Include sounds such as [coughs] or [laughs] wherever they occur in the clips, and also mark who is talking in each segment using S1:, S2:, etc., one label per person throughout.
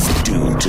S1: to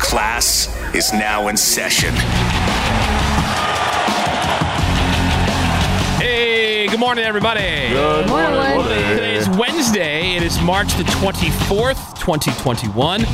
S1: Class is now in session.
S2: Hey, good morning, everybody.
S3: Good morning. morning.
S2: Today is Wednesday. It is March the 24th, 2021.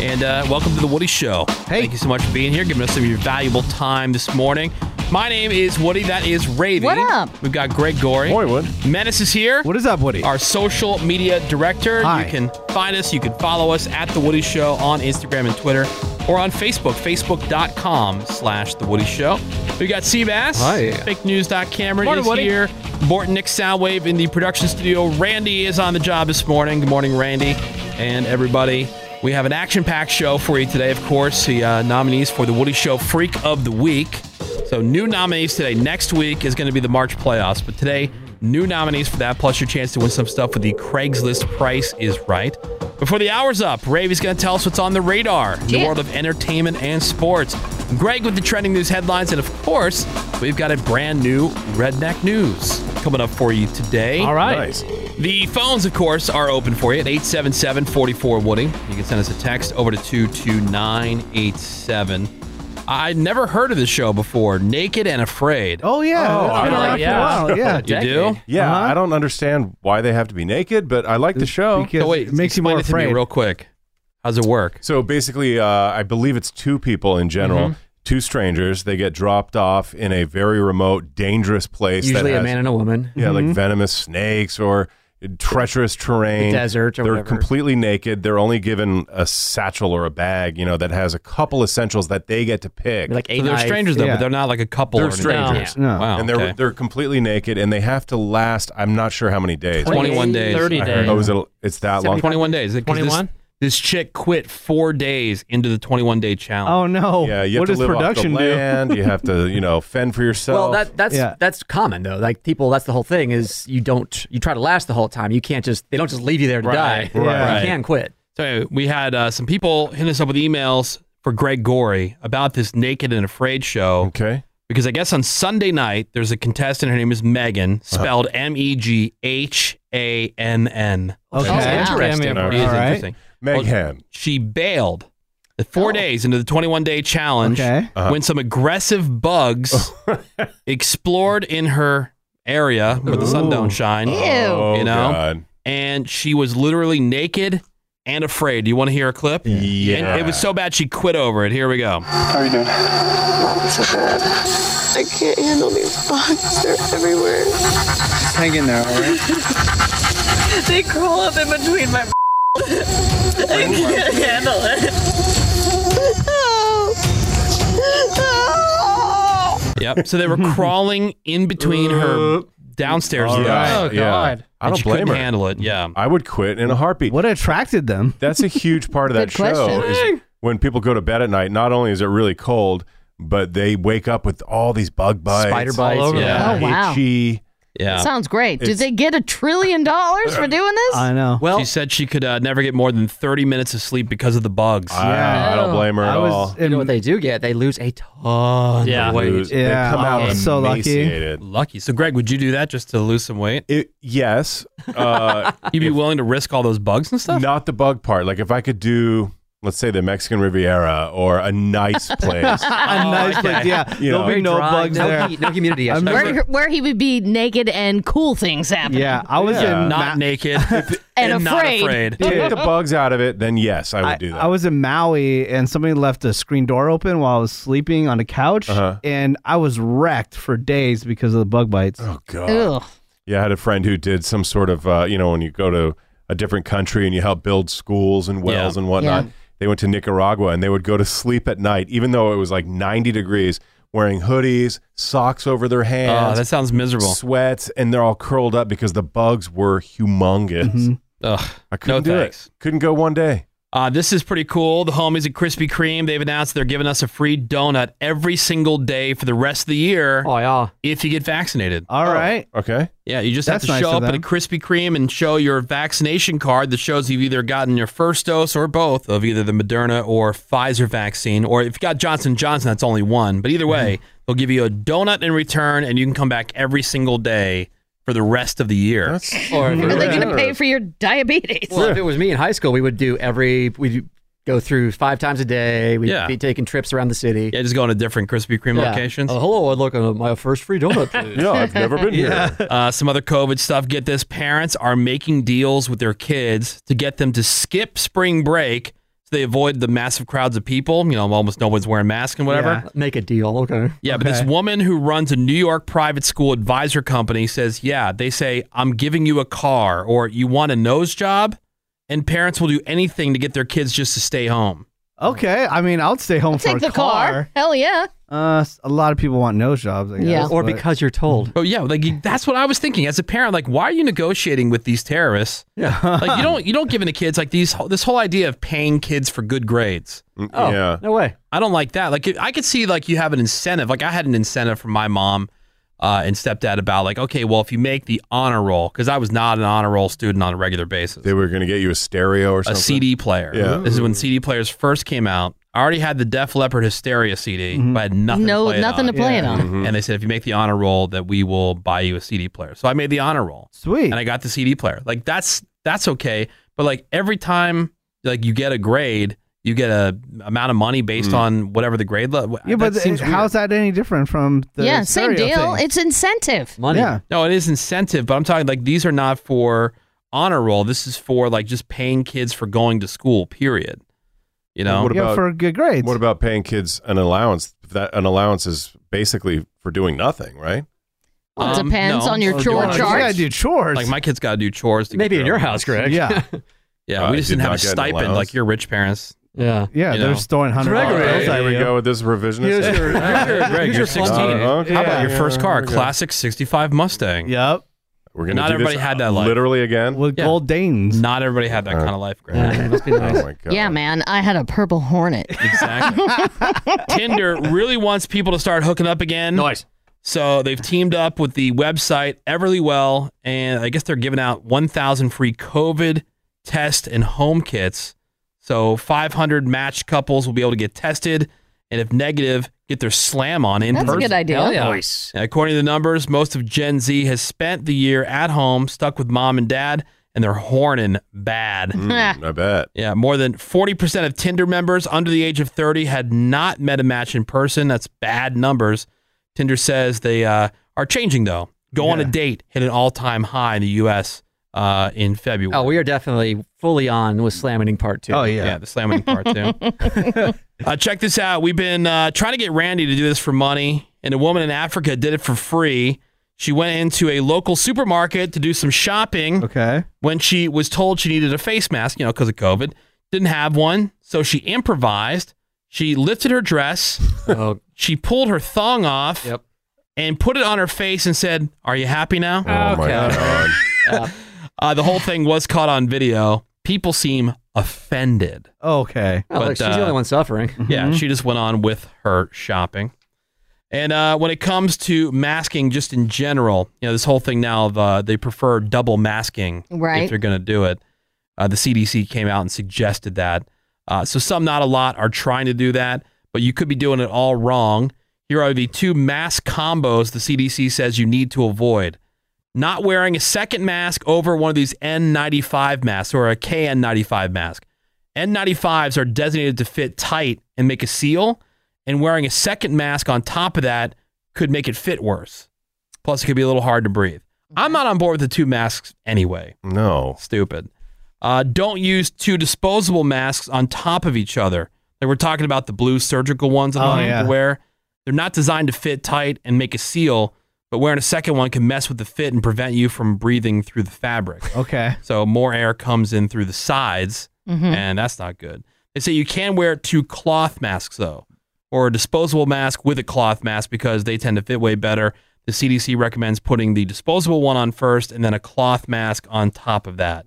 S2: And uh, welcome to The Woody Show. Hey. Thank you so much for being here, giving us some of your valuable time this morning. My name is Woody. That is Ravy.
S3: What up?
S2: We've got Greg Gory.
S4: Morning, Wood.
S2: Menace is here.
S4: What is up, Woody?
S2: Our social media director.
S4: Hi.
S2: You can find us. You can follow us at The Woody Show on Instagram and Twitter or on Facebook, facebook.com slash The Woody Show. We got Seabass.
S5: Hi.
S2: Fake News. Cameron
S5: Morning,
S2: is
S5: Woody.
S2: here. Borton Nick Soundwave in the production studio. Randy is on the job this morning. Good morning, Randy, and everybody. We have an action-packed show for you today. Of course, the uh, nominees for the Woody Show Freak of the Week. So new nominees today. Next week is going to be the March playoffs, but today new nominees for that. Plus your chance to win some stuff with the Craigslist Price is Right. Before the hour's up, Ravey's going to tell us what's on the radar in the
S6: Yeah.
S2: world of entertainment and sports. Greg with the trending news headlines, and of course, we've got a brand new Redneck News coming up for you today.
S4: All right. Nice.
S2: The phones, of course, are open for you at 877 44 Woody. You can send us a text over to 22987. I never heard of this show before, Naked and Afraid.
S4: Oh, yeah.
S2: Oh,
S4: That's been around
S2: all right,
S4: for a
S2: yeah.
S4: while, yeah.
S2: You do?
S5: Yeah,
S4: Uh-huh.
S5: I don't understand why they have to be naked, but I like the show.
S4: because So wait, it makes you more
S5: explain
S4: afraid.
S5: real
S2: quick. How's it work?
S5: So basically, uh, I believe it's two people in general,
S4: Mhm.
S5: two strangers. They get dropped off in a very remote, dangerous place.
S7: Usually a man and a woman.
S5: Yeah,
S7: Mhm.
S5: like venomous snakes or treacherous terrain,
S7: The desert or
S5: They're
S7: whatever.
S5: completely naked. They're only given a satchel or a bag, you know, that has a couple essentials that they get to pick.
S2: Like So eight they're knives. strangers, though, but Yeah. they're not like a couple
S5: They're
S2: or anything.
S5: strangers.
S2: No. Yeah. Wow,
S5: and they're
S2: okay.
S5: they're completely naked, and they have to last. I'm not sure how many days.
S2: 21 days. 30
S5: I heard-
S2: days.
S5: Oh, is it, it's that long.
S2: 21 days. 'Cause this-
S5: 21?
S2: This, chick quit four days into the 21 day challenge.
S4: Oh, no.
S5: Yeah, you have
S4: What
S5: to
S4: does
S5: live
S4: production
S5: off
S4: do?
S5: the land. you have to, you know, fend for
S7: Well,
S5: yourself.
S7: that, that's that's common though. Like people, that's the whole thing is you don't you try to last the whole time. You can't just they don't just leave you there to
S2: Right,
S7: die.
S2: right.
S7: [laughs] You can quit.
S2: So anyway, we had uh, some people hit us up with emails for Greg Gorey about this Naked and Afraid show.
S5: Okay.
S2: Because I guess on Sunday night there's a contestant. Her name is Megan,
S5: Uh-huh.
S2: spelled M E G H A N N.
S5: Okay. Oh, wow.
S2: interesting.
S5: Damn, yeah,
S2: It is
S5: all right.
S2: interesting.
S5: Megan.
S2: she bailed. The four days into the 21 day challenge,
S5: Uh-huh.
S2: when some
S5: [laughs]
S2: aggressive bugs explored in her area where the sun don't shine.
S5: Ew. Oh,
S2: You know?
S5: God.
S2: And she was literally naked and afraid. Do you want to hear a clip? Yeah. And it was so bad she quit over it. Here we go.
S8: How are you doing?
S9: I can't handle these bugs. They're everywhere.
S8: Just hang in there, all right?
S9: [laughs] They crawl up in between my. [laughs] I can't handle it.
S2: Yep. So they were crawling in between her downstairs.
S5: All
S2: room.
S5: right, yeah. I
S2: And
S5: don't
S2: she
S5: blame
S2: couldn't
S5: her.
S2: handle it. Yeah.
S5: I would quit in a heartbeat. What attracted them? That's a huge part of that
S2: Good question.
S5: show. Is when people go to bed at night, not only is it really cold, but they wake up with all these bug bites,
S7: Spider bites,
S5: all over
S7: yeah.
S5: them,
S7: Oh, wow.
S5: itchy.
S2: Yeah.
S3: Sounds great. Did
S5: It's-
S3: they get a trillion dollars for doing this?
S2: know. Well, she said she could uh, never get more than 30 minutes of sleep because of the bugs.
S5: Yeah. I don't blame her at I was- all.
S7: you know what they do get? They lose a ton.
S2: yeah.
S7: Of weight.
S2: Lucky. So, Greg, would you do that just to lose some weight?
S5: yes. Uh,
S2: [laughs] You'd be willing to risk all those bugs and stuff?
S5: Not the bug part. Like if I could do, let's say the Mexican Riviera or a
S4: [laughs]
S5: nice place. Oh,
S3: A
S4: nice place, yeah.
S5: You
S4: There'll
S5: know.
S4: be no
S5: Dry,
S4: bugs
S5: no
S4: there.
S5: heat, no humidity, I
S4: [laughs] I'm
S5: should
S4: very-
S3: Where, where he would be naked and cool things happening.
S4: Yeah, I was in [laughs]
S2: not naked
S3: And and not afraid. afraid.
S5: Take the bugs out of it, then yes, I would do that.
S4: I was in Maui and somebody left a screen door open while I was sleeping on a couch,
S5: Uh-huh.
S4: and I was wrecked for days because of the bug bites.
S5: Oh God. Yeah, I had a friend who did some sort of, uh, you know, when you go to a different country and you help build schools and wells
S2: Yeah.
S5: and whatnot.
S2: Yeah.
S5: They went to Nicaragua and they would go to sleep at night, even though it was like 90 degrees, wearing hoodies, socks over their hands.
S2: that Oh, sounds miserable.
S5: Sweats, and they're all curled up because the bugs were humongous.
S2: Mm-hmm. Ugh.
S5: I couldn't
S2: no
S5: do
S2: thanks.
S5: it. Couldn't go one day.
S2: Uh, this is pretty cool. The homies at Krispy Kreme, they've announced they're giving us a free donut every single day for the rest of the year. Oh, yeah. If you get vaccinated.
S4: All
S5: Oh,
S4: right.
S5: Okay.
S2: Yeah, you just
S4: That's
S2: have to
S4: nice
S2: show
S4: of
S2: up at a
S4: them.
S2: Krispy Kreme and show your vaccination card that shows you've either gotten your first dose or both of either the Moderna or Pfizer vaccine. Or if you got Johnson Johnson, that's only one. But either way,
S4: Mm-hmm.
S2: they'll give you a donut in return, and you can come back every single day for the rest of the year.
S3: Are they going to pay for your diabetes?
S7: Well, if it was me in high school, we would do every we'd go through five times a day. We'd
S2: Yeah.
S7: be taking trips around the city.
S2: Yeah, just going to different Krispy Kreme locations.
S7: Uh, hello, I'd like uh, my first free
S2: [laughs]
S7: donut, please. [laughs]
S2: here. Uh, some other COVID stuff. Get this: parents are making deals with their kids to get them to skip spring break so they avoid the massive crowds of people. You know, almost no one's wearing masks and whatever.
S7: Yeah. Make a deal, okay?
S2: Yeah, but this woman who runs a New York private school advisor company says, yeah, they say, I'm giving you a car or you want a nose job. And parents will do anything to get their kids just to stay home.
S4: Okay. I mean, I'll stay home for
S3: Take
S4: a
S3: the car. Hell yeah.
S4: Uh, s- a lot of people want nose jobs. I guess,
S3: Yeah. Or
S7: because you're told.
S2: Oh yeah, like you- that's what I was thinking as a parent. Like, why are you negotiating with these terrorists?
S7: Yeah,
S5: [laughs]
S2: like you don't you don't give in to kids like these. whole- This whole idea of paying kids for good grades.
S5: Mm,
S7: Oh, no way.
S2: I don't like that. Like I could see like you have an incentive. Like I had an incentive from my mom uh, and stepdad about like, okay, well if you make the honor roll, because I was not an honor roll student on a regular basis.
S5: They were going to get you a stereo or
S2: a
S5: something.
S2: CD player.
S5: Yeah.
S2: This is when CD players first came out. I already had the Def Leppard Hysteria CD,
S7: Mm-hmm.
S2: but I had nothing.
S3: No-
S2: to play it
S3: nothing to play it Yeah. on.
S5: Mm-hmm.
S2: And they said, if you make the honor roll, that we will buy you a CD player. So I made the honor roll.
S4: Sweet.
S2: And I got the CD player. Like that's that's okay. But like every time, like you get a grade, you get a amount of money based
S5: Mm.
S2: on whatever the grade level.
S4: [laughs] Yeah, but th- how's that any different from the
S3: yeah, same
S4: stereo
S3: deal.
S4: thing?
S3: It's incentive.
S4: Yeah.
S2: No, it is incentive, but I'm talking like these are not for honor roll. This is for like just paying kids for going to school. Period. You know,
S5: What about-
S4: good grades.
S5: What about paying kids an allowance? That an allowance is basically for doing nothing, right?
S3: Well, it
S2: Um,
S3: depends
S2: no.
S3: on your
S2: Oh,
S3: chore
S2: God. You
S3: charts.
S2: gotta
S4: do chores.
S2: Like my kids got to do chores. To
S7: Maybe in
S2: [laughs]
S7: your house, Greg.
S2: correct?
S7: Yeah.
S2: yeah.
S5: I
S2: we just
S5: did
S2: didn't have
S5: not
S2: a
S5: get an
S2: stipend
S5: allowance.
S2: like your rich parents.
S7: Yeah.
S4: Yeah,
S2: You
S4: they're
S2: know.
S4: storing hundred
S2: Gregory.
S4: dollars.
S5: There we
S2: Yeah.
S5: go with this revisionist.
S2: Here's your- here's your- Greg, you're 16.
S5: Uh, okay.
S2: How about your first car?
S5: Yeah.
S2: Classic 65 Mustang.
S4: Yep.
S5: We're
S2: Not
S5: do this
S2: everybody had that life.
S5: Literally again
S4: with
S2: Yeah.
S4: gold Danes.
S2: Not everybody had that kind of life, Greg. [laughs]
S7: must be
S5: nice. Oh my god.
S3: Yeah, man. I had a purple hornet.
S4: [laughs]
S3: [laughs]
S2: Exactly. Tinder really wants people to start hooking up again. Nice. So they've teamed up with the website Everlywell, and I guess they're giving out 1,000 free COVID test and home kits. So 500 matched couples will be able to get tested, and if negative, get their slam on in
S3: That's a
S2: person.
S3: good idea. Hell yeah.
S2: Nice. According to the numbers, most of Gen Z has spent the year at home, stuck with mom and dad, and they're horning bad.
S5: Hmm,
S2: [laughs]
S5: I bet.
S2: Yeah, more than 40% of Tinder members under the age of 30 had not met a match in person. That's bad numbers. Tinder says they uh, are changing, though. Go on a date hit an all time high in the U.S. Uh, in February.
S7: Oh, we are definitely fully on with slamming part two. Oh
S2: yeah. Yeah, the slamming part two. [laughs] Uh, check this out. We've been uh, trying to get Randy to do this for money, and a woman in Africa did it for free. She went into a local supermarket to do some shopping.
S4: Okay.
S2: When she was told she needed a face mask, you know, because of COVID, didn't have one, so she improvised. She lifted her dress. She pulled her thong off. Oh. Yep. And put it on her face and said, "Are you happy now?"
S5: Oh my
S2: [laughs]
S5: god.
S2: Uh, the whole thing was caught on video. People seem offended.
S4: Okay.
S7: Oh, look, she's
S2: uh,
S7: the only one suffering.
S2: Yeah, she just went on with her shopping. And uh, when it comes to masking, just in general, you know, this whole thing now of uh, they prefer double masking
S3: Right.
S2: if they're going to do it. Uh, the CDC came out and suggested that. Uh, so some, not a lot, are trying to do that, but you could be doing it all wrong. Here are the two mask combos the CDC says you need to avoid. Not wearing a second mask over one of these N95 masks or a KN95 mask. N95s are designated to fit tight and make a seal, and wearing a second mask on top of that could make it fit worse. Plus, it could be a little hard to breathe. I'm not on board with the two masks anyway.
S5: No.
S2: Stupid. Uh, don't use two disposable masks on top of each other. Like we're talking about the blue surgical ones that
S4: Oh,
S2: a lot of
S4: yeah.
S2: people wear. They're not designed to fit tight and make a seal, but wearing a second one can mess with the fit and prevent you from breathing through the fabric.
S4: Okay.
S2: So more air comes in through the sides,
S3: Mhm.
S2: and that's not good. They say you can wear two cloth masks though, or a disposable mask with a cloth mask because they tend to fit way better. The CDC recommends putting the disposable one on first and then a cloth mask on top of that.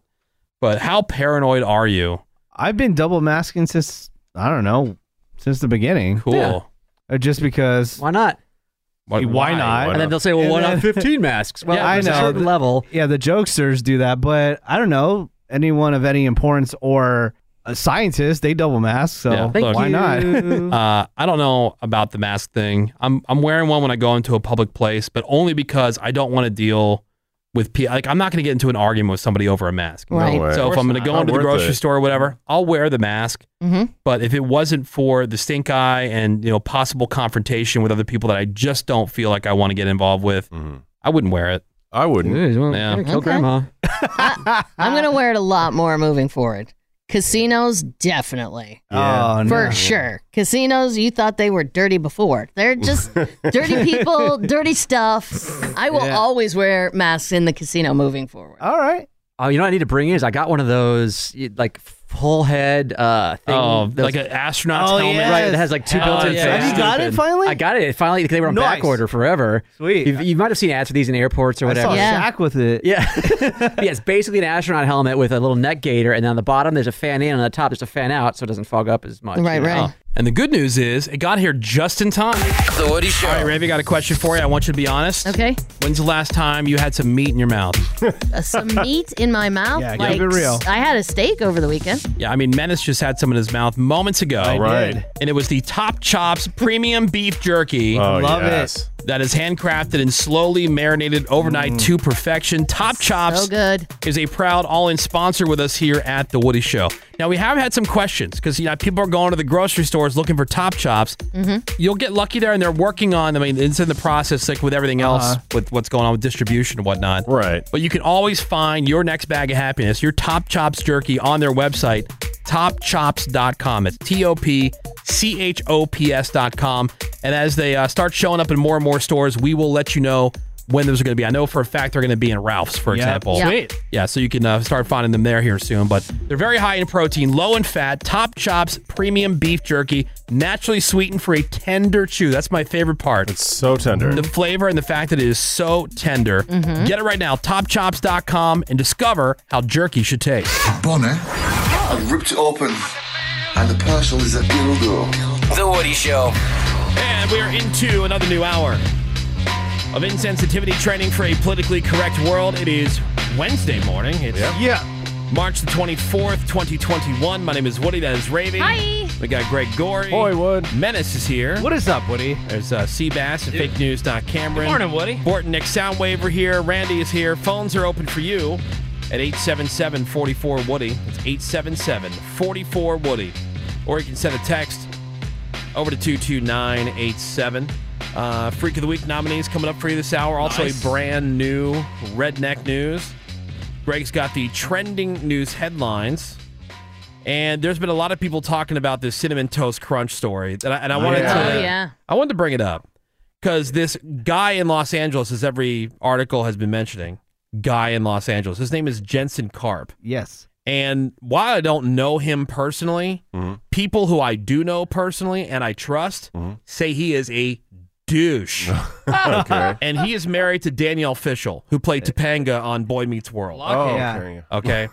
S2: But how paranoid are you?
S4: I've been double masking since I don't know since the beginning.
S2: Cool. Yeah.
S4: Uh, Just because
S7: why not?
S4: Why,
S7: why?
S4: not?
S7: And then they'll say, well, why not 15 masks? Well,
S4: I
S7: there's a
S4: know
S7: certain
S4: the-
S7: level.
S4: Yeah, the jokesters do that, but I don't know anyone of any importance or a scientist. They double mask, so why not? [laughs]
S2: uh, I don't know about the mask thing. I'm I'm wearing one when I go into a public place, but only because I don't want to deal with people. Like I'm not going to get into an argument with somebody over a mask.
S5: No Right. way.
S2: So
S5: Of
S2: if
S5: course
S2: I'm going to
S5: not.
S2: go
S5: Not Mm-hmm.
S2: into the
S5: worth
S2: grocery
S5: it.
S2: store or whatever, I'll wear the mask.
S3: Mhm.
S2: But if it wasn't for the stink eye and you know possible confrontation with other people that I just don't feel like I want to get involved with, I wouldn't wear it.
S5: Mm-hmm. I wouldn't.
S2: yeah.
S3: gonna kill Okay. grandma. I'm gonna wear it a lot more moving forward. Casinos, [laughs] definitely.
S4: Oh, no.
S3: For sure. Casinos, you thought they were dirty before. They're
S2: [laughs]
S3: just dirty people, dirty stuff. I will
S7: Yeah.
S3: always wear masks in the casino moving
S2: [laughs]
S3: forward.
S4: All right.
S7: Oh, you know what I need to bring is I got one of those y- like full head uh thing.
S2: Oh,
S7: those-
S2: like an astronaut's
S7: Oh,
S2: helmet.
S7: yes. Right, it has like two
S2: Oh,
S7: built-in
S2: yeah.
S7: fans.
S2: Have you got it
S4: finally?
S7: I got it finally because they were on
S2: Nice.
S7: back order forever.
S4: Sweet.
S7: You, you might have seen ads for these in airports or
S4: I
S2: Uh,
S7: whatever.
S4: saw Shaq with it.
S7: Yeah. yeah, it's basically an astronaut helmet with a little neck gaiter, and then on the bottom there's a fan in, and on the top there's a fan out, so it doesn't fog up as much. you know?
S2: And the good news is it got here just in time. The Woody Show. All right, Ravi, got a question for you. I want you to be honest.
S3: Okay.
S2: When's the last time you had some meat in your mouth?
S3: Uh, some meat in my mouth.
S2: Yeah,
S3: like,
S2: keep it real.
S3: I had a steak over the
S2: [laughs]
S3: weekend.
S2: yeah, I mean, Menace just had some in his mouth moments ago.
S5: Right. did.
S2: And it was the Top Chops Premium Beef Jerky.
S5: Oh, Love yes.
S2: it. That is handcrafted and slowly marinated overnight to perfection. Top Chops
S3: So good.
S2: is a proud all-in sponsor with us here at the Woody Show. Now we have had some questions because you know people are going to the grocery stores looking for Top Chops.
S3: Mhm.
S2: You'll get lucky there, and they're working on. I mean, it's in the process, like with everything else,
S4: Uh-huh.
S2: with what's going on with distribution and whatnot.
S5: Right.
S2: But you can always find your next bag of happiness, your Top Chops jerky, on their website, topchops.com. It's T O P C H O P S.com. And as they uh, start showing up in more and more stores, we will let you know when those are going to be. I know for a fact they're going to be in Ralph's, for
S4: Yep.
S2: example.
S4: Yeah. Sweet.
S2: Yeah, so you can uh, start finding them there here soon. But they're very high in protein, low in fat, top chops, premium beef jerky, naturally sweetened for a tender chew. That's my favorite part. It's
S5: so tender.
S2: The flavor and the fact that it is so tender.
S3: Mhm.
S2: Get it right now, topchops.com, and discover how jerky should taste.
S6: Bonnet. I ripped Oh, it open, and the parcel is a dildo.
S2: The Woody Show. And we are into another new hour of insensitivity training for a politically correct world. It is Wednesday morning. It's
S4: yeah.
S2: March the 24th, 2021. My name is Woody. That is Ravy.
S3: Hi.
S2: We got Greg Gorey. Boy, Wood. Menace is here. What
S4: is up, Woody?
S2: There's uh, Seabass and
S10: Yeah.
S2: Fake News. Cameron.
S10: Good morning, Woody.
S2: Borton, Nick Soundwave are here. Randy is here. Phones are open for you at 877 44 Woody. It's 877 44 Woody. Or you can send a text over to 22987. Uh, Freak of the Week nominees coming up for you this hour. Also,
S10: Nice.
S2: a brand new Redneck News. Greg's got the trending news headlines. And there's been a lot of people talking about this cinnamon toast crunch story, and I, and I
S3: Oh,
S2: wanted
S3: yeah.
S2: to,
S3: Oh, yeah.
S2: I wanted to bring it up because this guy in Los Angeles, as every article has been mentioning, guy in Los Angeles. His name is Jensen Karp.
S4: Yes.
S2: And while I don't know him personally,
S5: Mm-hmm.
S2: people who I do know personally and I trust say he is a douche.
S5: [laughs] Okay. Eh.
S2: And he is married to Danielle Fishel, who played Topanga on Boy Meets World.
S5: Oh, okay.
S2: Okay.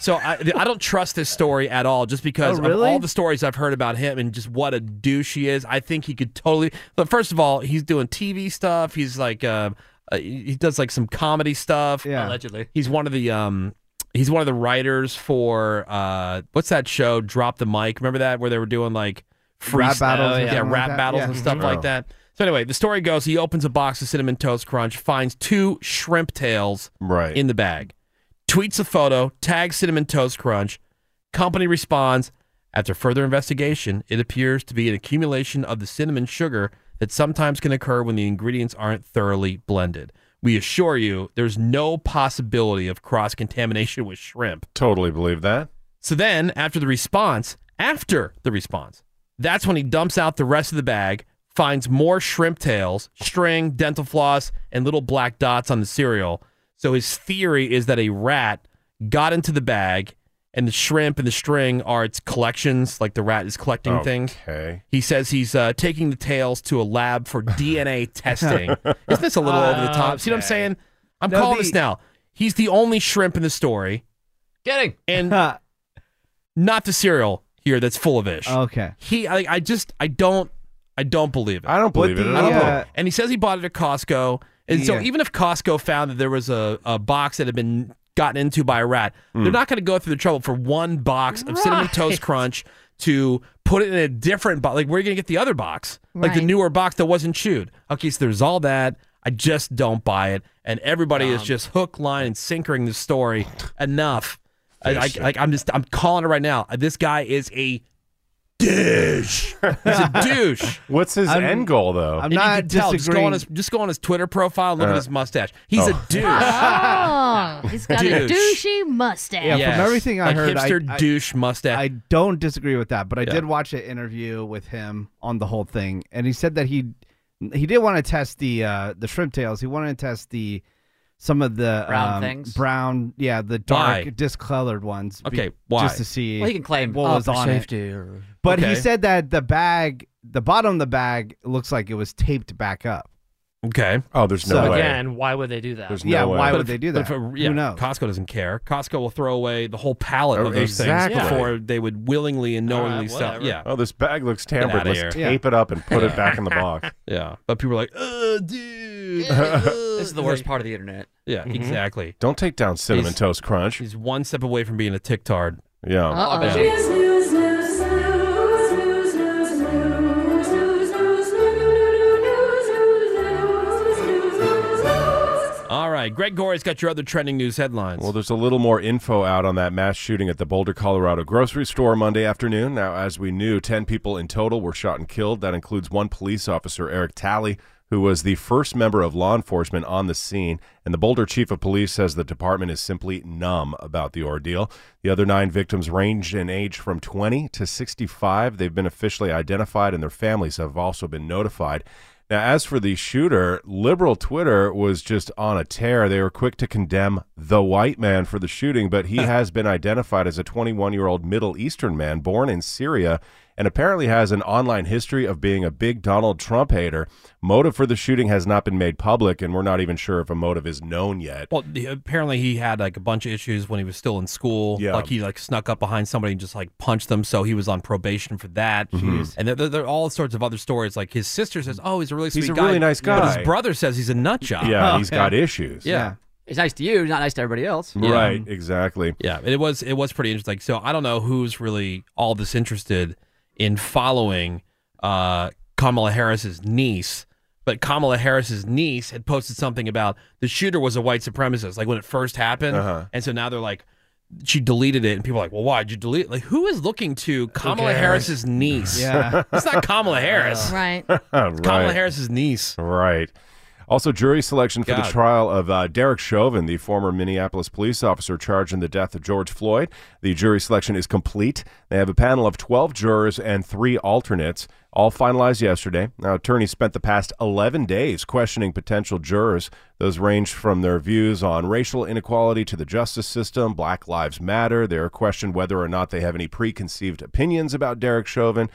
S2: so I, I don't trust this story at all just because
S5: Oh, really?
S2: of all the stories I've heard about him and just what a douche he is. I think he could totally. But first of all, he's doing TV stuff. He's like, uh, uh, he does like some comedy stuff.
S10: Yeah. Allegedly.
S2: He's one of the, um, he's one of the writers for, uh, what's that show? Drop the Mic. Remember that where they were doing like free
S4: Rap battles and
S2: Yeah,
S4: something like
S2: rap
S4: that?
S2: battles
S4: Yeah.
S2: and stuff
S4: Mhm.
S2: like
S4: Oh.
S2: that that. So anyway, the story goes: he opens a box of cinnamon toast crunch, finds two shrimp tails
S5: right.
S2: in the bag, tweets a photo, tags cinnamon toast crunch. Company responds: after further investigation, it appears to be an accumulation of the cinnamon sugar that sometimes can occur when the ingredients aren't thoroughly blended. We assure you, there's no possibility of cross contamination [laughs] with shrimp.
S5: Totally believe that.
S2: So then, after the response, after the response, that's when he dumps out the rest of the bag, finds more shrimp tails, string, dental floss, and little black dots on the cereal. So his theory is that a rat got into the bag, and the shrimp and the string are its collections, like the rat is collecting things.
S5: Okay.
S2: He says he's uh, taking the tails to a lab for DNA testing. Isn't this a little over the top? See what I'm saying? I'm
S10: No,
S2: calling
S10: the-
S2: this now. He's the only shrimp in the story. Kidding. And not the cereal here that's full of ish.
S4: Okay.
S2: He, I, I just, I don't, I don't believe it. I
S5: don't
S4: believe But it at the, all.
S2: don't believe it.
S4: uh,
S2: And he says he bought it at Costco. And so
S4: Yeah.
S2: even if Costco found that there was a, a box that had been gotten into by a rat,
S4: Hmm.
S2: they're not going to go through the trouble for one box of cinnamon toast crunch to put it in a different box. Like where are you going to get the other box? Like the
S10: Right.
S2: newer box that wasn't chewed. Okay, so there's all that. I just don't buy it, and everybody
S4: Um,
S2: is just hook, line, and sinkering the story. Enough. I, I, like I'm just I'm calling it right now. This guy is a
S5: [laughs]
S2: douche. He's a douche.
S5: What's his
S2: I'm-
S5: end goal, though?
S2: And you can tell, just go on his just go on his Twitter profile, and look
S5: Uh,
S2: at his mustache.
S5: oh.
S2: He's a douche.
S3: Oh, he's got a
S2: Douche.
S3: douchey mustache.
S4: Yeah,
S2: Yes.
S4: from everything I
S2: Like
S4: heard, I-
S2: hipster
S4: I-
S2: douche mustache.
S4: I don't disagree with that, but I
S2: Yeah.
S4: did watch an interview with him on the whole thing, and he said that he he did want to test the uh, the shrimp tails. He wanted to test the some of the
S7: Brown
S4: um,
S7: things?
S4: brown, yeah, the dark
S7: Why?
S4: discolored ones. be-
S7: Okay, why?
S4: Just to see.
S7: Well, he can claim,
S4: what
S7: "Oh,
S4: was
S7: for
S4: on
S7: safety,"
S4: it.
S7: or-
S4: But he
S7: Okay.
S4: said that the bag, the bottom of the bag, looks like it was taped back up.
S2: Okay.
S5: Oh, [laughs] there's
S4: no So- way.
S11: Again, why would they do that?
S4: There's no Yeah, way. why
S2: But
S4: would
S2: if-
S4: they do
S2: but
S4: that?
S2: if a-
S4: Who
S2: yeah,
S4: knows?
S2: Costco doesn't care. Costco will throw away the whole pallet
S5: Oh,
S2: of those
S5: exactly.
S2: things before they would willingly and knowingly sell. Yeah.
S5: Oh, this bag looks
S2: Get
S5: tampered.
S2: outta
S5: Let's
S2: here.
S5: tape it up and put it
S4: [laughs]
S5: back in the box.
S2: Yeah. But people are like, uh, dude.
S7: this is the worst part of the internet. Mm-hmm.
S2: Yeah,
S11: Mm-hmm.
S2: exactly.
S5: Don't take down cinnamon
S2: He's-
S5: toast crunch.
S2: He's one step away from being a ticktard.
S5: Yeah.
S7: Uh-oh.
S2: Yeah. All right, Greg Gore's got your other trending news headlines.
S5: Well, there's a little more info out on that mass shooting at the Boulder, Colorado grocery store Monday afternoon. Now, as we knew, 10 people in total were shot and killed. That includes one police officer, Eric Talley, who was the first member of law enforcement on the scene. And the Boulder chief of police says the department is simply numb about the ordeal. The other nine victims ranged in age from 20 to 65. They've been officially identified, and their families have also been notified. Now, as for the shooter, liberal Twitter was just on a tear. They were quick to condemn the white man for the shooting, but he has been identified as a 21 year old Middle Eastern man born in Syria and apparently has an online history of being a big Donald Trump hater. Motive for the shooting has not been made public, and we're not even sure if a motive is known yet.
S2: Well, the- apparently he had like a bunch of issues when he was still in school.
S5: Yeah.
S2: Like he like snuck up behind somebody and just like punched them, so he was on probation for that.
S5: Jeez.
S2: And there, there, there are all sorts of other stories. Like his sister says, "Oh, he's a really sweet
S5: He's a
S2: guy.
S5: really nice
S2: But
S5: guy.
S2: his brother says he's a nut job.
S5: Yeah,
S2: [laughs]
S5: and he's got issues.
S2: Yeah.
S7: It's nice to you, it's not nice to everybody else.
S5: Right, exactly.
S2: Yeah, it was it was pretty interesting. So I don't know who's really all this interested in following uh, Kamala Harris's niece, but Kamala Harris's niece had posted something about the shooter was a white supremacist, like when it first happened,
S5: Uh-huh.
S2: and so now they're like. She deleted it, and people are like, "Well, why'd you delete?" it?" Like, who is looking to Kamala
S5: cares?
S2: Harris's niece?
S5: Yeah.
S2: it's not Kamala Harris,
S3: right?
S5: [laughs] It's
S2: Kamala Harris's niece.
S5: Right. Also, jury selection for the
S2: God.
S5: trial of uh, Derek Chauvin, the former Minneapolis police officer charged in the death of George Floyd. The jury selection is complete. They have a panel of 12 jurors and three alternates, all finalized yesterday. Now, attorneys spent the past 11 days questioning potential jurors. Those range from their views on racial inequality to the justice system, Black Lives Matter. They are questioned whether or not they have any preconceived opinions about Derek Chauvin.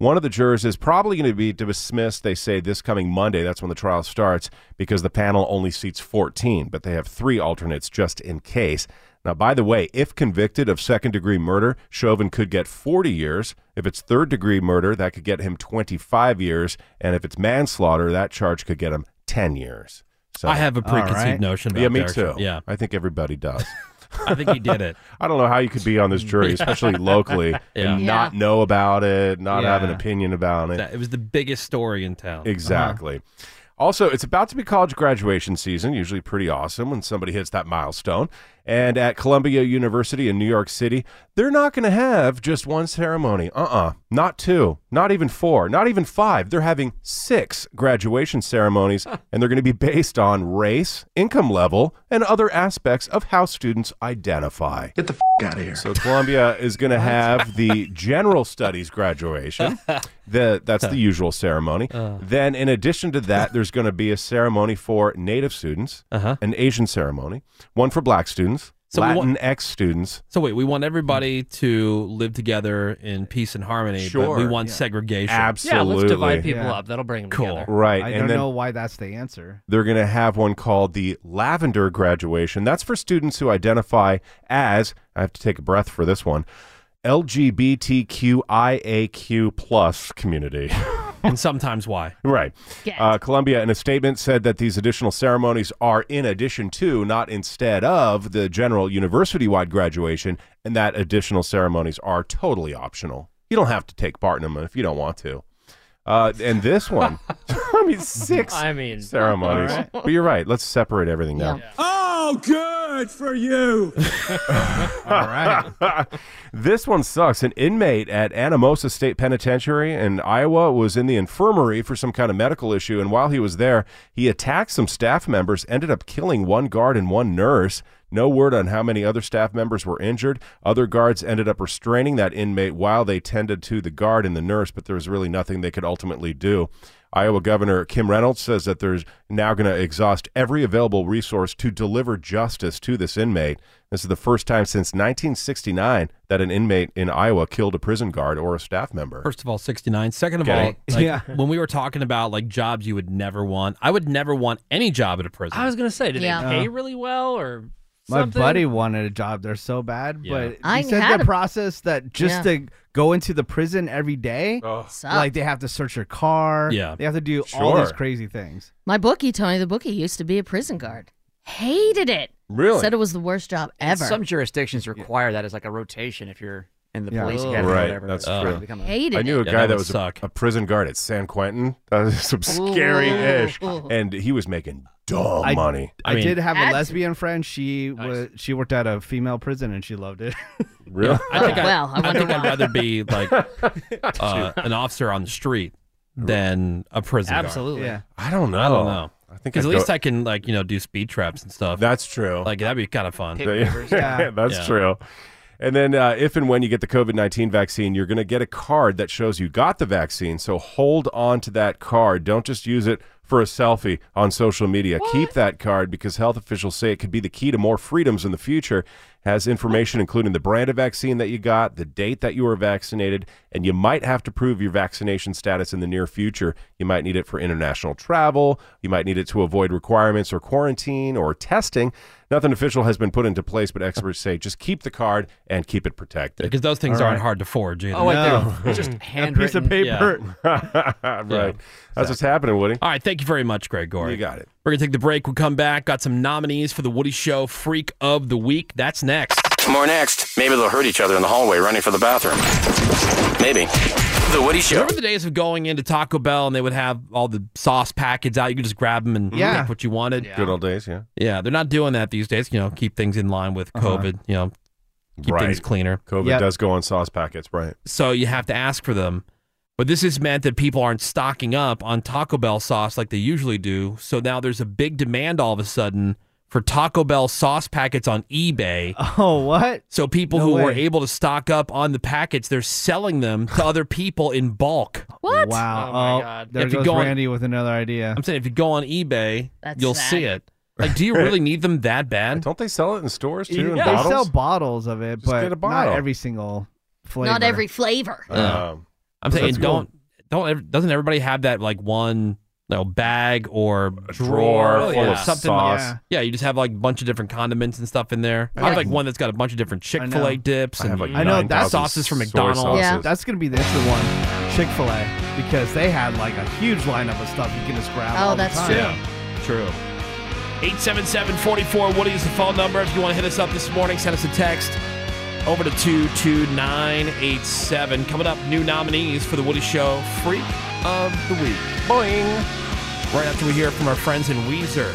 S5: One of the jurors is probably going to be dismissed, they say, this coming Monday. That's when the trial starts because the panel only seats 14, but they have three alternates just in case. Now, by the way, if convicted of second degree murder, Chauvin could get 40 years. If it's third degree murder, that could get him 25 years. And if it's manslaughter, that charge could get him 10 years. So
S2: I have a preconceived notion about
S5: Yeah, me
S2: Derek
S5: too.
S2: Chauvin. Yeah.
S5: I think everybody does.
S2: [laughs] I think he did it.
S5: [laughs] I don't know how you could be on this jury,
S2: [laughs] Yeah.
S5: especially locally,
S2: Yeah.
S5: and not know about it, not have an
S2: Yeah.
S5: opinion about it.
S2: That- It was the biggest story in town.
S5: Exactly. Also, it's about to be college graduation season, usually pretty awesome when somebody hits that milestone. And at Columbia University in New York City, they're not going to have just one ceremony. Uh uh Not two, not even four, not even five. They're having six graduation ceremonies, and they're going to be based on race, income level, and other aspects of how students identify. Get the f out of here. So, Columbia is going to have the general studies graduation. The, that's the usual ceremony.
S2: Uh.
S5: Then, in addition to that, there's going to be a ceremony for Native students, an Asian ceremony, one for Black students,
S2: Uh-huh. So we wa-
S5: Latin X students.
S2: So wait, we want everybody to live together in peace and harmony, but we
S5: Sure.
S2: want
S5: Yeah.
S2: segregation.
S5: Absolutely. Yeah, let's divide people
S4: Yeah.
S10: up. That'll bring them
S2: Cool.
S10: together.
S5: Right.
S4: I
S5: and
S4: don't
S5: then
S4: know why that's the answer.
S5: They're going to have one called the Lavender Graduation. That's for students who identify as, I have to take a breath for this one, LGBTQIAQ plus community. [laughs]
S2: and sometimes why.
S5: Right. Uh, Columbia, in a statement, said that these additional ceremonies are in addition to, not instead of, the general university wide graduation, and that additional ceremonies are totally optional. You don't have to take part in them if you don't want to. Uh, and
S11: [laughs]
S5: this one,
S2: [laughs]
S5: I mean, six
S10: I mean,
S5: ceremonies.
S10: all right.
S5: But you're right. Let's separate everything now.
S11: Oh, good for
S5: [laughs]
S11: you.
S5: All right. this one sucks. An inmate at Anamosa State Penitentiary in Iowa was in the infirmary for some kind of medical issue, and while he was there, he attacked some staff members, ended up killing one guard and one nurse. No word on how many other staff members were injured. Other guards ended up restraining that inmate while they tended to the guard and the nurse, but there was really nothing they could ultimately do. Iowa Governor Kim Reynolds says that there's now going to exhaust every available resource to deliver justice to this inmate. This is the first time since 1969 that an inmate in Iowa killed a prison guard or a staff member.
S2: First of all, 69. Second of
S5: Get
S2: all,
S5: it?
S10: [laughs]
S2: like,
S5: Yeah.
S2: when we were talking about like jobs you would never want, I would never want any job at a prison.
S10: I was gonna say, did
S3: Yeah.
S10: they pay really well or
S4: Uh, My
S10: something?
S4: buddy wanted a job there so bad,
S10: Yeah.
S4: but he
S10: I
S4: said
S10: had
S4: the
S10: a-
S4: process that just
S10: Yeah.
S4: to go into the prison every day, like they have to search your car.
S2: Yeah.
S4: They have to do all these
S2: Sure.
S4: crazy things.
S3: My bookie, Tony the Bookie, used to be a prison guard. Hated it.
S5: Really?
S3: Said it was the worst job
S7: And
S3: ever.
S7: Some jurisdictions require that as like a rotation if you're in the police academy or
S5: Oh, right.
S7: whatever.
S5: That's
S7: It's
S5: true.
S7: become a-
S3: Hated
S5: I knew a
S3: it. Yeah,
S5: guy
S3: that
S5: that,
S3: would
S5: was a,
S2: suck.
S5: a prison guard at San Quentin. [laughs] That was some scary ish,
S3: Ooh.
S5: and he was making dumb
S4: I-
S5: Oh, money.
S4: I, did have a lesbian friend. She was she worked at a female prison and she loved it. [laughs]
S5: Really?
S2: I think, I,
S3: well, I
S2: I
S3: wonder
S2: think I'd
S3: why.
S5: [laughs]
S2: rather be like
S3: [laughs]
S2: uh, an officer on the street than a prison guard.
S10: Absolutely. Yeah.
S5: I don't know.
S2: I don't know.
S5: I think
S2: because
S5: I'd
S2: at least
S5: go-
S2: I can like you know do speed traps and stuff.
S5: That's true.
S2: Like that'd be kind of
S5: [laughs]
S2: fun.
S5: yeah, that's true. And then, uh, if and when you get the COVID 19 vaccine, you're going to get a card that shows you got the vaccine. So hold on to that card. Don't just use it for a selfie on social media. Keep that card because health officials say it could be the key to more freedoms in the future. Has information including the brand of vaccine that you got, the date that you were vaccinated, and you might have to prove your vaccination status in the near future. You might need it for international travel. You might need it to avoid requirements or quarantine or testing. Nothing official has been put into place, but experts say just keep the card and keep it protected.
S2: Because those things aren't hard to forge either.
S5: Oh, wait, No. [laughs]
S7: they're just handwritten.
S4: piece of paper.
S5: [laughs] right. That's what's happening, Woody.
S2: All right. Thank you very much, Greg Gore.
S5: You got it.
S2: We're gonna take the break. We'll come back. Got some nominees for the Woody Show Freak of the Week. That's next.
S12: More next. Maybe they'll hurt each other in the hallway running for the bathroom. Maybe. The Woody Show.
S2: Remember the days of going into Taco Bell and they would have all the sauce packets out. You could just grab them and
S5: Yeah.
S2: pick what you wanted.
S5: Good old days, yeah.
S2: Yeah, they're not doing that these days. You know, keep things in line with
S5: Uh-huh.
S2: COVID. You know, keep
S5: Right.
S2: things cleaner.
S5: COVID does go on sauce packets, right?
S2: so you have to ask for them. But this has meant that people aren't stocking up on Taco Bell sauce like they usually do. So now there's a big demand all of a sudden for Taco Bell sauce packets on eBay.
S4: [laughs] Oh, what?
S2: So people
S4: No
S2: who were
S4: way.
S2: able to stock up on the packets, they're selling them to other people in bulk.
S3: [laughs] What?
S4: Wow.
S2: Oh, my
S4: Oh,
S2: God.
S4: There
S2: If you
S4: goes
S2: go on-
S4: Randy with another idea.
S2: I'm saying if you go on eBay,
S3: That's
S2: you'll
S3: sad.
S2: see it. Like, do you
S4: [laughs]
S2: really need them that bad?
S5: Don't they sell it in stores
S4: You- they sell bottles of it, but
S5: get a
S4: not
S5: bottle.
S4: every single flavor.
S3: Not every flavor.
S2: I'm
S5: Um, That's
S2: saying
S5: cool.
S2: don't don't ev- doesn't everybody have that like one you know, bag or
S5: drawer
S2: drawer
S5: full
S2: or
S5: of
S2: something
S5: sauce.
S2: like yeah. you just have like a bunch of different condiments and stuff in there. I
S4: Yeah.
S2: have like one that's got a bunch of different Chick Fil A dips and
S4: I know that's
S2: sauces from McDonald's.
S4: That's gonna be the extra one, Chick Fil A, because they had like a huge lineup of stuff you can just grab.
S2: Oh,
S4: all
S2: that's
S4: the time.
S2: true. Yeah. True. 877-44 Woody is the phone number. If you want to hit us up this morning, send us a text over to 22987. Coming up, new nominees for the Woody Show Freak of the Week. Boing. Right after we hear from our friends in Weezer.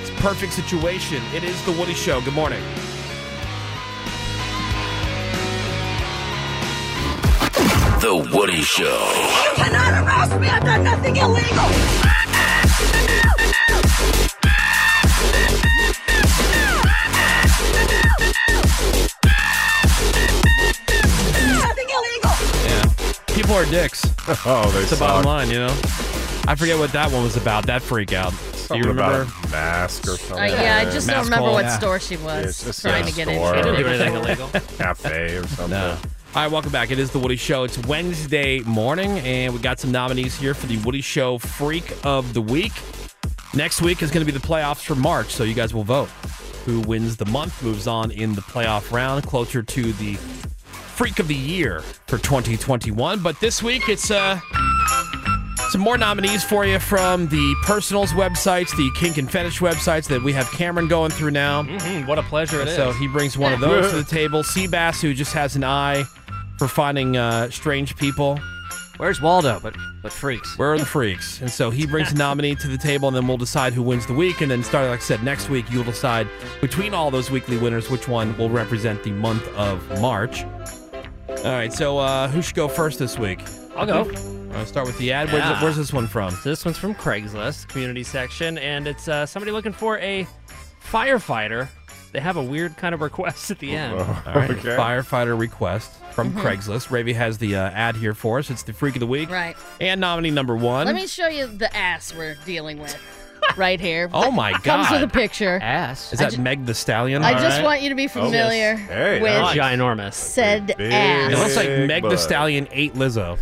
S2: It's a perfect situation. It is the Woody Show. Good morning.
S12: The Woody
S1: [laughs]
S12: Show.
S9: You cannot arrest me. I've done nothing illegal. Nothing illegal.
S2: Yeah. People are dicks.
S5: [laughs] Oh, they
S2: It's the bottom line, you know? I forget what that one was about, that freak out. Do you
S5: Something about
S2: remember?
S5: a mask or something.
S3: Uh, yeah, I just don't
S2: Mask
S3: remember
S2: call.
S3: what
S2: Yeah.
S3: store she was
S5: It's just
S3: trying
S5: a
S3: to get
S5: store.
S3: into.
S5: [laughs] They didn't do
S2: anything illegal.
S5: Cafe or something.
S2: No. All right, welcome back. It is the Woody Show. It's Wednesday morning, and we got some nominees here for the Woody Show Freak of the Week. Next week is going to be the playoffs for March, so you guys will vote who wins the month, moves on in the playoff round, closer to the Freak of the Year for 2021. But this week, it's uh, some more nominees for you from the personals websites, the kink and fetish websites that we have Cameron going through now.
S10: Mhm, what a pleasure it is.
S2: So he brings one of
S10: [laughs]
S2: those to the table. Seabass, who just has an eye for finding uh, strange people. Where's Waldo? But but freaks. Where are the freaks? And so he
S10: [laughs]
S2: brings a nominee to the table, and then we'll decide who wins the week. And then, starting like I said, next week you'll decide between all those weekly winners which one will represent the month of March. All right. So uh, who should go first this week?
S10: I'll go.
S2: I'll start with the ad. Where's,
S10: Yeah.
S2: where's this one from?
S10: So this one's from Craigslist community section, and it's uh, somebody looking for a firefighter. They have a weird kind of request at the end.
S2: All right. Firefighter request from
S3: Mhm.
S2: Craigslist. Ravy has the uh, ad here for us. It's the freak of the week.
S3: Right.
S2: And nominee number one.
S3: Let me show you the ass we're dealing
S2: [laughs]
S3: with right [laughs] here.
S2: Oh my
S3: Comes
S2: God.
S3: with a picture.
S10: Ass.
S2: Is that Meg the Stallion? Oh,
S3: I just want you to be familiar with
S10: ginormous.
S3: said ass.
S2: It looks like
S10: Big
S2: Meg the
S10: butt.
S2: Stallion ate Lizzo.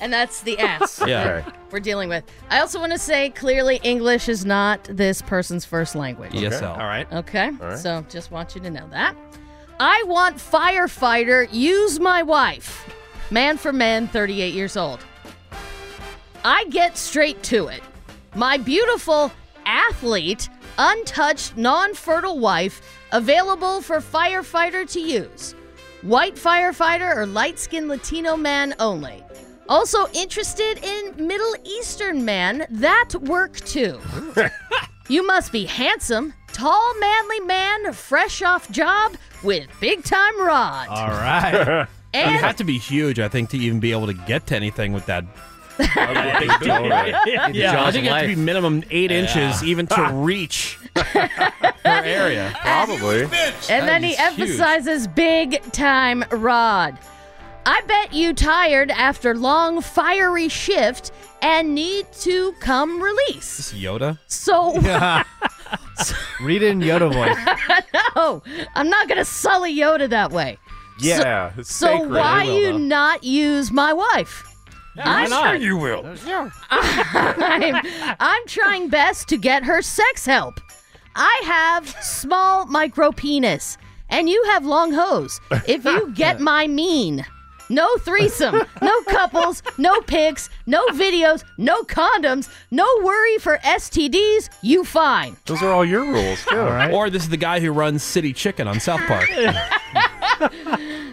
S3: And that's
S10: [laughs]
S3: the ass
S2: Yeah. Okay.
S3: we're dealing with. I also want to say clearly English is not this person's first language.
S2: ESL. All right.
S3: Okay.
S2: All right.
S3: So just want you to know that. I want firefighter, use my wife. Man for men, 38 years old. I get straight to it. My beautiful athlete, untouched, non fertile wife, available for firefighter to use. White firefighter or light skinned Latino man only. Also interested in Middle Eastern man, that work
S2: [laughs]
S3: too. You must be handsome, tall, manly man, fresh off job with big time rod.
S2: All [laughs] right.
S3: [laughs] And-
S2: you [laughs] have to be huge, I think, to even be able to get to anything with that. big
S10: yeah,
S2: dog.
S10: yeah.
S2: Yeah, I think you have to be minimum eight
S10: Yeah.
S2: inches even [laughs] to reach her area. Probably.
S3: And then
S2: That
S3: he
S2: is huge.
S3: emphasizes big time rod. I bet you tired after long fiery shift and need to come release.
S2: Yoda.
S4: [laughs]
S3: So [laughs]
S4: Read it in
S5: Oh,
S4: Yoda voice.
S3: no, I'm not gonna sully Yoda that way.
S5: Yeah,
S3: So,
S5: it's
S3: so
S5: sacred.
S3: why
S5: They will,
S3: you
S5: though.
S3: not use my wife? I'm-
S5: you will.
S3: I'm, I'm trying best to get her sex help. I have small micro penis, and you have long hose. If you get my mean, no threesome, no couples, no pics, no videos, no condoms, no worry for STDs. You fine.
S2: Those are all your rules, too.
S3: All right.
S2: Or this is the guy who runs City Chicken on South Park.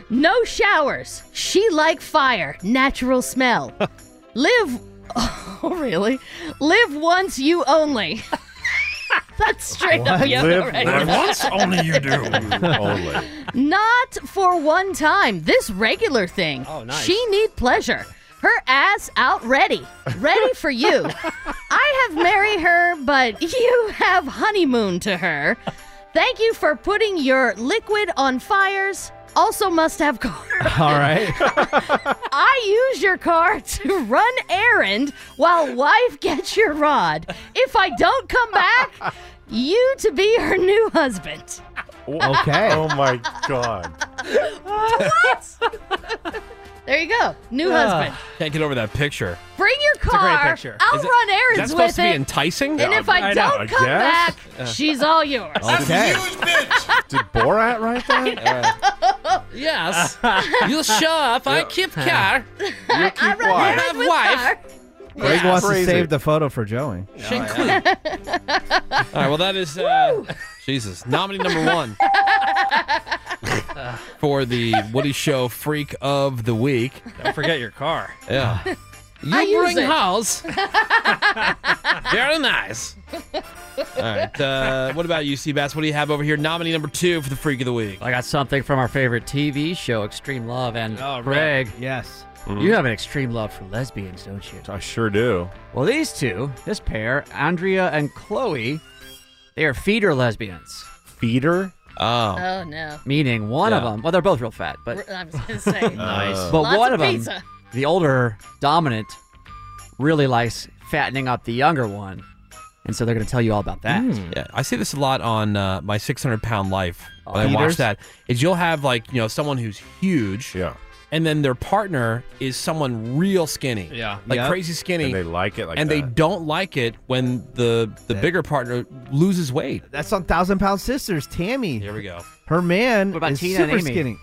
S3: No showers. She like fire. Natural smell. Live. [laughs] Oh, really? Live once, you only. That's straight up Yoda right there.
S5: only.
S3: Not for one time. This regular thing. Oh,
S10: nice.
S3: She need pleasure. Her ass out ready. Ready for you. I have married her, but you have honeymoon to her. Thank you for putting your liquid on fires. Also must have [laughs] car.
S4: All right.
S3: I use your car [laughs] to run errand while wife gets your rod. If I don't come back, you to be her new husband.
S5: Okay. Oh my god.
S3: There you go.
S4: Ah.
S3: New husband.
S2: Can't get over that picture.
S3: Bring your
S2: a great
S3: car.
S2: picture.
S3: I'll
S2: Is it-
S3: run
S2: is
S3: errands
S2: that supposed
S3: with
S2: to be
S3: it.
S2: enticing?
S3: And
S2: Yeah,
S3: if I
S2: I know.
S3: don't
S2: I
S3: come
S2: guess.
S3: back,
S2: Uh.
S3: she's all yours.
S2: Okay. [laughs]
S5: Did Borat write that?
S3: [laughs]
S2: Uh. Yes. you show up. I keep car. [laughs] You
S5: keep I run wife. errands
S2: have wife.
S4: Greg
S2: Yeah.
S4: wants
S2: Crazy.
S4: to save the photo for Joey.
S2: [laughs] All right. Well, that is uh, Jesus nominee number
S3: [laughs]
S2: one [laughs] for the Woody Show Freak of the Week.
S10: Don't forget your car.
S2: [laughs] Yeah. [laughs] [laughs] You
S10: I use
S2: bring
S10: it.
S2: house. Very nice. All right. Uh, what about you, Seabass? What do you have over here? Nominee number two for the Freak of the Week.
S10: I got
S7: something from our favorite TV show, Extreme Love, and
S4: Oh,
S7: Greg.
S4: Yes.
S7: You have an extreme love for lesbians, don't you?
S5: Mm-hmm. I sure do.
S7: Well, these two, this pair, Andrea and Chloe, they are feeder lesbians.
S5: Feeder?
S2: Oh.
S3: Oh, no.
S7: Meaning one of
S3: Yeah.
S7: them. Well, they're both real fat, but
S3: I was going to
S5: [laughs] Oh.
S3: say.
S7: But
S3: Lots
S7: one
S3: of
S7: of, them,
S3: pizza.
S7: the older dominant, really likes fattening up the younger one. and so they're going to tell you all about that.
S2: Hmm. Yeah, I see this a lot on uh, my 600 pound life. When I
S7: Peters?
S2: watch that, is you'll have like you know someone who's huge,
S5: yeah,
S2: and then their partner is someone real skinny,
S10: Yeah.
S2: like
S10: Yep.
S2: crazy skinny,
S5: And they like it like
S2: and they
S5: that.
S2: don't like it when the the bigger partner loses weight.
S4: That's on Thousand Pound Sisters, Tammy. Here
S2: we go.
S4: Her man
S7: What about
S4: is
S7: Tina and
S4: super
S7: Amy?
S4: skinny.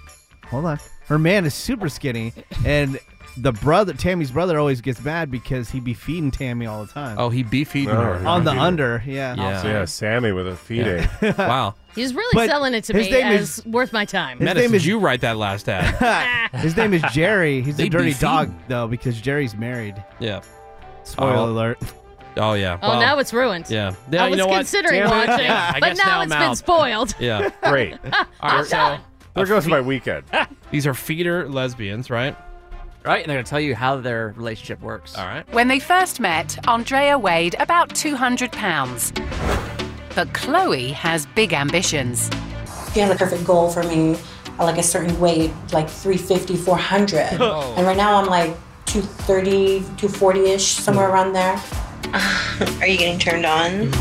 S4: Hold on. Her man is super skinny, and the brother, Tammy's brother, always gets mad because he be feeding Tammy all the time.
S2: Oh, he beef eating
S5: Oh,
S2: her
S5: yeah.
S4: on the
S5: Yeah.
S4: under, yeah.
S5: Yeah. Sammy with a feeding.
S2: wow.
S3: He's really
S4: But
S3: selling it to
S4: his
S3: me
S4: name
S3: as
S4: is-
S3: worth my time.
S2: Menace, did you write that last ad?
S4: His name is Jerry. He's
S2: They
S4: a dirty
S2: beef
S4: dog though because Jerry's married.
S2: yeah.
S4: Spoiler
S2: Oh.
S4: alert.
S2: Oh yeah.
S3: Oh,
S2: Well,
S3: now Oh, it's ruined.
S2: yeah.
S3: I
S2: Yeah, you
S3: was
S2: know what?
S3: considering
S2: Damn it.
S3: watching,
S2: Yeah, [laughs] I
S3: but
S2: guess
S3: now,
S2: now
S3: it's
S2: I'm
S3: been
S2: out.
S3: spoiled.
S2: [laughs] Yeah.
S5: Great.
S3: I'm done.
S5: There goes my weekend.
S2: [laughs] These are feeder lesbians, right?
S7: Right, and they're going to tell you how their relationship works. All
S2: right.
S13: When they first met, Andrea weighed about 200 pounds. But Chloe has big ambitions.
S14: He has a perfect goal for me, uh, like a certain weight, like 350, 400.
S13: Oh.
S14: And right now I'm like 230, 240 ish, somewhere around there.
S9: Ah, Are you getting turned on?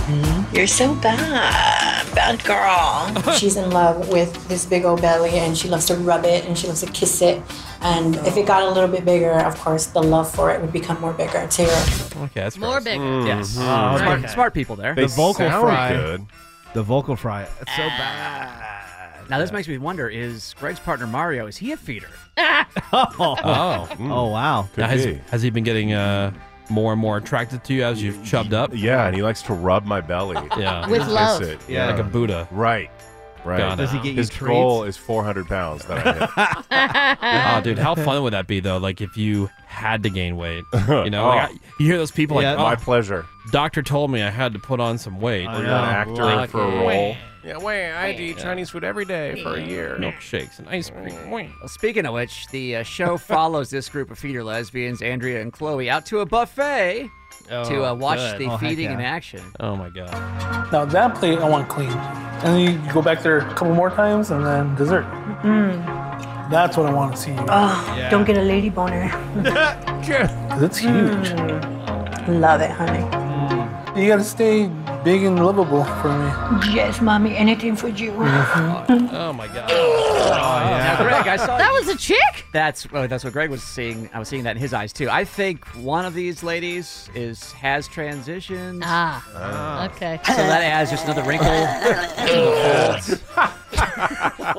S9: You're so bad. Bad girl.
S14: [laughs] She's in love with this big old belly and she loves to rub it and she loves to kiss it. And if it got a little bit bigger, of course, the love for it would become more bigger too.
S2: Okay, that's Mm-hmm.
S3: More bigger.
S7: Yes.
S4: Mhm.
S7: Uh, smart,
S4: Okay.
S7: smart people there.
S4: The vocal
S7: sound
S4: fry.
S7: good.
S4: The vocal fry. It's so bad.
S7: Ah. Now this makes me wonder: Is Greg's partner Mario? Is he a feeder?
S4: Oh.
S2: [laughs] Oh.
S5: mm.
S4: Oh, wow.
S2: Now, has, has he been getting uh, more and more attracted to you as you've chubbed up?
S5: Yeah, and he likes to rub my belly.
S2: [laughs] yeah.
S3: With
S5: Kiss
S3: love.
S5: it.
S2: Yeah. Like a Buddha.
S5: Right. Right.
S2: Got it. Does he get you
S5: His
S2: treats?
S5: goal is 400 pounds
S2: [laughs]
S5: that I hit. Uh-huh.
S2: oh,
S5: [laughs]
S2: dude, how fun would that be though? Like if you had to gain weight, you know, like,
S5: Oh.
S2: I- you hear those people
S5: Yeah.
S2: like,
S5: My
S2: "Oh,
S5: pleasure."
S2: Doctor told me I had to put on some weight.
S5: Or you're an actor
S2: Lucky.
S5: for a role.
S7: Yeah, wait. I eat Chinese food every day for a year.
S2: Milkshakes and ice cream. Well,
S7: speaking of which, the uh,
S2: [laughs]
S7: show follows this group of feeder lesbians, Andrea and Chloe, out to a buffet to uh, watch
S10: good.
S7: the
S10: Oh, heck
S7: feeding
S10: yeah.
S7: in action.
S2: Oh my god.
S15: Now that plate I want clean. And then you go back there a couple more times and then dessert. That's what I want to see. you.
S14: Mm. Oh, don't get a lady boner.
S15: That's huge.
S14: Love it, honey.
S15: You gotta stay big and livable for me.
S14: Yes, mommy, anything for you.
S2: Oh my god. Oh,
S7: Now, Greg, I saw
S2: [laughs]
S3: That was a
S4: [laughs]
S3: chick.
S7: That's well, that's what Greg was seeing. I was seeing that in his eyes too. I think one of these ladies is has transitioned.
S3: Ah.
S7: Ah.
S3: Okay.
S7: So that adds just another
S2: [laughs]
S7: wrinkle. to the fold.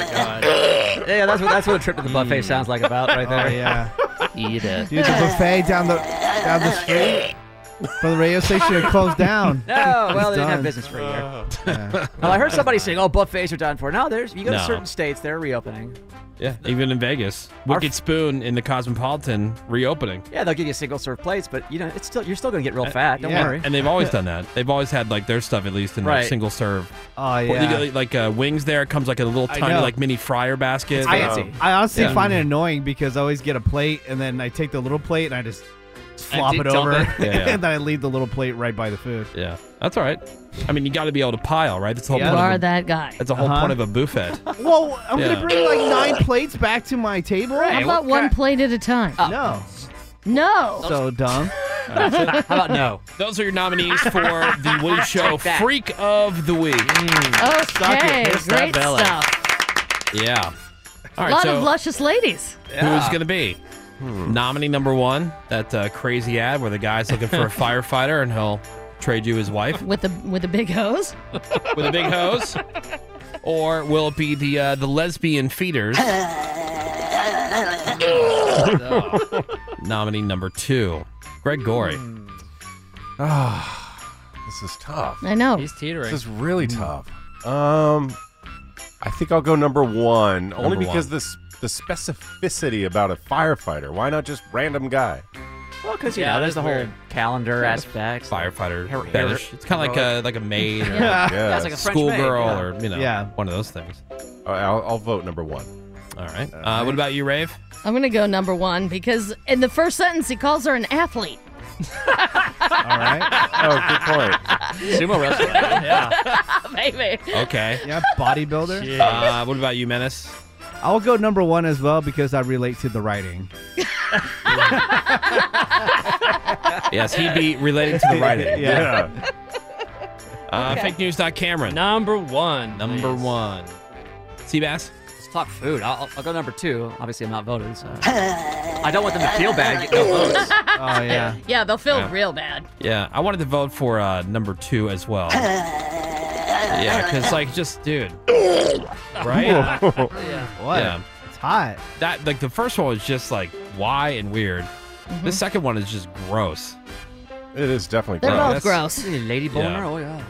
S7: yeah, that's what that's what a trip to the buffet
S2: Mm.
S7: sounds like about right there.
S4: Oh, yeah.
S7: Eat it.
S4: Dude, the buffet down the down the street from the radio station it closed down.
S7: [laughs] No, well,
S4: It's
S7: they didn't have
S4: done.
S7: business for a
S2: Oh.
S7: year. [laughs] well, I heard somebody saying, "Oh, buffets are done for." No, there's you go to
S2: No.
S7: certain states, they're reopening.
S2: Yeah, even in Vegas, Wicked Spoon in the Cosmopolitan reopening.
S7: Yeah, they'll give you single serve plates, but you know, it's still you're still gonna get real fat. Don't
S2: And-
S7: worry.
S2: Uh, And
S15: [laughs]
S2: they've always done that. They've always had like their stuff at least in like
S7: Right. Ah,
S2: single serve.
S4: Oh,
S2: Or they
S4: yeah.
S2: get, like uh, wings there comes like a little
S4: I
S2: tiny
S4: know.
S2: like mini fryer basket. uh,
S4: I, I honestly
S2: Yeah.
S4: find it annoying because I always get a plate and then I take the little plate and I just flop
S2: Empty,
S4: it
S2: dump
S4: over [laughs]
S2: it. Yeah, yeah.
S4: and then I leave the little plate right by the food.
S2: Yeah, that's all right. I mean, you got to be able to pile, right? That's the whole
S4: Yeah.
S2: point.
S4: You
S2: of
S4: are
S2: a,
S3: that guy.
S2: That's the whole
S4: Uh-huh.
S2: point of a buffet.
S4: Whoa, I'm
S2: Yeah.
S4: gonna bring like nine plates back to my table.
S3: How about one plate at a time?
S2: Uh,
S4: No.
S3: No.
S4: [laughs] So
S2: [laughs]
S4: dumb.
S2: How about no? Those are your nominees for the Woody Show
S3: Take that.
S2: Freak of the
S3: [laughs]
S2: Week. Mm.
S3: Okay,
S2: Kiss that
S3: great
S2: belly.
S3: stuff.
S2: Yeah.
S3: A
S2: All right.
S3: lot
S2: so
S3: of luscious ladies.
S2: who's going to be
S4: Hmm.
S2: nominee number one? That uh, crazy ad where the guy's looking
S4: [laughs]
S2: for a firefighter and he'll trade you his wife
S3: with the with a big hose.
S2: [laughs] with a
S3: [laughs]
S2: big hose, or will it be the uh, the
S4: [laughs]
S2: lesbian feeders? [laughs] Oh, Nominee number two, Greg Gorey.
S4: Hmm.
S5: Ah, this is tough.
S3: I know.
S10: He's teetering.
S5: This is really tough. Um, I think I'll go number one, only
S2: Number
S5: because
S2: one.
S5: this the specificity about a firefighter. Why not just random guy?
S7: [laughs] Well, because you
S2: Yeah,
S7: know, there's
S2: that's
S7: the
S2: weird.
S7: whole calendar aspect.
S2: Firefighter
S7: Her- her-
S2: fetish. It's kind of [laughs] like a like a maid or
S7: Yeah.
S5: Yeah, it's like
S2: like a
S5: a
S7: French
S2: schoolgirl
S7: maid,
S2: or you know
S5: Yeah.
S2: one of those things.
S5: I'll, I'll vote number one.
S2: All right. Uh, what about you, Rave?
S3: I'm gonna go number one because in the first sentence he calls her an athlete. [laughs]
S4: All right.
S5: Oh, good point.
S2: [laughs] Sumo wrestler. [laughs] yeah.
S3: Oh, Maybe. [laughs]
S2: Okay.
S4: Yeah, bodybuilder.
S2: Uh, what about you, Menace?
S4: I'll go number one as well because I relate to the writing.
S2: yes, he'd be related
S5: [laughs]
S2: to the writing.
S5: Yeah.
S2: Uh, Fake news. Dot Cameron.
S10: Number one.
S2: Number one. Seabass.
S7: Let's talk food. I'll, I'll go number two. Obviously, I'm not voted. So. I don't want them
S4: [laughs]
S7: to feel bad. Get no votes.
S2: Oh yeah.
S3: Yeah, they'll feel
S2: Yeah.
S3: real bad.
S2: Yeah, I wanted to vote for uh, number two as [laughs] well. yeah, because like just dude,
S7: [laughs]
S2: right?
S4: Yeah.
S2: What? It's hot. That like the first one was just like why and weird. The second one is just gross.
S5: It is definitely
S3: They're both gross.
S7: Lady boner. Oh yeah.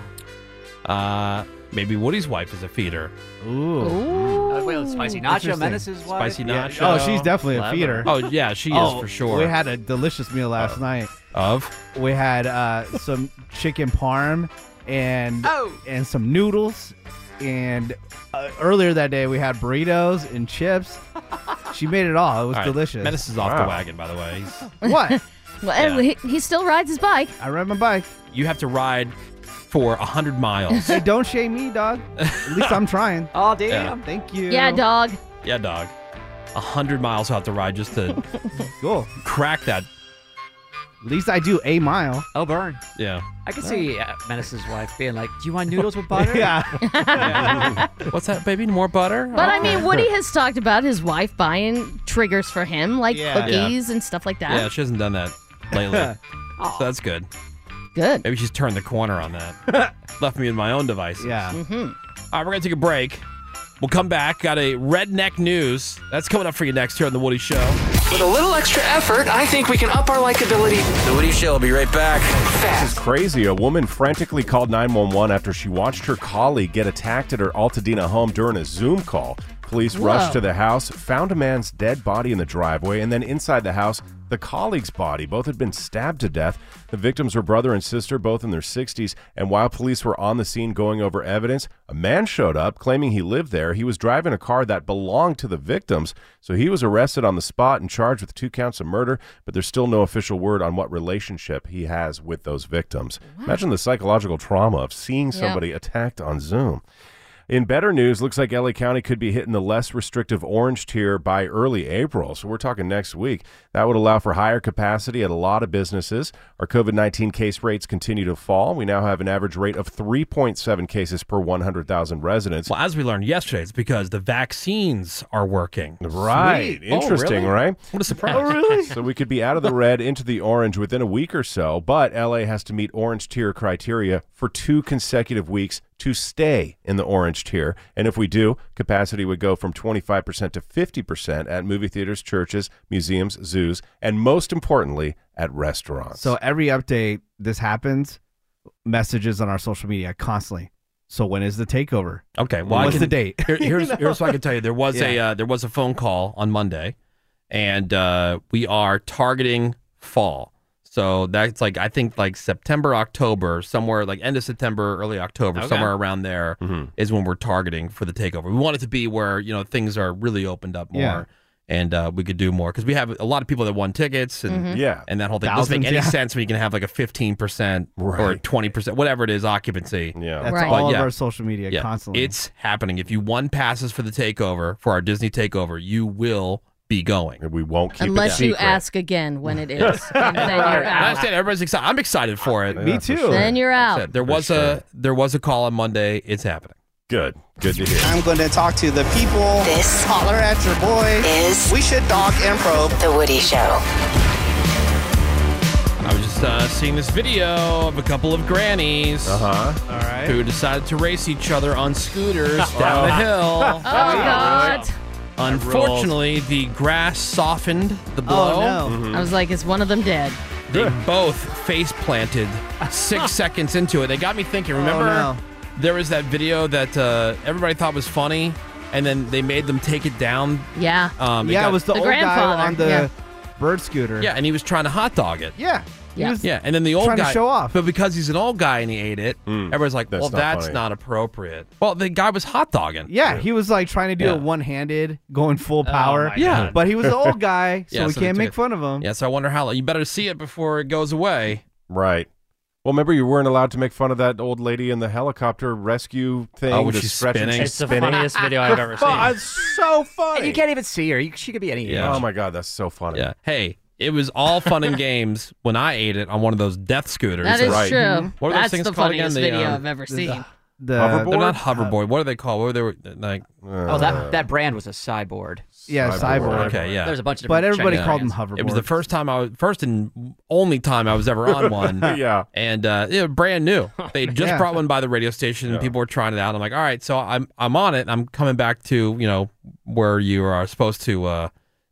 S2: Uh, maybe Woody's wife is a feeder. Ooh.
S7: Uh, wait, spicy nacho
S4: Interesting.
S7: menaces. Why?
S2: Spicy
S4: Yeah.
S2: nacho.
S4: Oh, she's definitely a feeder.
S2: Oh yeah, she
S4: Oh,
S2: is for sure.
S4: We had a delicious meal last night.
S2: Of?
S4: We had uh, some chicken parm and and some noodles. And uh, earlier that day, we had burritos and chips. She made it all. It was
S2: All right,
S4: delicious.
S2: Menace is off the wagon, by the way. He's-
S4: [laughs] What?
S3: Well, he, he still rides his bike.
S4: I ride my bike.
S2: you have to ride for
S4: [laughs]
S2: hundred miles.
S4: Hey, don't shame me, dog. At least I'm trying.
S7: Oh,
S2: damn. Yeah.
S4: Thank you.
S3: Yeah, dog.
S2: Yeah, dog. A hundred miles I'll have to ride just to
S4: [laughs] cool.
S2: crack that.
S4: At least I do a mile.
S7: Oh, burn.
S2: Yeah.
S7: I can see uh, Menace's wife being like, "Do you want noodles with butter?" [laughs]
S4: [laughs] yeah.
S2: What's that, baby? More butter?
S3: But I
S4: [laughs]
S3: mean, Woody has talked about his wife buying triggers for him, like
S2: Yeah.
S3: cookies and stuff like that.
S2: [laughs] Yeah, she hasn't done that
S4: [laughs]
S2: lately. so that's good.
S3: Good.
S2: Maybe she's turned the corner
S4: [laughs]
S2: on that. Left me in my own devices. Yeah.
S3: Mm-hmm.
S2: All right, we're going to take a break. We'll come back. Got a redneck news. That's coming up for you next here on The Woody Show.
S16: With a little extra effort, I think we can up our likability.
S12: The Woody Show will be right back.
S5: This is crazy. A woman frantically called 911 after she watched her colleague get attacked at her Altadena home during a Zoom call. Police
S12: Whoa.
S5: rushed to the house, found a man's dead body in the driveway, and then inside the house, the colleague's body. Both had been stabbed to death. The victims were brother and sister, both in their 60s. And while police were on the scene going over evidence, a man showed up claiming he lived there. He was driving a car that belonged to the victims, so he was arrested on the spot and charged with two counts of murder, but there's still no official word on what relationship he has with those victims. Imagine the psychological trauma of seeing
S12: Yeah.
S5: somebody attacked on Zoom. In better news, looks like LA County could be hitting the less restrictive orange tier by early April. So we're talking next week. That would allow for higher capacity at a lot of businesses. Our COVID 19 case rates continue to fall. We now have an average rate of 3.7 cases per 100,000 residents.
S2: Well, as we learned yesterday, it's because the vaccines are working.
S5: Right. Interesting, right?
S2: What a surprise. [laughs]
S5: so we could be out of the red into the orange within a week or so, but LA has to meet orange tier criteria for two consecutive weeks to stay in the orange tier. And if we do, capacity would go from 25% to 50% at movie theaters, churches, museums, zoos, and most importantly, at restaurants.
S4: So every update this happens, messages on our social media constantly. So when is the takeover?
S2: Okay. Well, I
S4: what's
S2: can-
S4: the date? [laughs]
S2: Here, here's,
S4: You know?
S2: here's what I can tell you. There was a uh, there was a phone call on Monday, and uh, we are targeting fall. So that's like I think like September, October, somewhere like end of September, early October,
S10: Okay.
S2: somewhere around there is
S4: Mm-hmm.
S2: when we're targeting for the takeover. We want it to be where you know things are really opened up more.
S10: Yeah.
S2: And uh, we could do more because we have a lot of people that won tickets and
S4: Mm-hmm.
S10: Mhm. Yeah.
S2: and that whole thing doesn't
S10: Thousands,
S2: make any
S10: yeah.
S2: sense when you can have like a fifteen percent or twenty percent whatever it is occupancy. Yeah,
S4: That's all of our social media
S2: yeah,
S4: constantly.
S2: It's happening. If you won passes for the takeover, for our Disney takeover, you will be going.
S5: We won't keep
S3: Unless you ask again when it
S2: [laughs]
S3: is.
S5: [laughs]
S3: and then you're
S2: I
S3: out.
S2: understand everybody's excited. I'm excited for it.
S5: Me Yeah, for too. sure.
S3: Then you're
S2: That's
S3: out.
S2: it. There was a there was a call on Monday. It's happening.
S5: Good. Good to hear.
S8: I'm going to talk to the people. This holler at your boy is we should dog and probe the Woody Show.
S2: I was just uh, seeing this video of a couple of grannies. Uh
S5: Uh-huh.
S2: huh. All right. Who decided to race each other on
S5: [laughs]
S2: scooters down the hill.
S3: Oh, God.
S2: Unfortunately, the grass softened the
S4: Oh,
S2: blow.
S3: Oh,
S5: Mm-hmm.
S2: Mm-hmm.
S3: I was like, is one of them dead?
S2: They both face planted
S4: [laughs]
S2: six seconds into it. They got me thinking. Remember,
S4: Oh,
S3: no.
S2: there was that video that uh, everybody thought was funny, and then they made them take it down.
S3: Yeah.
S2: Um,
S4: Uh, yeah,
S2: got-
S4: it was the, old guy on the bird scooter.
S2: yeah. Yeah, and he was trying to hot dog it.
S4: Yeah. He
S2: Yeah.
S4: was-
S2: and then the old
S4: trying to
S2: guy
S4: show off.
S2: but because he's an old guy and he ate it, everybody's like,
S4: Hmm. That's
S2: "Well,
S4: not
S2: that's
S4: funny.
S2: not appropriate." Well, the guy was hot dogging.
S4: Yeah, he was like trying to do
S2: Yeah.
S4: it one handed, going full
S2: Oh,
S4: power.
S2: my Yeah. God.
S4: But he was the old guy, so
S2: [laughs] Yeah,
S4: we
S2: so they
S4: can't
S2: took
S4: make
S2: it-
S4: fun of him.
S2: Yeah, so I wonder how long. You better see it before it goes away.
S5: Right. Well, remember you weren't allowed to make fun of that old lady in the helicopter rescue thing.
S2: Oh, when
S5: the
S2: she's
S5: stretch-
S2: spinning?
S10: It's the funniest video I've ever
S5: Fu-
S10: seen.
S5: it's so funny.
S7: And you can't even see her. You- She could be any
S2: Yeah.
S7: age.
S5: Oh my god, that's so funny.
S2: Yeah. Hey, it was all fun and games when I ate it on one of those death scooters.
S3: That is
S2: Right.
S3: true.
S2: What are
S3: Oh, That's
S2: those things
S3: the
S2: called
S3: funniest
S2: again? The,
S3: video
S2: um,
S3: I've ever seen.
S4: The-
S2: hoverboard? They're not
S4: Uh,
S2: hoverboard. What are they called? What were they were like?
S7: Oh, that that brand was a cyborg.
S4: Yeah, cyborg.
S2: Okay, yeah.
S7: There's a bunch of
S4: But
S7: different
S4: everybody
S7: Chinese
S4: called them
S7: brands.
S4: hoverboard.
S2: It was the first time I was first and only time I was ever on one.
S5: yeah,
S2: and uh, yeah, brand new. They just
S5: Yeah.
S2: brought one by the radio station, and people were trying it out. I'm like, all right, so I'm I'm on it. and I'm coming back to you know where you are supposed to uh,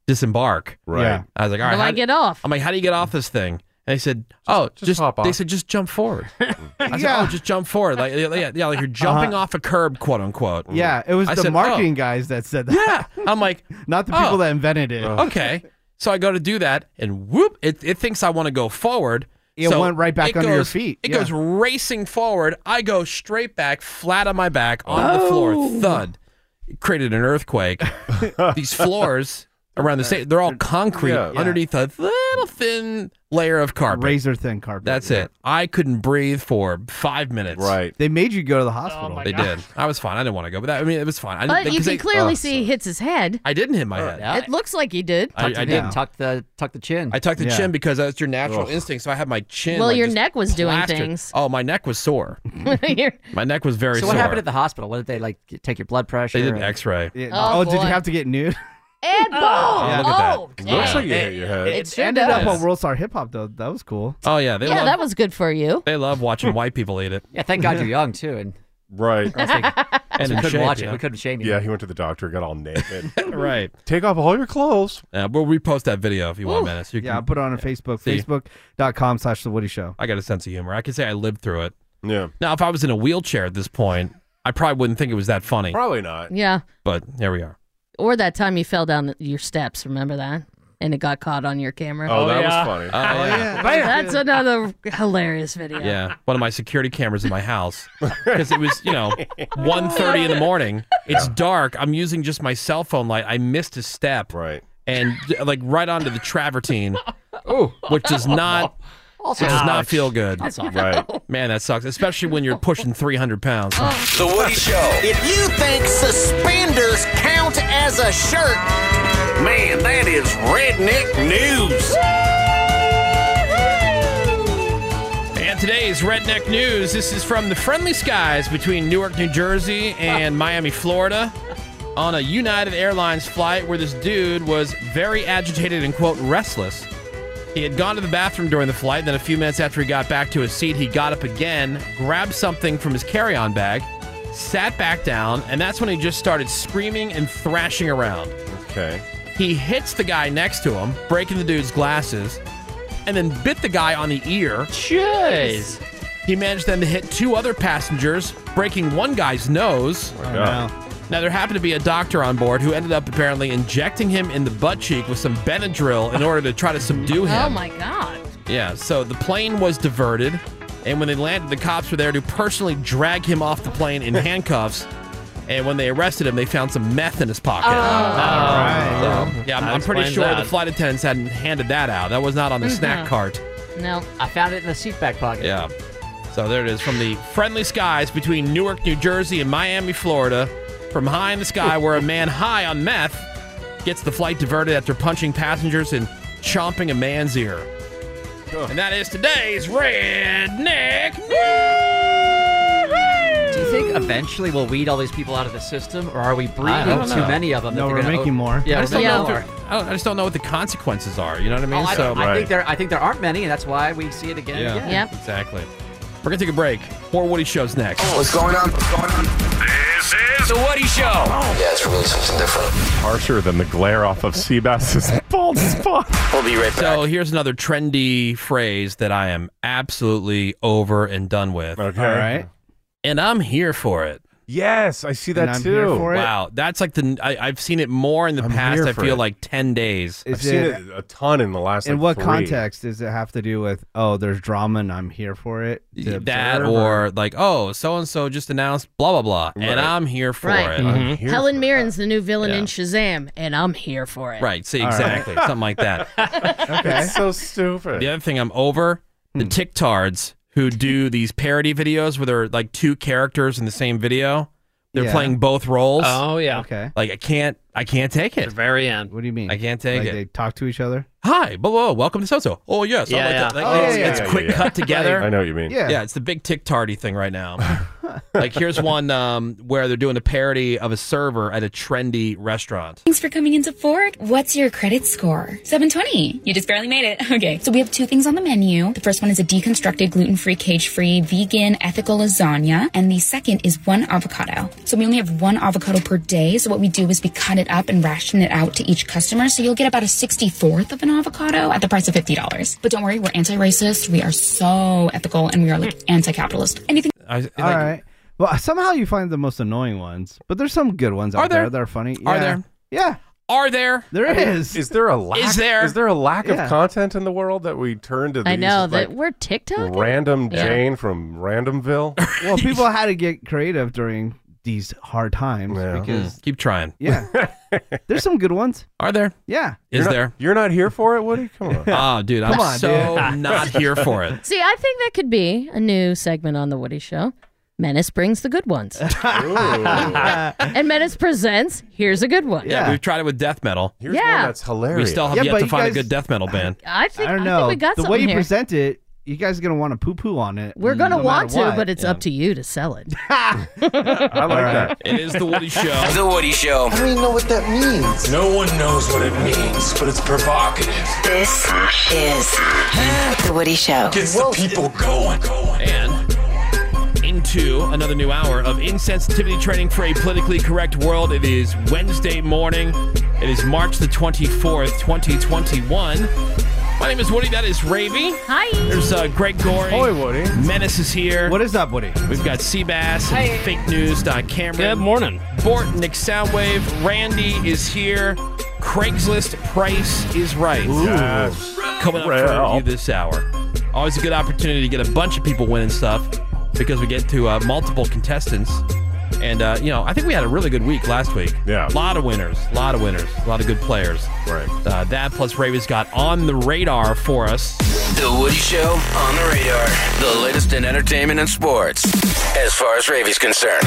S2: disembark.
S5: Right. Yeah.
S2: I was like, all
S3: How
S2: right,
S3: do I
S2: how-
S3: get off?
S2: I'm like, how do you get off this thing? And they said, oh, just,
S5: hop
S2: They
S5: off.
S4: [laughs]
S2: said, just jump forward. I said, oh, just jump forward. Like, yeah, yeah, like you're jumping
S4: Uh-huh.
S2: off a curb, quote unquote.
S4: Yeah, it was
S2: I
S4: the
S2: said, "Oh."
S4: marketing guys that said that.
S2: Yeah, I'm like,
S4: not the people
S2: oh.
S4: that invented it.
S2: [laughs] Okay. So I go to do that, and whoop, it, it thinks I want to go forward.
S4: It
S2: so
S4: went right back
S2: it
S4: under your
S2: goes-
S4: feet.
S2: It
S4: Yeah.
S2: goes racing forward. I go straight back, flat on my back, on the
S4: Oh.
S2: floor, thud. It created an
S4: [laughs]
S2: earthquake. These floors around the state, they're all concrete
S4: Yeah.
S2: underneath a little thin layer of carpet.
S4: razor thin carpet.
S2: That's it. I couldn't breathe for five minutes. Right.
S4: They made you go to the hospital.
S2: They did. I was fine. I didn't want to go, but that, I mean, it was fine. I didn't,
S3: But you
S2: because
S3: can
S2: they-
S4: Oh.
S3: clearly see he hits his head.
S2: I didn't hit my head.
S3: It looks like he did.
S2: I, I didn't.
S7: Tuck the tuck the chin.
S2: I tucked the
S7: Yeah.
S2: chin because that's your natural
S7: Ugh.
S2: instinct. So I had my chin.
S3: Well,
S2: like,
S3: your
S2: just
S3: neck was doing
S2: plastered.
S3: things.
S2: Oh, my neck was sore.
S4: [laughs]
S3: [laughs]
S2: [laughs]
S3: You're-
S2: My neck was very
S7: so
S2: sore.
S7: what happened at the hospital? What did they like? get- Take your blood pressure?
S2: They did an
S7: and-
S2: X-ray.
S3: Oh,
S4: oh, did you
S3: boy.
S4: [laughs] have to get nude?
S3: And boom!
S2: Oh, look at
S3: Oh,
S2: that.
S3: dang. It,
S4: It
S3: sure
S4: ended
S3: does.
S4: up on World Star Hip Hop though. That was cool.
S2: Oh yeah, they
S3: yeah,
S2: love
S3: that was good for you.
S2: they love watching white people eat it.
S7: Yeah, thank God you're young too, and
S5: Right.
S3: [laughs]
S2: And
S7: we
S2: in
S7: couldn't
S2: shape,
S7: watch
S2: you
S7: it.
S2: know?
S7: We couldn't shame you.
S5: Yeah, he went to the doctor, got all naked.
S4: [laughs]
S2: right.
S5: Take off all your clothes.
S2: Uh, we'll repost that video if you want, Menace. You
S4: yeah,
S2: can-
S4: I'll put it on our Facebook,
S2: See?
S4: facebook.com slash The Woody Show.
S2: I got a sense of humor. I can say I lived through it.
S5: Yeah.
S2: Now, if I was in a wheelchair at this point, I probably wouldn't think it was that funny.
S5: Probably not.
S3: Yeah.
S2: But here we are.
S3: Or that time you fell down your steps, remember that? And it got caught on your camera.
S2: Oh, Oh, that was [laughs] yeah. funny. Oh, yeah. Bam.
S3: That's another hilarious video.
S2: Yeah, one of my security cameras in my
S12: [laughs]
S2: house because it was you know 1.30 in the morning. It's dark. I'm using just my cell phone light. I missed a step.
S5: Right.
S2: And uh, like right onto
S12: [laughs]
S2: the travertine, which does not. Which does not
S12: Ouch.
S2: feel good.
S12: That's awful. Right.
S2: Man, that sucks, especially when you're pushing 300 pounds.
S12: The Woody Show.
S8: If you think suspenders count as a shirt,
S12: Man, that is redneck news.
S2: And today's Redneck News. This is from the friendly skies between Newark, New Jersey and Miami, Florida, on a United Airlines flight where this dude was very agitated and, quote, restless. He had gone to the bathroom during the flight, then a few minutes after he got back to his seat, he got up again, grabbed something from his carry on bag, sat back down, and that's when he just started screaming and thrashing around.
S5: Okay.
S2: He hits the guy next to him, breaking the dude's glasses, and then bit the guy on the ear.
S10: Jeez.
S2: He managed then to hit two other passengers, breaking one guy's nose.
S5: God.
S2: Now, there happened to be a doctor on board who ended up apparently injecting him in the butt cheek with some Benadryl in order to try to subdue him.
S3: Oh my god.
S2: Yeah, so the plane was diverted, and when they landed, the cops were there to personally drag him off the
S7: [laughs]
S2: plane in handcuffs. And when they arrested him, they found some meth in his pocket.
S10: Oh. All
S2: So,
S10: right.
S2: yeah, I'm,
S10: That
S2: I'm pretty
S10: explains
S2: sure
S10: that.
S2: the flight attendants hadn't handed that out. That was not on the snack
S7: Mhm.
S2: cart.
S3: No,
S7: I found it in the seat back pocket.
S2: Yeah. So there it is from the friendly skies between Newark, New Jersey and Miami, Florida. From high in
S7: [laughs]
S2: the sky, where a man high on meth gets the flight diverted after punching passengers and chomping a man's ear. And that is today's Redneck News!
S7: Do you think eventually we'll weed all these people out of the system, or are we
S2: I
S7: breeding
S2: don't
S7: too
S2: know.
S7: many of them? that they're gonna o- Yeah,
S2: I
S7: we're
S2: just, don't
S7: making
S2: know if
S7: more.
S2: they're- I, don't, I just don't know what the consequences are. You know what I mean?
S7: Oh, I,
S2: so
S7: I think there. I think there aren't many, and that's why we see it again. and
S2: yeah,
S7: again.
S2: exactly. We're gonna take a break. More Woody shows next.
S5: Oh,
S12: What's going on? What's going on? This is The Woody Show. Yeah, it's really something different.
S5: Harsher than the glare off of Seabass's
S2: [laughs]
S17: [laughs]
S5: bald spot.
S12: We'll be right back.
S2: So here's another trendy phrase that I am absolutely over and done with.
S5: Okay. All right.
S2: And I'm here for it.
S5: Yes, I see that
S2: And I'm
S5: too.
S2: here for it. Wow, that's like the I, I've seen it more in the past.
S5: here
S2: I
S5: for
S2: feel
S5: it.
S2: like ten days.
S5: I've seen it a ton in the last.
S4: In
S5: like,
S4: what
S5: three.
S4: context does it have to do with, oh, there's drama and I'm here for it? to
S2: that
S4: observe,
S2: or like oh so and so just announced blah blah blah and
S4: Right.
S2: I'm here for
S3: Right.
S2: it. Mm-hmm.
S3: Mhm. Helen Mirren's the new villain in Shazam, and I'm here for it.
S2: Right. See
S3: All right. [laughs]
S2: exactly [laughs] something like that.
S5: It's so stupid.
S2: The other thing I'm over the TikTards who do these parody videos where they're like two characters in the same video. They're
S10: Yeah.
S2: playing both roles.
S10: Oh, yeah. Okay.
S2: Like I can't I can't take it. the
S10: very end.
S2: What do you mean? I can't take
S4: Like,
S2: it.
S4: they talk to each other.
S2: Hi, hello, welcome to so so. Oh yes, I
S4: Yeah,
S2: like
S4: yeah.
S2: that. Like,
S4: Oh,
S2: it's,
S4: yeah,
S2: it's
S4: yeah,
S2: quick
S4: yeah.
S2: cut together.
S4: Right. I know what you mean. Yeah.
S2: Yeah, it's the big tick tardy thing
S4: [laughs]
S2: right now. like here's one um, where they're doing a parody of a server at a trendy restaurant.
S18: Thanks for coming into Ford. What's your credit score? 720. You just barely made it. [laughs] Okay. So we have two things on the menu. The first one is a deconstructed, gluten free, cage free, vegan, ethical lasagna. And the second is one avocado. So we only have one avocado per day. So what we do is we cut it up and ration it out to each customer. So you'll get about a 64th of an avocado at the price of $50. But don't worry, we're anti racist. We are so ethical and we are like anti capitalist. Anything.
S2: I,
S4: All right. Well, somehow you find the most annoying ones, but there's some good ones
S2: Are
S4: out there.
S2: there?
S4: that are funny.
S2: Are
S4: Yeah.
S2: there?
S4: Yeah.
S2: Are there?
S4: There
S5: I mean,
S4: is. [laughs]
S5: Is there a lack?
S2: Is there?
S5: Is there a lack
S4: Yeah.
S5: of content in the world that we turn to?
S3: I
S5: these,
S3: know
S5: like,
S3: that we're TikTok.
S5: random
S3: Yeah.
S5: Jane from Randomville.
S4: [laughs] Well, people had to get creative during these hard times because
S2: Mm. Keep trying. [laughs]
S4: yeah, there's some good ones.
S2: Are there?
S4: Yeah.
S2: [laughs] Is
S5: You're not-
S7: [laughs]
S2: there?
S5: You're not here for it, Woody? Come on.
S2: [laughs] Oh, dude, I'm
S4: Come on,
S2: so
S4: dude.
S2: not here for it.
S3: See, I think that could be a new segment on The Woody Show. Menace brings the good
S2: [laughs]
S3: ones. [laughs] and Menace presents Here's a Good One.
S2: Yeah, we've tried it with death metal.
S3: Here's one Yeah. that's
S5: hilarious.
S2: We still have
S4: Yeah,
S2: yet
S4: but
S2: to
S4: you
S2: find a
S4: guys-
S2: good death metal band.
S3: I think,
S4: I
S3: I
S4: don't know.
S3: think we got
S4: the
S3: something
S4: way you
S3: here.
S4: present it, you guys are gonna want to poo poo on it.
S3: We're going to
S4: no
S3: want
S4: matter
S3: to,
S4: what.
S3: but it's up to you to sell it.
S5: I like that.
S2: It is the Woody Show.
S12: [laughs] The Woody Show.
S6: I don't even know what that means.
S11: No one knows what it means, but it's provocative.
S19: This is The Woody Show.
S11: Gets the people going.
S2: And into another new hour of insensitivity training for a politically correct world. It is Wednesday morning. It is March the 24th, 2021. My name is Woody. That is Ravy.
S3: Hi.
S2: There's uh, Greg Gorey. Hi,
S5: Woody.
S2: Menace is here. What
S4: is up, Woody?
S2: We've got Seabass and Fake News. Don Cameron. Good
S10: morning.
S2: Bort, Nick Soundwave. Randy is here. Craigslist price is right.
S5: Yes.
S2: Coming up for
S5: Well.
S2: you this hour. Always a good opportunity to get a bunch of people winning stuff because we get to uh, multiple contestants. And, uh, you know, I think we had a really good week last week. Yeah. A lot of winners. A lot of winners. A lot of good players. Right. Uh, that plus Raven's got on the radar for us.
S12: The Woody Show on the radar. The latest in entertainment and sports, as far as Ravy's concerned.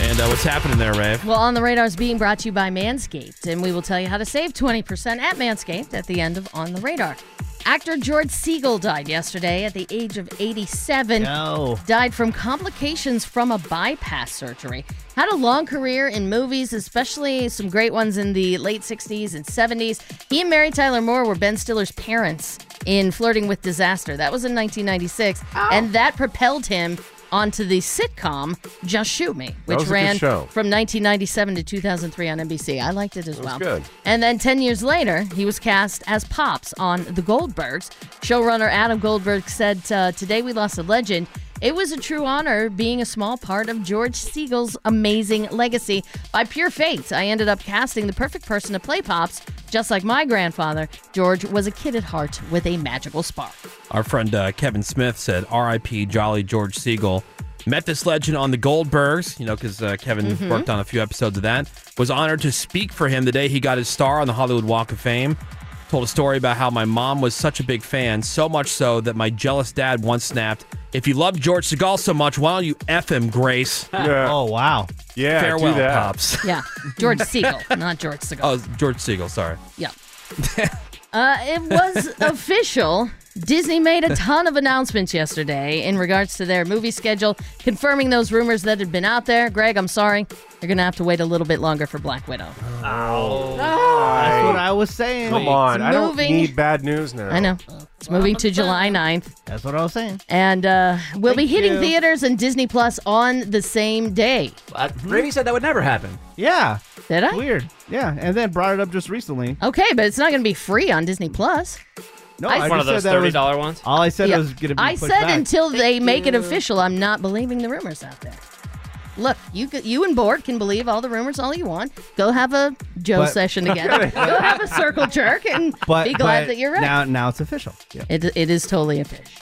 S2: And uh, what's happening there, Rave?
S3: Well, On the Radar is being brought to you by Manscaped, and we will tell you how to save 20% at Manscaped at the end of On the Radar. Actor George Siegel died yesterday at the age of 87.
S4: No.
S3: Died from complications from a bypass surgery. Had a long career in movies, especially some great ones in the late 60s and 70s. He and Mary Tyler Moore were Ben Stiller's parents in Flirting with Disaster. That was in 1996,
S19: Oh.
S3: and that propelled him onto the sitcom Just Shoot Me, which
S19: was a good
S3: ran
S19: show.
S3: from 1997 to 2003 on NBC. I liked it as well.
S19: good.
S3: And then 10 years later, he was cast as Pops on The Goldbergs. Showrunner Adam Goldberg said, uh, Today we lost a legend. It was a true honor being a small part of George Siegel's amazing legacy. By pure fate, I ended up casting the perfect person to play Pops. Just like my grandfather, George was a kid at heart with a magical spark.
S2: Our friend uh, Kevin Smith said, "R.I.P. Jolly George Siegel." Met this legend on the Goldbergs, you know, because uh, Kevin
S3: Mhm.
S2: worked on a few episodes of that. Was honored to speak for him the day he got his star on the Hollywood Walk of Fame. Told a story about how my mom was such a big fan, so much so that my jealous dad once snapped, "If you love George Segal so much, why don't you f him, Grace?"
S5: Yeah.
S4: Oh wow!
S5: Yeah, do
S2: farewell,
S5: that.
S2: pops. [laughs]
S3: Yeah, George Siegel, not George Segal.
S2: Oh, George Siegel, sorry.
S3: Yeah. [laughs] uh, it
S5: [laughs]
S3: was official. Disney made a ton of announcements yesterday in regards to their movie schedule, confirming those rumors that had been out there. Greg, I'm sorry. You're going to have to wait a little bit longer for Black Widow.
S5: Oh,
S4: That's what I was saying.
S5: Come on,
S3: It's
S5: I don't
S3: moving.
S5: need bad news now.
S3: I know. It's moving to July 9th.
S4: That's what I was saying.
S3: And uh, we'll be
S4: Thank
S3: hitting
S4: you.
S3: theaters and Disney Plus on the same day.
S7: Brady Uh, said that would never happen.
S4: Yeah.
S3: Did I?
S4: Weird. Yeah, and then brought it up just recently.
S3: Okay, but it's not going to be free on Disney Plus.
S4: No,
S3: I-
S4: I
S3: One
S4: just
S3: of those
S4: said that was-
S10: $30 ones?
S4: All I said
S3: Yeah.
S4: was going to be.
S3: I
S4: pushed
S3: said
S4: back.
S3: until they make it
S4: you.
S3: official, I'm not believing the rumors out there. Look, you c- you and Bort can believe all the rumors all you want. Go have a Joe
S4: But- [laughs]
S3: session together. Go have a circle jerk and
S4: But
S3: be glad
S4: but
S3: that you're right.
S4: Now, now it's official. Yeah.
S3: It, it is totally a fish.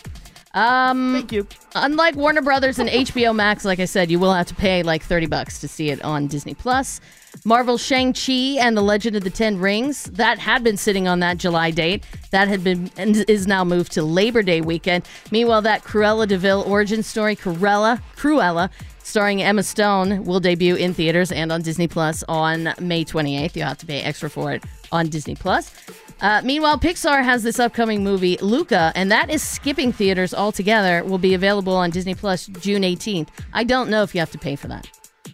S3: Um, Thank you. Unlike Warner Brothers and HBO Max, like I said, you will have to pay like 30 bucks to see it on Disney Plus. Marvel Shang-Chi and The Legend of the Ten Rings, that had been sitting on that July date. That had been and is now moved to Labor Day weekend. Meanwhile, that Cruella DeVille origin story, Cruella, Cruella, starring Emma Stone, will debut in theaters and on Disney Plus on May 28th. You'll have to pay extra for it on Disney Plus. Uh, meanwhile, Pixar has this upcoming movie, Luca, and that is skipping theaters altogether. Will be available on Disney Plus June 18th. I don't know if you have to pay for that.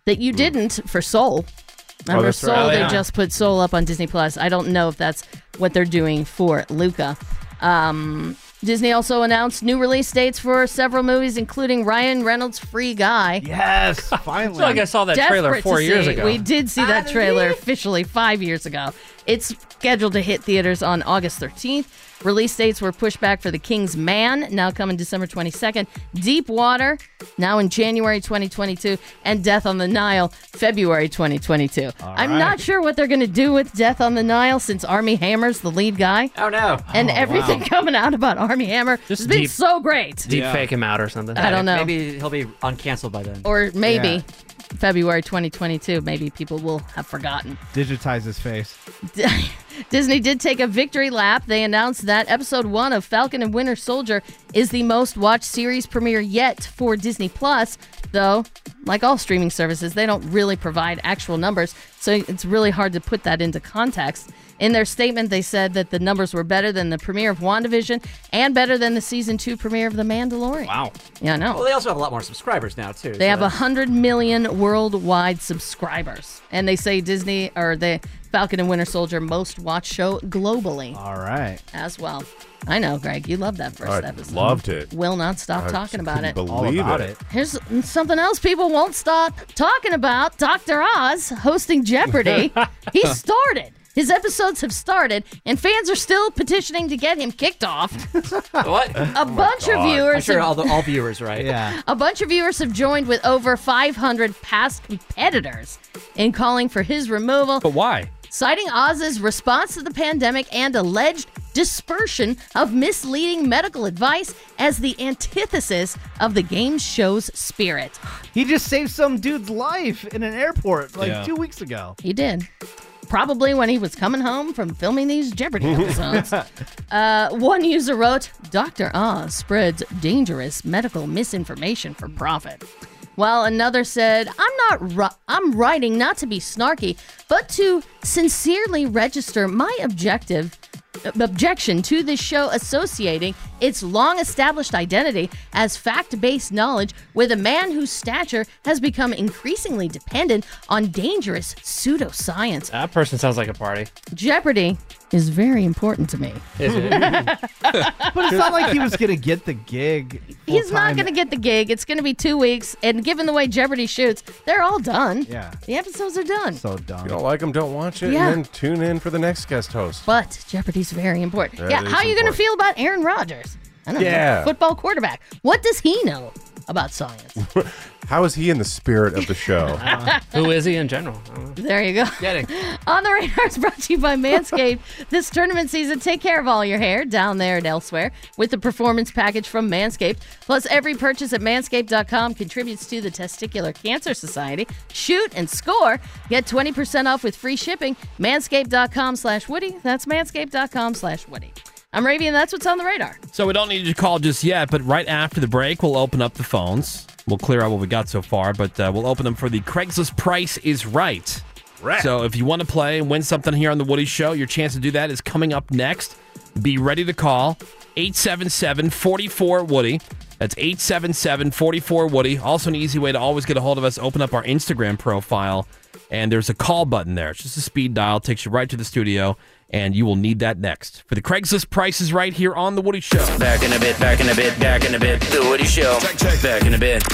S3: That
S10: Hmm.
S3: you didn't for Soul.
S9: Oh,
S3: Remember
S9: that's
S3: Soul?
S9: right. Oh,
S3: They
S9: yeah.
S3: just put Soul up on Disney Plus. I don't know if that's what they're doing for Luca. Um, Disney also announced new release dates for several movies, including Ryan Reynolds' Free Guy.
S10: [laughs]
S4: Yes, finally.
S10: I feel like I saw that trailer
S3: Desperate
S10: four
S3: to
S10: years
S3: see.
S10: ago.
S3: We did see that trailer officially five years ago. It's scheduled to hit theaters on August 13th. Release dates were pushed back for The King's Man, now coming December 22nd. Deep Water, now in January 2022. And Death on the Nile, February 2022. I'm
S9: right.
S3: not sure what they're going to do with Death on the Nile since Army Hammer's the lead guy.
S7: Oh, no.
S3: And
S10: Oh, wow.
S3: everything coming out about Army Hammer has been
S10: deep-
S3: so great.
S10: Deep fake him out or something.
S3: I don't know.
S7: Maybe he'll be uncanceled by then.
S3: Or maybe
S7: Yeah.
S3: February 2022. Maybe people will have forgotten.
S4: Digitize his face.
S3: Disney did take a victory lap. They announced that episode one of Falcon and Winter Soldier is the most watched series premiere yet for Disney Plus. Though, like all streaming services, they don't really provide actual numbers, so it's really hard to put that into context. In their statement, they said that the numbers were better than the premiere of WandaVision and better than the season two premiere of The Mandalorian.
S7: Wow.
S3: Yeah, I know.
S7: Well, they also have a lot more subscribers now, too.
S3: They
S7: so
S3: have
S7: that's-
S2: [laughs]
S3: 100 million worldwide subscribers. And they say Disney or the Falcon and Winter Soldier most watched show globally.
S4: All right.
S3: As well. I know, Greg, you love that first
S5: I
S3: episode.
S5: loved it.
S3: Will not stop
S5: I
S3: talking
S5: just
S3: about it.
S5: couldn't Believe it.
S3: Here's something else people won't stop talking about. Dr. Oz hosting
S5: [laughs]
S3: Jeopardy. he started. His episodes have started, and fans are still petitioning to get him kicked off.
S7: [laughs] What? Oh
S3: A
S2: Oh
S3: bunch of viewers.
S7: I'm sure
S3: have-
S7: all, the, all viewers, right?
S4: yeah.
S3: [laughs] a bunch of viewers have joined with over 500 past competitors in calling for his removal. But
S10: why?
S3: Citing Oz's response to the pandemic and alleged dispersion of misleading medical advice as the antithesis of the game show's spirit.
S4: He just saved some dude's life in an airport like
S3: Yeah.
S4: two weeks ago.
S3: He did. Probably when he was coming home from filming these Jeopardy episodes. Uh, one user wrote, Dr. Oz spreads dangerous medical misinformation for profit. While another said, I'm not ri- I'm writing not to be snarky, but to sincerely register my objective objection to this show associating its long established identity as fact based knowledge with a man whose stature has become increasingly dependent on dangerous pseudoscience.
S10: That person sounds like a party.
S3: Jeopardy
S4: [laughs]
S3: is very important to me.
S10: Is it?
S4: But it's not like he [laughs] was gonna get the gig.
S3: [laughs] He's not
S4: full-time.
S3: going to get the gig. It's going to be two weeks. And given the way Jeopardy shoots, they're all done.
S4: Yeah.
S3: The episodes are done.
S4: So dumb.
S5: You don't like them, don't watch it,
S3: Yeah.
S5: and then tune in for the next guest host.
S3: But Jeopardy's very important.
S5: That
S3: yeah.
S5: is
S3: How are you going to
S5: important.
S3: feel about Aaron Rodgers? I don't
S5: Yeah.
S3: know. Football quarterback. What does he know about science?
S5: How is he in the spirit of
S3: [laughs]
S5: the show?
S10: Uh, Who is he in general?
S3: There you go. [laughs] On the radar is brought to you by
S4: [laughs]
S3: Manscaped. this tournament season, take care of all your hair down there and elsewhere with the performance package from Manscaped. Plus, every purchase at manscaped.com contributes to the Testicular Cancer Society. Shoot and score. Get 20% off with free shipping. Manscaped.com slash Woody. That's manscaped.com slash Woody. I'm Ravi, and that's what's on the radar.
S2: So we don't need you to call just yet, but right after the break, we'll open up the phones. We'll clear out what we got so far, but uh, we'll open them for the Craigslist Price is Right.
S5: Right.
S2: So if you want to play and win something here on The Woody Show, your chance to do that is coming up next. Be ready to call 877 44 Woody. That's 877 44 Woody. Also, an easy way to always get a hold of us, open up our Instagram profile, and there's a call button there. It's just a speed dial, takes you right to the studio, and you will need that next. For the Craigslist Price is Right here on The Woody Show.
S12: Back in a bit, back in a bit, back in a bit. The Woody Show. Back in a bit.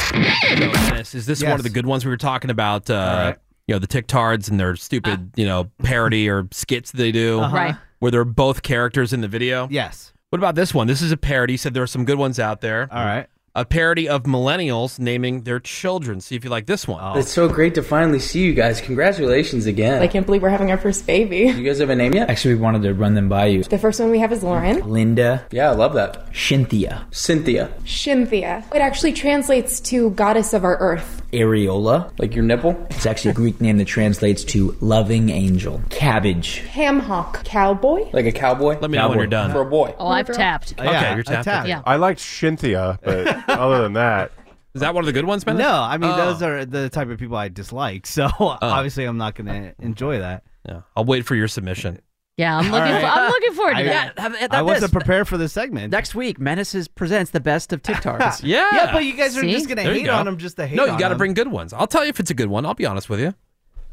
S2: Dennis, is this one of the good ones we were talking about? Uh, You know, the TikTards and their stupid, you know, parody or skits they do.
S4: Uh-huh. Right.
S2: Where they're both characters in the video.
S4: Yes.
S2: What about this one? This is a parody. You said there are some good ones out there. All
S4: right.
S10: a parody of millennials naming their children. See if you like this
S4: Oh.
S10: one.
S17: It's so great to finally see you guys. Congratulations again.
S20: I can't believe we're having our first baby.
S17: you guys have a name yet? Actually, we wanted to run them by you.
S20: The first one we have is Lauren.
S17: Linda. Yeah, I love that. Cynthia. Cynthia.
S20: Cynthia. It actually translates to goddess of our earth.
S17: Areola. Like your nipple? It's actually a Greek name that translates to loving angel. Cabbage.
S20: Ham hock. Cowboy.
S17: Like a cowboy? Let
S10: me know when you're done.
S17: For a boy.
S3: Oh, I've tapped.
S10: Okay, you're tapped.
S3: Yeah.
S5: I liked Cynthia, but
S4: [laughs]
S5: other than that,
S10: is that one of the good ones,
S5: Ben?
S4: No, I mean
S5: Oh.
S4: those are the type of people I dislike. So [laughs] obviously, I'm not going to enjoy that.
S10: Oh. Yeah, I'll wait for your submission.
S3: Yeah, I'm looking.
S4: right.
S3: For, I'm looking forward to
S4: I-
S3: that.
S4: Yeah, have- have I wasn't this. prepared for this segment.
S7: Uh, Next week, Menaces presents the best
S4: [laughs]
S7: of TikToks.
S10: Yeah.
S4: yeah, but Oh, you guys are just going to
S10: There you
S4: hate
S10: go.
S4: on them just to hate.
S10: No, you
S4: on
S10: got to
S4: them.
S10: bring good ones. I'll tell you if it's a good one. I'll be honest with you.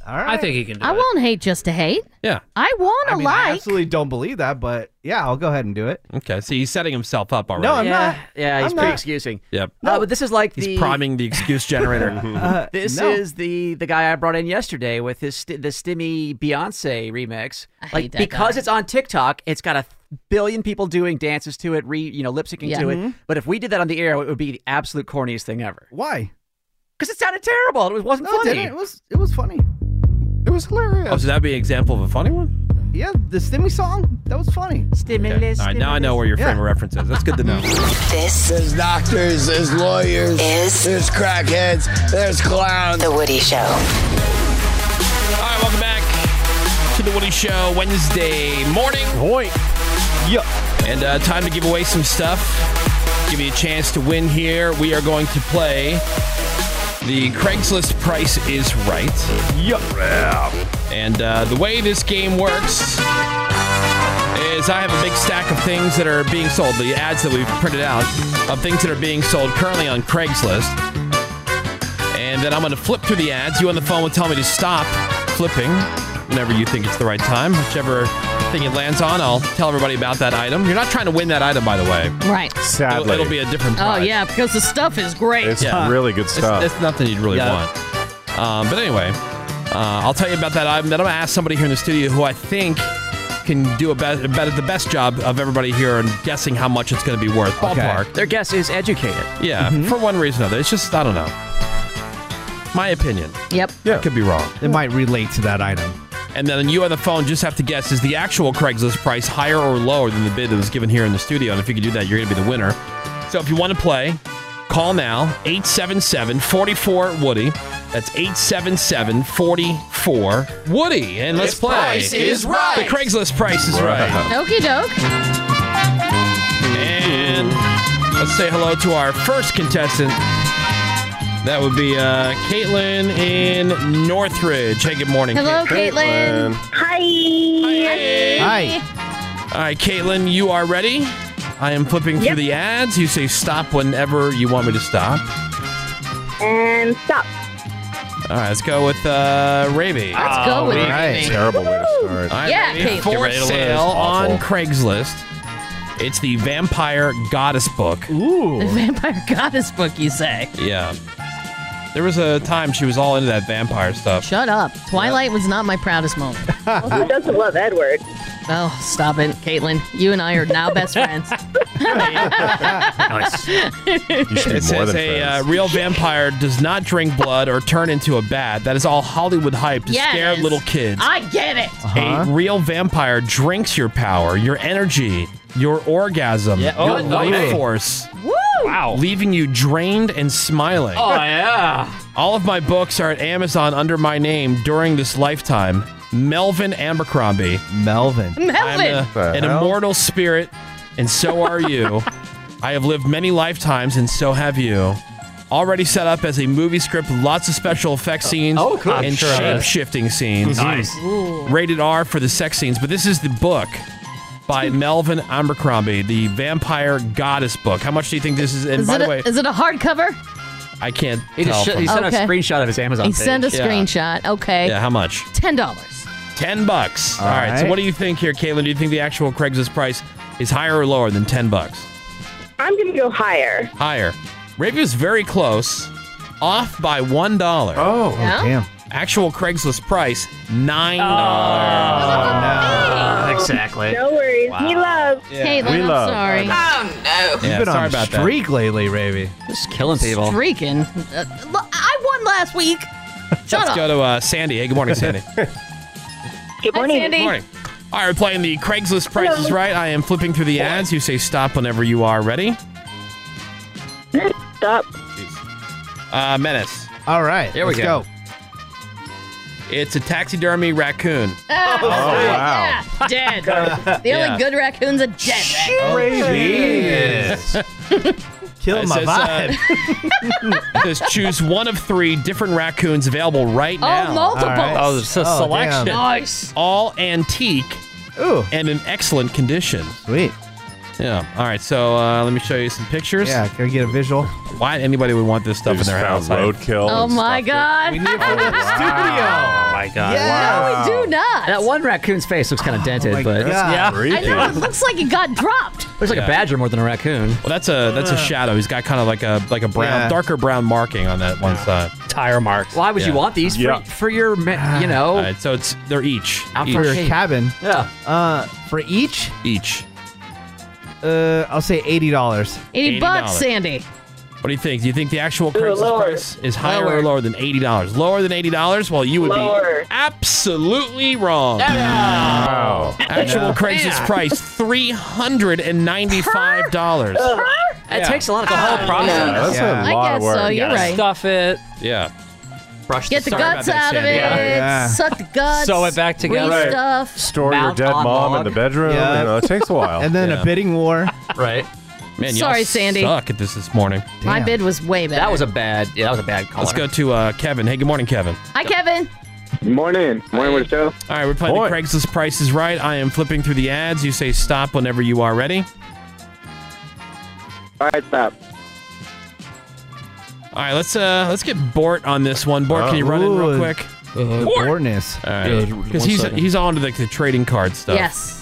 S4: All right.
S10: I think he can do
S3: I
S10: it.
S3: won't hate just to hate.
S10: Yeah.
S3: I want
S4: I
S3: to
S4: mean, I
S3: like.
S4: absolutely don't believe that, but yeah, I'll go ahead and do it.
S10: Okay, so he's setting himself up already.
S4: No, I'm
S7: Yeah,
S4: not.
S7: yeah, he's
S4: I'm not.
S7: pre-excusing.
S10: Yep.
S7: No, Uh, but this is like
S10: He's
S7: the
S10: priming the excuse [laughs] generator.
S7: Uh, this
S4: no.
S7: is the the guy I brought in yesterday with his sti the Stimmy Beyonce remix.
S3: I
S7: like
S3: hate that
S7: because
S3: guy.
S7: it's on TikTok, it's got a billion people doing dances to it, re you know lip syncing
S3: Yeah.
S7: to
S4: Mm-hmm.
S3: Mhm.
S7: it. But if we did that on the air, it would be the absolute corniest thing ever.
S4: Why?
S7: Because it sounded terrible. It wasn't
S4: No, it
S7: funny.
S4: didn't. It was it was funny. It was hilarious.
S10: Oh, so that'd be an example of a funny one?
S4: Yeah, the Stimmy song that was funny.
S7: Stimulus.
S10: All right, now I know where your frame
S4: Yeah.
S10: of reference is. That's good to know.
S19: This
S21: There's doctors, there's lawyers, there's crackheads, there's clowns.
S19: The Woody Show.
S2: All right, welcome back to the Woody Show Wednesday morning.
S5: Boy.
S2: Yeah. And uh, time to give away some stuff. Give you a chance to win here. We are going to play the Craigslist Price is Right. Yeah. And uh, the way this game works is I have a big stack of things that are being sold, the ads that we've printed out of things that are being sold currently on Craigslist. And then I'm going to flip through the ads. You on the phone will tell me to stop flipping whenever you think it's the right time. Whichever thing it lands on, I'll tell everybody about that item. You're not trying to win that item, by the way.
S3: Right.
S5: Sadly.
S2: It'll, it'll be a different
S3: Oh
S2: prize.
S3: yeah, because the stuff is great.
S5: It's really good
S2: It's-
S5: stuff.
S2: It's, nothing you'd really
S5: Yeah.
S2: want. Um, but anyway, uh, I'll tell you about that item. Then I'm going to ask somebody here in the studio who I think can do a bet, a bet- the best job of everybody here in guessing how much it's going to be worth. Ballpark.
S7: Their guess is educated. Mm-hmm.
S2: Yeah, for one reason or another. It's just, I don't know. My opinion.
S3: Yep.
S2: Yeah. Could be wrong.
S4: It might relate to that item.
S2: And then you on the phone just have to guess is the actual Craigslist price higher or lower than the bid that was given here in the studio? And if you can do that, you're going to be the winner. So if you want to play, call now 877 44 Woody. That's 877 44 Woody. And let's
S10: This
S2: play.
S10: price is right.
S2: The Craigslist price is right.
S3: Okie doke.
S2: And let's say hello to our first contestant. That would be uh, Caitlin in Northridge. Hey, good morning.
S3: Hello, Caitlin. Hi.
S2: All right, Caitlin, you are ready. I am flipping through the ads. You say stop whenever you want me to stop.
S22: And stop.
S2: All right, let's go with uh, Raby.
S22: Let's go Oh, with Raby. Raby.
S5: Terrible way to start.
S2: All right,
S22: Yeah,
S2: Raby,
S22: Caitlin.
S10: Get
S2: for
S10: ready to lose.
S2: sale
S10: Awful.
S2: on Craigslist. It's the Vampire Goddess book. Ooh.
S3: The [laughs] vampire goddess book, you say?
S2: Yeah. There was a time she was all into that vampire stuff.
S3: Shut up. Twilight was not my proudest
S5: [laughs]
S3: moment.
S22: Who doesn't love Edward?
S3: Oh, stop it, Caitlin. You and I are now
S22: [laughs]
S3: best friends.
S2: [laughs] Nice.
S3: You
S2: it says a uh, real vampire does not drink blood or turn into a bat. That is all Hollywood hype to scare little kids.
S3: I get it.
S10: Uh-huh.
S2: A real vampire drinks your power, your energy, your orgasm,
S10: oh,
S2: your
S10: no
S2: life
S10: way.
S2: force.
S3: Woo!
S2: Wow. Leaving you drained and smiling.
S10: Oh, yeah.
S2: All of my books are at Amazon under my name during this lifetime. Melvin Abercrombie.
S4: Melvin.
S2: I'm a,
S4: The
S2: an
S4: hell?
S2: immortal spirit, and so are
S10: [laughs]
S2: you. I have lived many lifetimes, and so have you. Already set up as a movie script, lots of special effects scenes
S10: oh, cool. I'm
S2: and
S10: sure of
S2: shape
S10: it.
S2: shifting scenes.
S10: Mhm. Nice.
S2: Rated R for the sex scenes, but this is the book by
S3: Hmm.
S2: Melvin Abercrombie, the Vampire Goddess book. How much do you think this is? And
S3: Is
S2: by
S3: it,
S2: the
S3: a,
S2: way,
S3: is it a hardcover?
S2: I can't
S7: He
S2: tell.
S7: just sh-
S2: from-
S7: he sent
S3: Okay.
S7: a screenshot of his Amazon.
S3: He sent a
S2: page. Yeah.
S3: screenshot. Okay.
S2: yeah, how much?
S3: Ten dollars.
S2: Ten bucks. All right. So
S3: right.
S2: what do you think here, Caitlin? Do you think the actual Craigslist price is higher or lower than ten bucks?
S22: I'm gonna go higher.
S2: Higher. Ravi was very close, off by one dollar. Oh,
S22: Yeah? damn.
S2: Actual Craigslist price nine dollars.
S10: Exactly.
S22: No worries. He loves love.
S3: Caitlin, I'm sorry.
S22: Oh,
S3: no.
S4: You've been on a streak lately, Ravi.
S7: Just killing
S2: people.
S3: Freaking. Uh, look, I won last week. Shut
S2: Let's
S3: up.
S2: go to uh, Sandy. Hey, good morning, Sandy.
S3: Good morning.
S2: Good morning. All right, we're playing the Craigslist prices, right? I am flipping through the ads. You say stop whenever you are ready.
S22: Stop.
S2: Uh, Menace.
S4: All right.
S2: Here we
S4: let's
S2: go. It's a taxidermy raccoon.
S3: Ah,
S2: Oh,
S3: yeah,
S2: wow.
S7: [laughs]
S3: dead. The
S2: Yeah.
S3: only good raccoon's a dead raccoon.
S2: [laughs]
S4: Kill
S2: It
S4: my
S2: says, uh, it says choose one of three different raccoons available right
S3: Oh,
S2: now.
S3: multiples. All right.
S2: Oh, it's a
S3: Oh,
S2: selection.
S3: damn. Nice.
S2: All antique and in excellent condition.
S4: Sweet.
S2: Yeah. All right. So uh, let me show you some pictures.
S4: Yeah, can I get a visual?
S2: Why anybody would want this stuff
S5: They
S2: in their
S5: just
S2: house?
S5: found
S3: [laughs]
S2: Roadkill.
S3: Oh my god. We need
S2: for
S3: [laughs]
S2: the
S3: studio.
S2: Oh my god.
S3: No, we do not.
S7: That one raccoon's face looks
S2: Oh
S7: kind of dented, but
S3: I know it looks like it got dropped.
S7: Looks like a badger more than a raccoon.
S2: Well, that's a that's a
S7: Ugh.
S2: shadow. He's got kind of like a like a brown,
S7: Yeah.
S2: darker brown marking on that one side.
S10: Tire marks.
S7: Why would you want these for, for your, me- you know?
S2: All right, so it's they're each
S7: Out
S2: each.
S7: for your
S4: cabin.
S7: Yeah.
S4: Uh, for each?
S2: Each.
S4: Uh, I'll say eighty dollars.
S3: 80 bucks,
S2: $80.
S3: Sandy.
S2: What do you think? Do you think the actual
S3: Ooh,
S2: Craigslist
S3: lower.
S2: price is higher
S3: Lower.
S2: or lower than eighty dollars? Lower than eighty dollars? Well, you would
S3: Lower.
S2: be absolutely wrong.
S11: Uh,
S2: Wow. Actual
S7: Yeah.
S2: Craigslist
S7: Yeah.
S2: price three hundred and ninety-five dollars.
S7: It takes a lot of the whole process.
S2: Yeah, that's a Yeah. lot I guess of work. so,
S7: You
S2: you're
S7: gotta
S2: right.
S10: Stuff it.
S2: Yeah.
S7: Brush
S3: Get the guts out of it. Suck the guts.
S10: Sew it back together.
S3: Stuff.
S5: Store your dead mom in the bedroom.
S4: Yeah.
S5: You know, it takes a while.
S4: [laughs] And then a bidding war.
S7: right.
S2: Man,
S3: Sorry,
S2: y'all
S3: Sandy.
S2: suck at this this morning.
S3: My bid was way better.
S7: That was a bad. Yeah, that was a bad call.
S2: Let's go to uh, Kevin. Hey, good morning, Kevin.
S3: Hi, Kevin.
S2: Morning. Morning with Joe. All right, we're playing the Craigslist Price is Right. I am flipping through the ads. You say stop whenever you are ready.
S22: All right, stop.
S2: All right, let's uh let's get Bort on this one. Bort, can you run in real
S4: Ooh,
S2: quick?
S4: Uh, Bortness.
S2: All right, because he's he's on to the, the trading card stuff.
S3: Yes.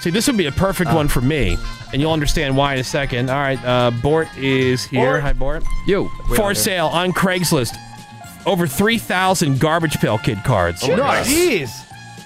S2: See, this would be a perfect one for me, and you'll understand why in a second. All right, uh, Bort is here.
S7: Bort.
S2: Hi, Bort.
S7: Yo.
S2: For sale on Craigslist, over three thousand garbage pail kid cards.
S11: Oh,
S4: Oh, Jeez.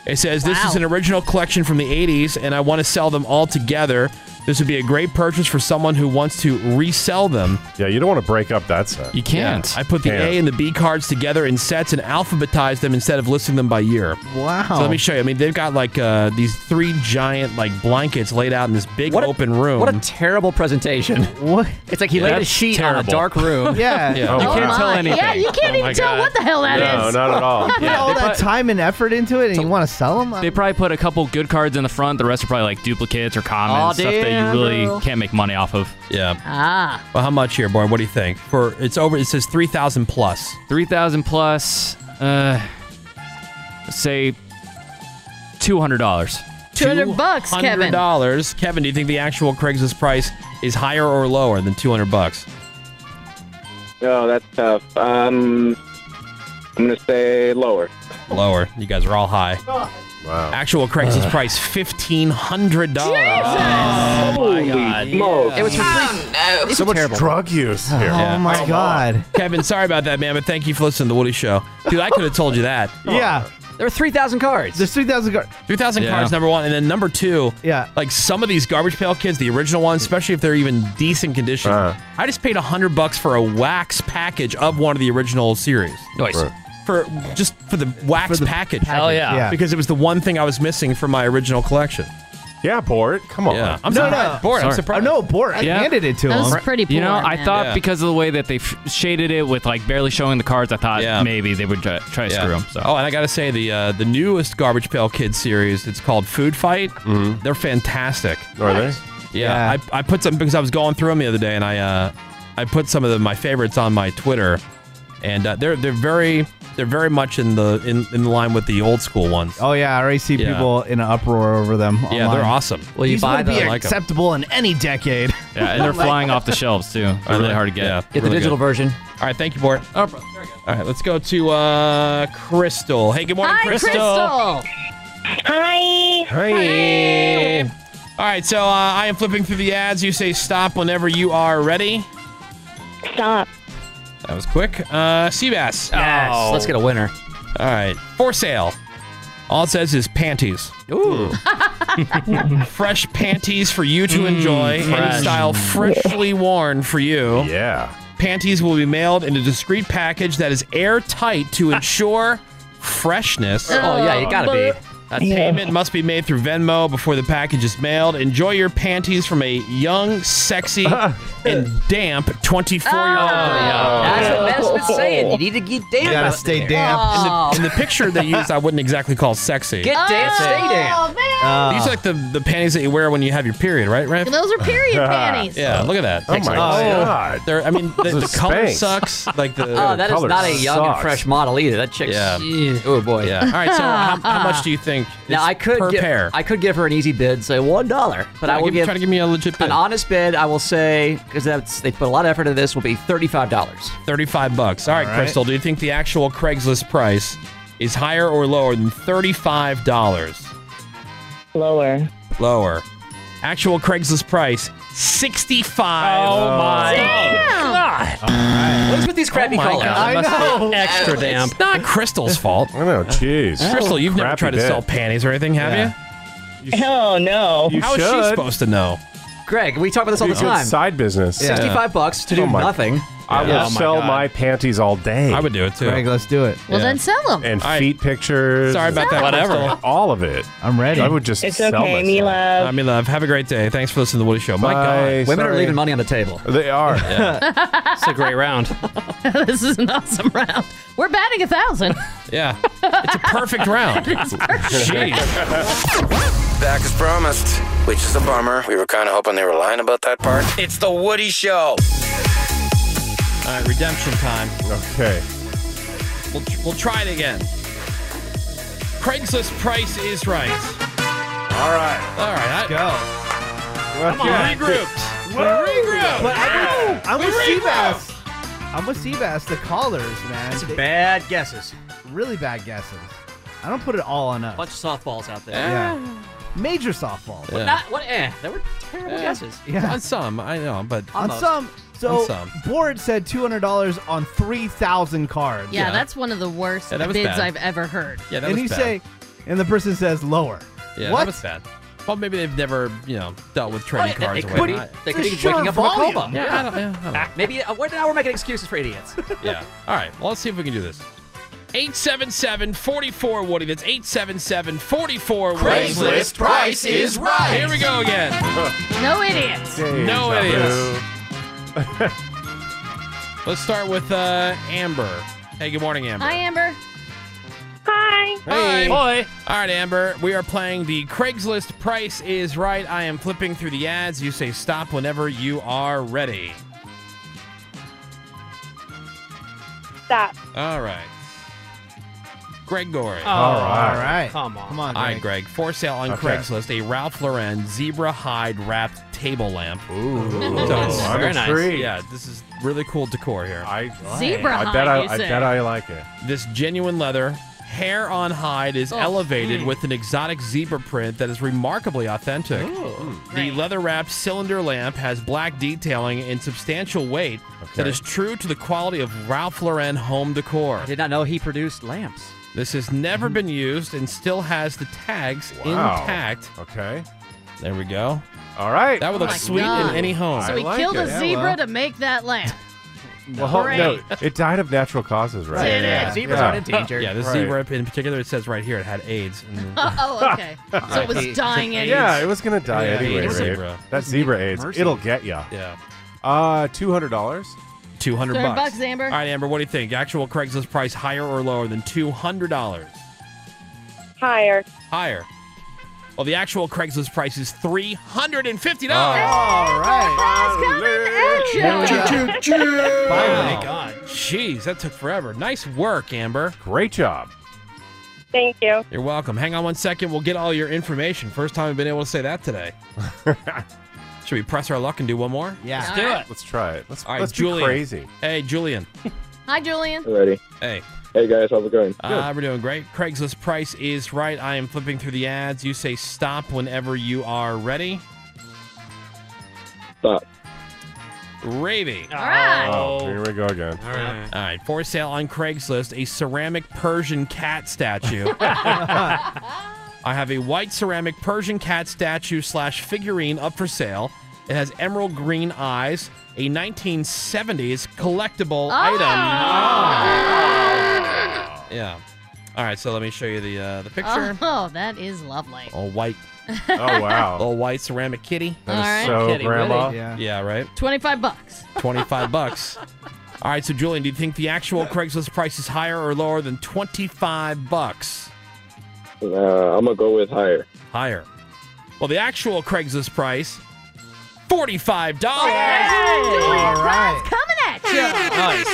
S2: It says this
S4: Wow.
S2: is an original collection from the 80s, and I want to sell them all together. This would be a great purchase for someone who wants to resell them.
S5: Yeah, you don't want to break up that set.
S2: You can't. I put the A and the B cards together in sets and alphabetized them instead of listing them by year.
S4: Wow.
S2: So let me show you. I mean, they've got like uh, these three giant like blankets laid out in this big open room.
S7: What a terrible presentation.
S4: What?
S7: It's like he
S2: Yeah,
S7: laid a
S2: that's
S7: sheet on
S2: terrible.
S7: a dark room.
S2: Yeah. Yeah.
S7: You
S2: Oh
S7: can't
S2: my.
S7: tell
S2: Yeah,
S7: anything.
S3: Yeah, you
S11: Oh,
S3: can't even tell what the hell that is.
S4: No,
S2: not at all.
S4: Put all that time and effort into it, and you want to sell them?
S1: They probably put a couple good cards in the front. The rest are probably like duplicates or commons,
S2: Aw,
S1: stuff that
S2: damn,
S1: you really
S2: bro.
S1: can't make money off of.
S2: Yeah.
S3: Ah.
S2: Well, how much here, Boy? What do you think? For it's over. It says three thousand plus.
S1: Three thousand plus. Uh, say two hundred dollars.
S3: 200 bucks, Kevin.
S2: dollars. Kevin, do you think the actual Craigslist price is higher or lower than two hundred bucks?
S1: No, that's tough. Um, I'm gonna say lower.
S2: Lower. You guys are all high. Wow. Actual Craigslist
S1: Uh.
S2: price fifteen hundred dollars. Oh my god!
S7: It was for
S9: Oh,
S7: free.
S11: Oh.
S1: no.
S7: So much
S5: drug use here.
S2: Yeah.
S4: my god,
S2: [laughs] Kevin! Sorry about that, man. But thank you for listening to the Woody Show, dude. I could have told you that.
S4: Yeah.
S7: There were 3,000 cards.
S4: There's 3,000 cards.
S2: 3,000
S4: Yeah.
S2: cards, number one. And then number two,
S4: yeah,
S2: like some of these garbage pail kids, the original ones, especially if they're even decent condition,
S5: Uh-huh.
S2: I just paid 100 bucks for a wax package of one of the original series.
S1: Nice. Right.
S2: For just for the wax package.
S1: Hell yeah. Yeah.
S2: Because it was the one thing I was missing from my original collection.
S5: Yeah, Bort. Come on.
S2: Yeah. I'm
S4: no,
S2: surprised.
S4: no.
S2: Bort, I'm surprised.
S4: Oh, no, Bort. I handed it to him.
S1: You know, I thought
S2: Yeah.
S1: because of the way that they f- shaded it with like barely showing the cards, I thought [laughs] maybe they would try, try to
S2: Yeah.
S1: screw 'em, So.
S2: Oh, and I gotta say the uh, the newest Garbage Pail Kids series. It's called Food Fight.
S1: Mm-hmm.
S2: They're fantastic.
S5: Are they?
S2: Yeah, I, I put some because I was going through them the other day, and I uh, I put some of the, my favorites on my Twitter, and uh, they're they're very they're very much in the in, in line with the old school ones.
S4: Oh yeah, I already see
S2: Yeah.
S4: people in an uproar over them.
S2: Yeah,
S4: online.
S2: they're awesome. Well, you
S4: These
S2: buy
S4: would
S2: them.
S4: be
S2: I like 'em.
S4: acceptable in any decade.
S1: Yeah, and they're
S4: [laughs] Like-
S1: flying off the shelves
S2: [laughs]
S1: too. They're really hard to get.
S2: Yeah, really good. All right, thank you, Bort.
S4: Oh,
S2: All right, let's go to uh, Crystal. Hey, good morning,
S1: Hi,
S3: Crystal.
S22: Hi.
S2: Hi. All right, so uh, I am flipping through the ads. You say stop whenever you are ready.
S22: Stop.
S2: That was quick. Uh, Seabass.
S7: Yes, let's get a winner.
S2: All right, for sale. All it says is panties. Ooh. [laughs] fresh panties for you to enjoy,
S10: fresh.
S2: any style freshly worn for you. Yeah. Panties will be mailed in a discreet package that is airtight to ensure freshness.
S7: Oh, yeah, you gotta be.
S2: A payment must be made through Venmo before the package is mailed. Enjoy your panties from a young, sexy,
S7: Uh-huh.
S2: and damp 24 year old.
S9: Oh, That's what Ben's
S7: Oh.
S9: been saying. You need
S7: to get
S9: damp. out there. Aw.
S2: In the, in the picture they used, I wouldn't exactly call sexy.
S7: Ah.
S9: Get damp, stay
S7: Oh.
S9: damp.
S2: Uh, These are like the, the panties that you wear when you have your period, right, Rand?
S3: Those are
S7: [laughs]
S3: period panties.
S2: Yeah, look at that.
S7: Oh my God.
S2: They're, I mean, the,
S7: Those are
S2: the color
S7: spanks.
S2: sucks. Like the
S7: [laughs] Oh, that is not a young and fresh model either. That chick's.
S2: Yeah.
S7: Oh boy.
S2: Yeah. All right.
S7: [laughs]
S2: So how, how much do you think?
S7: Now
S2: is
S7: I could
S2: per
S7: give,
S2: pair.
S7: I could give her an easy bid, say one dollar, but
S2: Yeah,
S7: I will
S2: give-
S7: give,
S2: try to give me a legit bid.
S7: an honest bid. I will say because that's they put a lot of effort into this. Will be thirty five dollars.
S2: Thirty five bucks. All right,
S7: All right.
S2: Crystal. Do you think the actual Craigslist price is higher or lower than thirty five dollars?
S22: Lower.
S2: Lower. Actual Craigslist price sixty five.
S10: Oh, my
S9: God.
S7: What's with these
S2: Oh
S7: crappy colors?
S9: I
S2: Must be
S9: know.
S2: Extra
S9: It's
S2: damp. not Crystal's fault. I know. Jeez. Crystal, you've never
S5: Crappy
S2: tried to
S5: bid.
S2: sell panties or anything, have
S5: Yeah.
S2: you?
S22: Oh no.
S2: How is she supposed to know?
S7: Greg, we talk about this all the
S5: Dude, good
S7: time.
S5: Side business. Oh
S7: Yeah. 65 bucks to do
S5: my-
S7: nothing.
S5: I will
S7: Yeah. Oh my
S5: sell
S7: God.
S5: my panties all day. I
S2: would do it too.
S4: Greg, let's do it.
S3: Well, then sell them.
S5: And feet pictures.
S2: Sorry about that, Crystal.
S5: All of it. I'm ready. I would just sell myself.
S22: love.
S7: [laughs]
S2: I mean, love. Have a great day. Thanks for listening to the Woody Show. My
S5: Bye.
S2: God,
S5: Women are Sorry. leaving money
S7: on the table.
S5: They are.
S2: [laughs] it's a great
S3: [laughs]
S2: round.
S3: this is an awesome round. We're batting a thousand.
S2: Yeah, it's a perfect
S13: [laughs]
S3: [laughs]
S2: round.
S12: Back as promised, which is a bummer. We were kind of hoping they were lying about that part. It's the Woody Show.
S2: All right, redemption time.
S5: Okay.
S2: We'll, we'll try it again. Craigslist price is right.
S5: All right.
S2: All right. I,
S4: Go.
S2: Come on,
S4: Yeah.
S2: regrouped.
S4: Woo!
S2: regrouped.
S4: But I'm with, I'm
S2: We
S4: with
S2: regrouped.
S4: Seabass. I'm with Seabass. The callers, man. They-
S7: Bad guesses.
S4: really bad guesses. I don't put it all on us.
S7: Bunch of softballs out there.
S4: Yeah. Major softball.
S7: What not? What? Eh? There were terrible guesses.
S4: Yeah.
S2: On some, I know, but
S4: On some. So
S2: On some.
S4: Board said two hundred dollars on three thousand cards.
S3: Yeah, that's one of the worst
S4: Yeah, that was
S3: bids
S4: bad.
S3: I've ever heard.
S2: Yeah, that
S4: and
S2: was
S4: you
S2: bad.
S4: say, and the person says lower.
S2: Yeah,
S4: what?
S2: that was bad. Well, maybe they've never, you know, dealt with trading
S7: Well,
S2: cards.
S7: it- it
S2: or
S7: could be-
S2: whatnot.
S7: they could be
S4: Just
S7: waking up in a
S4: volume.
S7: coma.
S4: Yeah, I don't-
S7: Maybe uh, what- now we're making excuses for idiots.
S2: yeah. All right. Well, let's see if we can do this. 877 44 Woody. That's 877 44 Woody.
S9: Craigslist price is right.
S2: Here we go again.
S5: [laughs]
S3: No idiots.
S2: no idiots. Let's start with uh, Amber. Hey, good morning, Amber.
S3: Hi, Amber.
S22: Hi.
S2: Hi.
S10: Boy.
S2: All right, Amber. We are playing the Craigslist Price is Right. I am flipping through the ads. You say stop whenever you are ready.
S22: Stop.
S2: All right. Greg Gorey.
S10: Oh, Come on.
S4: Come on.
S2: All right, Greg. For sale on
S10: Okay.
S2: Craigslist, a Ralph Lauren zebra hide wrapped table lamp. Ooh,
S10: Ooh, I'm Very nice. intrigued.
S2: Yeah, this is really cool decor here. I
S5: Zebra I bet hide, I- you I say. bet I like it.
S2: This genuine leather. Hair on hide is
S5: Oh.
S2: elevated
S5: Mm.
S2: with an exotic zebra print that is remarkably authentic. The leather wrapped cylinder lamp has black detailing and substantial weight that is true to the quality of Ralph Lauren home decor. I
S7: did not know he produced lamps.
S2: This has never been used and still has the tags
S5: Wow.
S2: intact.
S5: Okay.
S2: There we go.
S5: All right.
S2: That would look
S3: Oh my
S2: sweet
S3: God.
S2: in any home.
S3: So he killed a zebra to make that lamp.
S5: Well, hold- no,
S3: Great.
S5: it died of natural causes, right?
S3: Did it?
S2: Zebras
S5: yeah.
S2: aren't endangered. Yeah, this
S5: Right.
S2: zebra in particular, it says right here, it had AIDS. And-
S3: [laughs]
S2: [laughs]
S3: oh, okay. So it
S5: [laughs]
S3: was dying anyways.
S5: Yeah, it was gonna die
S2: Yeah,
S5: anyway.
S2: AIDS
S5: right?
S2: zebra.
S5: That zebra AIDS,
S2: mercy.
S5: it'll get ya.
S2: Yeah.
S5: Uh, two hundred dollars.
S2: Two hundred
S3: 200 bucks, Amber.
S2: All right, Amber, what do you think? Actual Craigslist price higher or lower than two hundred dollars?
S22: Higher.
S2: Higher. Well, the actual Craigslist price is three hundred and fifty dollars.
S9: All
S2: Oh
S9: right.
S2: my god. Jeez, that took forever. Nice work, Amber.
S5: Great job.
S22: Thank you.
S2: You're welcome. Hang on one second. We'll get all your information. First time I've been able to say that [laughs] today. Should we press our luck and do one more?
S4: Yeah.
S2: Let's do it.
S5: Let's try it. Let's,
S2: All right,
S5: let's be
S2: Julian.
S5: crazy.
S2: Hey, Julian.
S3: Hi, Julian.
S23: Alrighty.
S2: Hey.
S23: Hey guys, how's it going?
S2: Uh, we're doing great. Craigslist price is right. I am flipping through the ads. You say stop whenever you are ready.
S23: Stop.
S2: Ravy.
S3: All right.
S5: Oh, here we go again. All
S2: right. All right.
S3: [laughs]
S2: For sale on Craigslist, a ceramic Persian cat statue I have a white ceramic Persian cat statue slash figurine up for sale. It has emerald green eyes, a 1970s collectible
S3: Oh.
S2: item. Ah. Yeah. All right, so let me show you the uh, the picture.
S3: Oh, that is lovely.
S2: All white.
S3: [laughs] Oh, wow.
S2: Little white ceramic kitty.
S3: That is All right. so
S2: Kitty,
S3: grandma.
S2: really. Yeah. right?
S3: 25 bucks.
S2: 25 bucks. All right, so Julian, do you think the actual Craigslist price is higher or lower than 25 bucks?
S23: Uh, I'm gonna go with higher.
S2: Higher. Well, the actual Craigslist price, $45.
S3: Julian Pride's coming at you.
S2: Nice.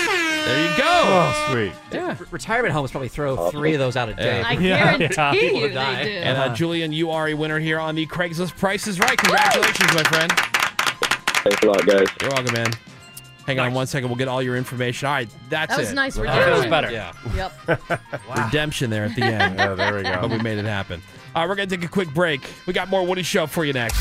S2: There you go. Oh,
S5: sweet.
S7: Yeah. Retirement homes probably throw three of those out a day.
S3: I guarantee
S7: People
S3: you
S7: will
S3: they
S7: die.
S3: do.
S2: And uh, Julian, you are a winner here on the Craigslist Price is Right. Congratulations, my friend.
S23: Thanks a lot, guys.
S2: You're welcome, man. Hang on one second. We'll get all your information. All right, that's
S3: That was
S2: it.
S3: nice
S2: We're
S3: redemption. [laughs]
S2: good. [laughs] Yeah.
S3: Yep.
S2: Redemption there at the end.
S3: Yeah, there we go.
S2: But we made it happen. All right, we're going to take a quick break. We got more Woody Show for you next.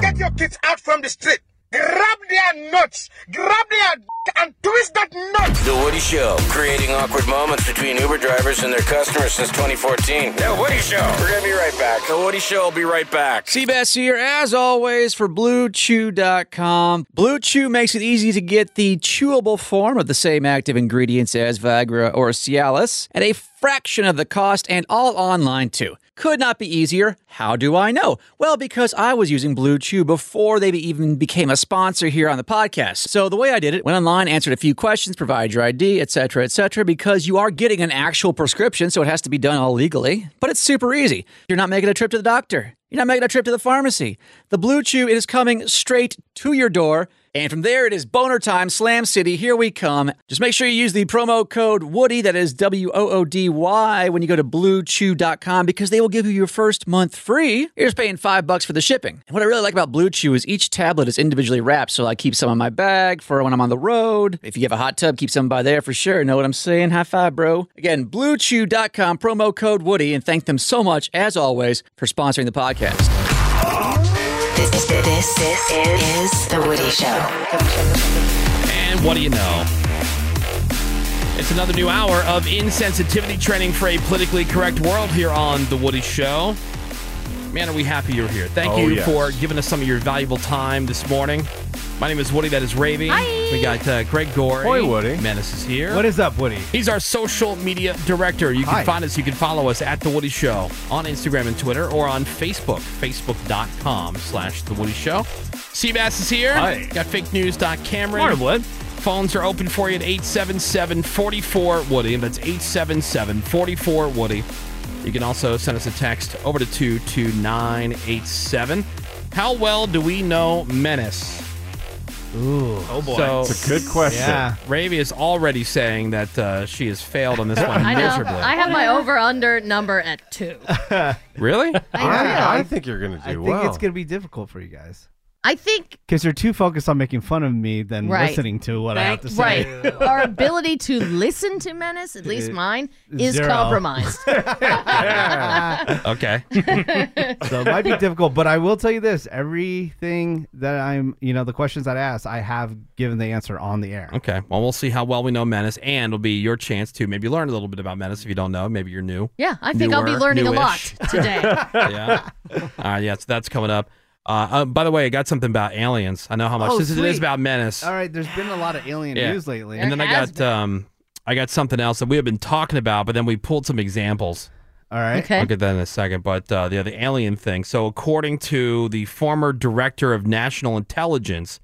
S24: Get your kids out from the street. Grab their nuts. Grab their d- and twist that nut.
S12: The Woody Show, creating awkward moments between Uber drivers and their customers since 2014. The Woody Show. We're going to be right back. The Woody Show will be right back.
S7: Seabass here, as always, for BlueChew.com. Blue Chew makes it easy to get the chewable form of the same active ingredients as Viagra or Cialis at a fraction of the cost and all online too. Could not be easier. How do I know? Well, because I was using Blue Chew before they even became a sponsor here on the podcast. So the way I did it, went online, answered a few questions, provided your ID, etc., etc., because you are getting an actual prescription, so it has to be done all legally. But it's super easy. You're not making a trip to the doctor. You're not making a trip to the pharmacy. The Blue Chew is coming straight to your door. And from there, it is boner time, Slam City. Here we come. Just make sure you use the promo code Woody, that is W O O D Y, when you go to bluechew.com because they will give you your first month free. You're just paying five bucks for the shipping. And what I really like about Blue Chew is each tablet is individually wrapped, so I keep some in my bag for when I'm on the road. If you have a hot tub, keep some by there for sure. Know what I'm saying? High five, bro. Again, bluechew.com, promo code Woody, and thank them so much, as always, for sponsoring the podcast.
S19: This, this, this, this is The Woody Show.
S2: And what do you know? It's another new hour of insensitivity training for a politically correct world here on The Woody Show. Man, are we happy you're here. Thank
S5: Oh,
S2: you
S5: yes.
S2: for giving us some of your valuable time this morning. My name is Woody, that is Ravy. We got uh, Greg Gore.
S5: Hoi, Woody.
S2: Menace is here.
S4: What is up, Woody?
S2: He's our social media director. You can
S4: Hi.
S2: find us, you can follow us at The Woody Show on Instagram and Twitter or on Facebook, facebook.com slash The Woody Show. Seabass is here.
S10: Hi.
S2: Got fake news. Cameron.
S10: Morning,
S2: Wood. Phones are open for you at 877 44 Woody. That's 877 44 Woody. You can also send us a text over to 22987. How well do we know Menace? Ooh. Oh,
S5: boy. It's a good question.
S2: Yeah. Ravy is already saying that uh, she has failed on this
S3: [laughs]
S2: one
S3: I know.
S2: miserably.
S3: I have my over under number at two. [laughs]
S2: Really?
S5: I, I think you're gonna do
S4: I think
S5: well.
S4: it's going to be difficult for you guys.
S3: I think
S4: Because you're too focused on making fun of me than
S3: Right.
S4: listening to what I have to say.
S3: right. Our ability to listen to menace, at least
S4: Uh,
S3: mine, is
S4: zero. [laughs]
S3: compromised.
S2: [laughs] okay.
S4: so it might be difficult, but I will tell you this: everything that I'm, you know, the questions that I asked, I have given the answer on the air.
S2: Okay. Well, we'll see how well we know Menace, and it'll be your chance to maybe learn a little bit about Menace if you don't know. Maybe you're new.
S3: Yeah, I think I'll be
S2: Newer,
S3: learning a lot
S2: newish.
S4: [laughs]
S3: today.
S2: [laughs] yeah. Uh, yeah. So that's coming up. Uh, uh, by the way, I got something about aliens. I know how much
S4: Oh,
S2: this is, it is
S4: sweet.
S2: about Menace.
S4: All right, there's been a lot of alien news lately,
S2: And then I got um, I got something else that we have been talking about, but then we pulled some examples.
S4: All right.
S3: Okay.
S2: I'll get that in a second. But uh, the the alien thing. So according to the former director of national intelligence,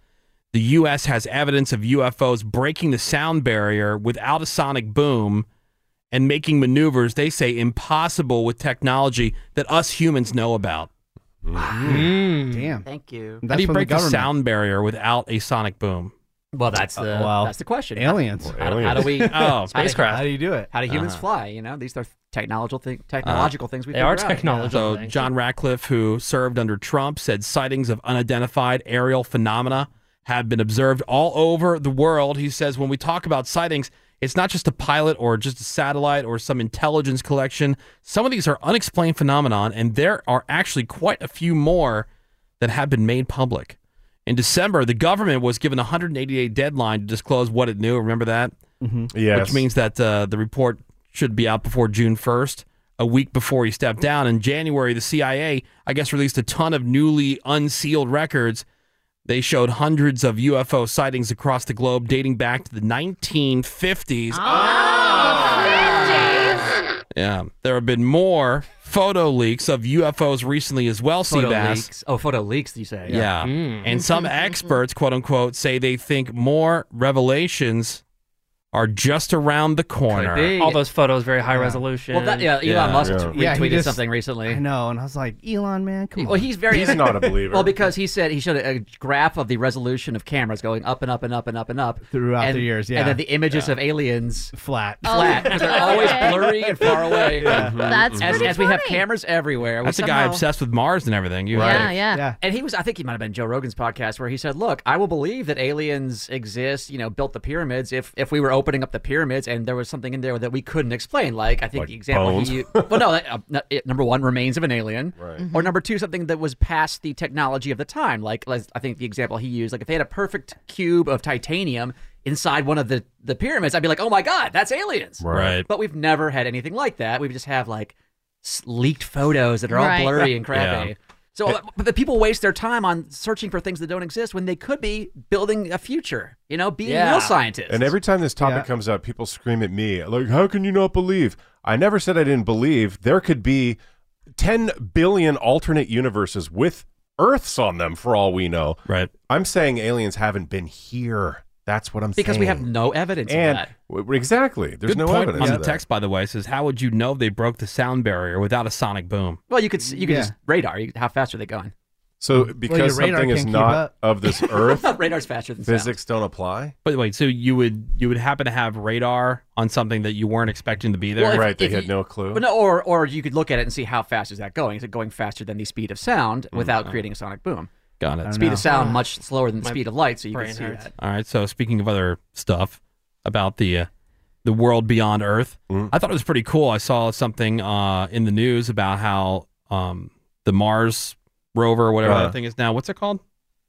S2: the U.S. has evidence of UFOs breaking the sound barrier without a sonic boom and making maneuvers they say impossible with technology that us humans know about.
S4: Mm. Damn.
S7: Thank you.
S2: Hmm. How do you break the, sound barrier without a sonic boom?
S7: Uh, Oh, Well, that's the that's the question.
S4: Aliens.
S7: How, how do [laughs] we?
S2: oh, spacecraft.
S4: How do you do it?
S7: How do Uh-huh. humans
S2: Uh-huh.
S7: fly? You know, these are technological thing, technological things. We figure out.
S2: So John Ratcliffe, who served under Trump, said sightings of unidentified aerial phenomena have been observed all over the world. He says when we talk about sightings, it's not just a pilot or just a satellite or some intelligence collection. Some of these are unexplained phenomenon, and there are actually quite a few more that have been made public. In December, the government was given a 180-day deadline to disclose what it knew. Remember that?
S7: Mm-hmm.
S5: Mhm. Yes.
S2: Which means that uh, the report should be out before June 1st. a week before he stepped down. In January, the CIA, I guess, released a ton of newly unsealed records. They showed hundreds of UFO sightings across the globe dating back to the 1950s.
S7: Ah.
S2: Yeah, there have been more photo leaks of UFOs recently as well.
S7: Photo
S2: Seabass.
S7: leaks. Oh, photo leaks. You say.
S2: Yeah.
S7: Hmm.
S2: And some experts, quote unquote, say they think more revelations are just around the corner.
S25: All those photos, very high resolution.
S7: Well, that, yeah, Elon Musk
S4: Yeah, he
S7: retweeted
S4: just-
S7: something recently.
S4: I know, and I was like, Elon, man, come on.
S7: Well, he's very. well,
S4: Well,
S7: because he said he showed a graph of the resolution of cameras going up and up and up and up and up
S4: Throughout
S7: and,
S4: the years, yeah.
S7: And then the images of aliens
S4: flat,
S7: flat, because they're always blurry and far away.
S2: Oh, [laughs] Yeah. That's
S7: as,
S2: pretty
S7: as we have
S2: funny.
S7: cameras everywhere. we
S2: That's a guy
S7: somehow-
S2: obsessed with Mars and everything. You right.
S7: And he was, I think he might have been Joe Rogan's podcast where he said, "Look, I will believe that aliens exist. You know, built the pyramids. If if we were opening up the pyramids and there was something in there that we couldn't explain, like I think the example
S13: bones?
S7: he u- well, no, that, uh, no, it- number one remains of an alien,
S13: Right.
S7: or number two something that was past the technology of the time. Like like, I think the example he used, like if they had a perfect cube of titanium." Inside one of the, the pyramids, I'd be like, "Oh my god, that's aliens!"
S2: Right.
S7: But we've never had anything like that. We just have like s- leaked photos that are all
S13: Right.
S7: blurry and crappy.
S13: Yeah.
S7: So, uh, but the people waste their time on searching for things that don't exist when they could be building a future. You know, being real scientists.
S5: And every time this topic
S7: Yeah.
S5: comes up, people scream at me, like, how can you not believe? I never said I didn't believe. There could be 10 billion alternate universes with Earths on them for all we know.
S2: Right.
S5: I'm saying aliens haven't been here. That's what I'm
S7: Because
S5: saying.
S7: we have no evidence of
S5: and
S7: that.
S5: w- exactly. There's
S2: Good
S5: no
S2: point
S5: evidence
S2: on
S5: of
S2: the
S5: that.
S2: text, by the way, says, "How would you know they broke the sound barrier without a sonic boom?"
S7: well, you could s- you could
S2: Yeah.
S7: just radar. You, how fast are they going?
S5: So
S2: your
S5: because
S2: radar
S5: something is
S2: can't keep
S5: not
S2: up.
S5: of
S2: [laughs]
S5: this Earth,
S7: [laughs] Radar's faster than sound.
S5: physics don't apply.
S2: But wait, so you would you would happen to have radar on something that you weren't expecting to be there?
S7: Well, if- Right, they if had you-
S5: no clue.
S7: But no, or or you could look at it and see how fast is that going? Is it going faster than the speed of sound without creating a sonic boom?
S2: Got it. I don't
S7: Speed
S2: know.
S7: of sound
S2: Ah.
S7: much slower than the
S2: My
S7: speed of light, so you can
S2: brain
S7: see
S2: hurts.
S7: that.
S2: All right. So speaking of other stuff about the uh, the world beyond Earth,
S5: Mm-hmm.
S2: I thought it was pretty cool. I saw something uh, in the news about how um, the Mars rover, or whatever
S5: Uh-huh.
S2: that thing is now, what's it called?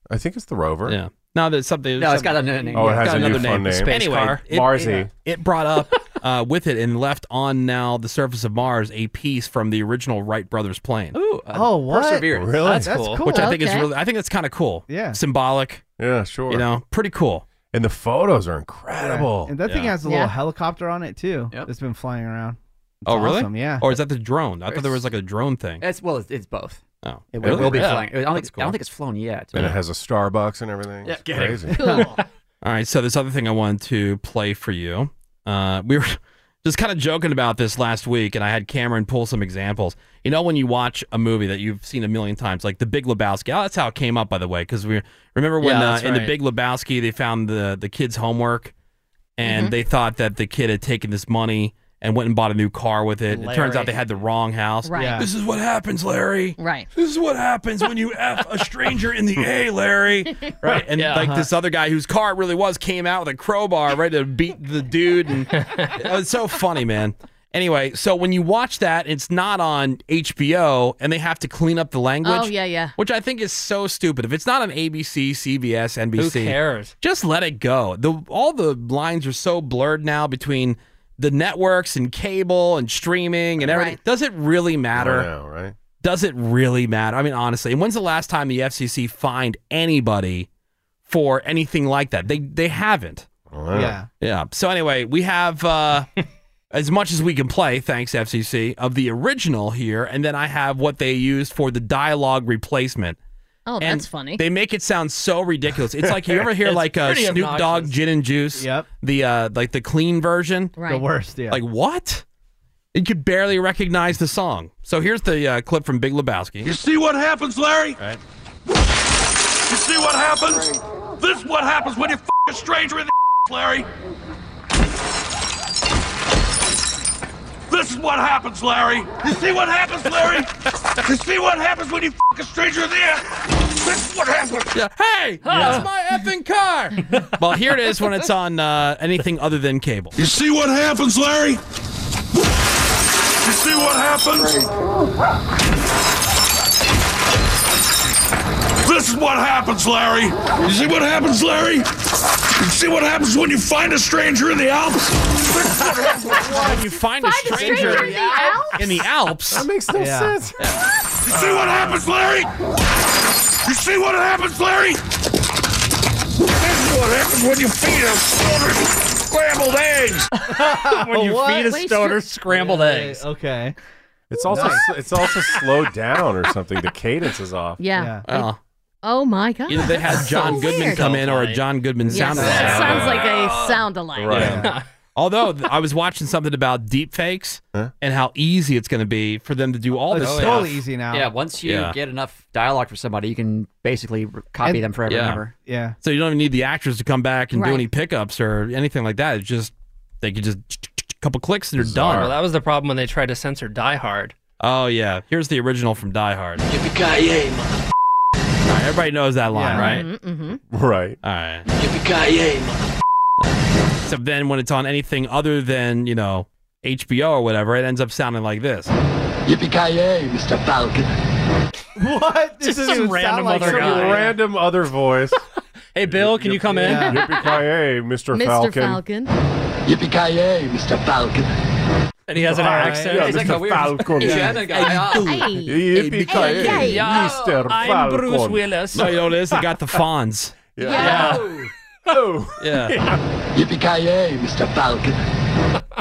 S5: I think it's the rover.
S2: Yeah. Now that something.
S7: No, it's
S2: something-
S7: got another name.
S5: Oh, it has
S2: got
S5: a new
S2: another
S5: fun
S2: the
S5: name.
S2: Space
S5: Anyway,
S2: car. It-
S5: Marzi.
S2: It, it brought up [laughs] uh, with it and left on now the surface of Mars a piece from the original Wright brothers plane.
S7: Ooh.
S4: Oh, what?
S7: Perseverance.
S4: Really? That's cool.
S2: Which I think is
S4: Okay.
S2: really. I think that's kind of cool.
S4: Yeah.
S2: Symbolic.
S5: Yeah. Sure.
S2: You know, pretty cool.
S5: And the photos are incredible.
S4: And that thing has a little helicopter on it too. That's been flying around. It's
S2: Oh, really?
S4: awesome, Yeah.
S2: Or is that the drone? I thought there was like a drone thing.
S7: It's well, it's, it's both.
S2: Oh,
S7: It will- will be
S2: Yeah.
S7: flying. I don't,
S2: That's
S7: think, I don't think it's flown yet.
S5: And it has a Starbucks and everything.
S7: Yeah,
S5: It's
S7: get it.
S5: crazy.
S2: [laughs]
S7: Cool.
S2: All right, so this other thing I wanted to play for you. Uh, we were [laughs] just kind of joking about this last week, and I had Cameron pull some examples. You know, when you watch a movie that you've seen a million times, like The Big Lebowski. Oh, that's how it came up, by the way, because we remember when
S13: Yeah,
S2: uh,
S13: that's
S2: in The
S13: right.
S2: Big Lebowski they found the the kid's homework, and
S13: Mm-hmm.
S2: they thought that the kid had taken this money and went and bought a new car with it. It turns
S13: Larry.
S2: out they had the wrong house.
S13: Right. Yeah.
S2: This is what happens, Larry.
S3: Right.
S2: This is what happens when you f a stranger [laughs] in the
S11: [laughs]
S2: a, Larry. Right. And
S13: Yeah.
S2: like
S13: Uh-huh.
S2: this other guy whose car it really was came out with a crowbar ready to beat the dude. And it was so funny, man. Anyway, so when you watch that, it's not on HBO and they have to clean up the language.
S3: Oh, yeah, yeah.
S2: Which I think is so stupid. If it's not on ABC, CBS, NBC,
S25: cares?
S2: Just let it go. The all the lines are so blurred now between the networks and cable and streaming and everything. Does it really matter?
S5: I know, right?
S2: Does it really matter? I mean, honestly, and when's the last time the FCC fined anybody for anything like that? They they haven't.
S4: Yeah.
S2: Yeah. So anyway, we have uh, as much as we can play, thanks FCC, of the original here, and then I have what they used for the dialogue replacement.
S3: Oh,
S2: And
S3: that's funny.
S2: They make it sound so ridiculous. It's like you ever hear
S3: It's
S2: like a
S3: pretty
S2: Snoop Dogg
S3: obnoxious.
S2: gin and juice. Yep. The uh, like the clean version.
S3: Right. The
S4: worst, yeah.
S2: Like what? You could barely recognize the song. So here's the uh, clip from Big Lebowski.
S11: You see what happens, Larry? You see what happens? This is what happens when you f a stranger in the [laughs] ass, Larry. This is what happens, Larry. You see what happens, Larry? You see what happens when you f a stranger in the [laughs] ass? This is what happens.
S2: Yeah. Hey, that's my effing car. [laughs] well, here it is when it's on uh, anything other than cable.
S11: You see what happens, Larry? You see what happens? This is what happens, Larry. You see what happens, Larry? You see what happens when you find a stranger in the Alps?
S2: When you find, a stranger, in, the Alps?
S11: That makes
S2: no
S11: sense. You see what happens, Larry? You see what happens, Larry? This is what happens when you feed a stoner scrambled eggs.
S10: when you feed a stoner scrambled eggs.
S4: Okay.
S5: It's also
S10: Nice.
S5: it's also slowed down or something. The cadence is off.
S3: Yeah. Oh my god.
S2: Either they had
S3: That's
S2: John
S3: so
S2: Goodman
S3: weird.
S2: come in or a John Goodman
S3: Yes,
S2: sound effect.
S3: that sounds like a sound alike.
S2: Yeah. [laughs] Although th- I was watching something about deepfakes and how easy it's going to be for them to do all
S4: It's
S2: this stuff.
S4: totally easy now.
S13: Yeah, once you
S2: Yeah.
S13: get enough dialogue for somebody, you can basically r- copy
S2: And-
S13: them forever
S2: yeah.
S13: and ever.
S4: Yeah.
S2: So you don't even need the actors to come back and
S13: Right.
S2: do any pickups or anything like that. It's just they could just a couple clicks and they're
S10: Well,
S2: done.
S10: that was the problem when they tried to censor Die Hard.
S2: Oh yeah, here's the original from Die Hard.
S10: Yippee-ki-yay,
S2: All right, everybody knows that line,
S10: Yeah.
S2: right?
S10: Mhm, mhm.
S5: Right.
S2: All right. So then when it's on anything other than, you know, HBO or whatever, it ends up sounding like this.
S21: Yippee-ki-yay, Mr. Falcon.
S4: What? This
S21: Just
S4: doesn't
S21: some
S4: even
S21: random
S4: sound like
S5: Some
S4: something random.
S5: random other voice.
S10: [laughs] hey Bill, can you come in?
S5: Yippee-ki-yay, Mr. Falcon.
S21: Yippee-ki-yay, Mr. Falcon.
S10: And he has an
S21: All right.
S10: accent.
S21: Yeah,
S10: He's like
S21: Mr.
S10: a weird
S21: Falcon.
S10: Asian guy.
S21: Hey,
S10: Oh.
S21: dude. Hey. Yippee-ki-yay, Hey, yo, Mr.
S10: I'm Bruce
S21: Falcon.
S10: Willis.
S2: No, yo, this they
S11: [laughs]
S2: got
S5: [laughs]
S2: the Fonz.
S10: Yeah. [laughs]
S21: Oh.
S2: Yeah.
S21: Yippee-ki-yay, Mr. Falcon.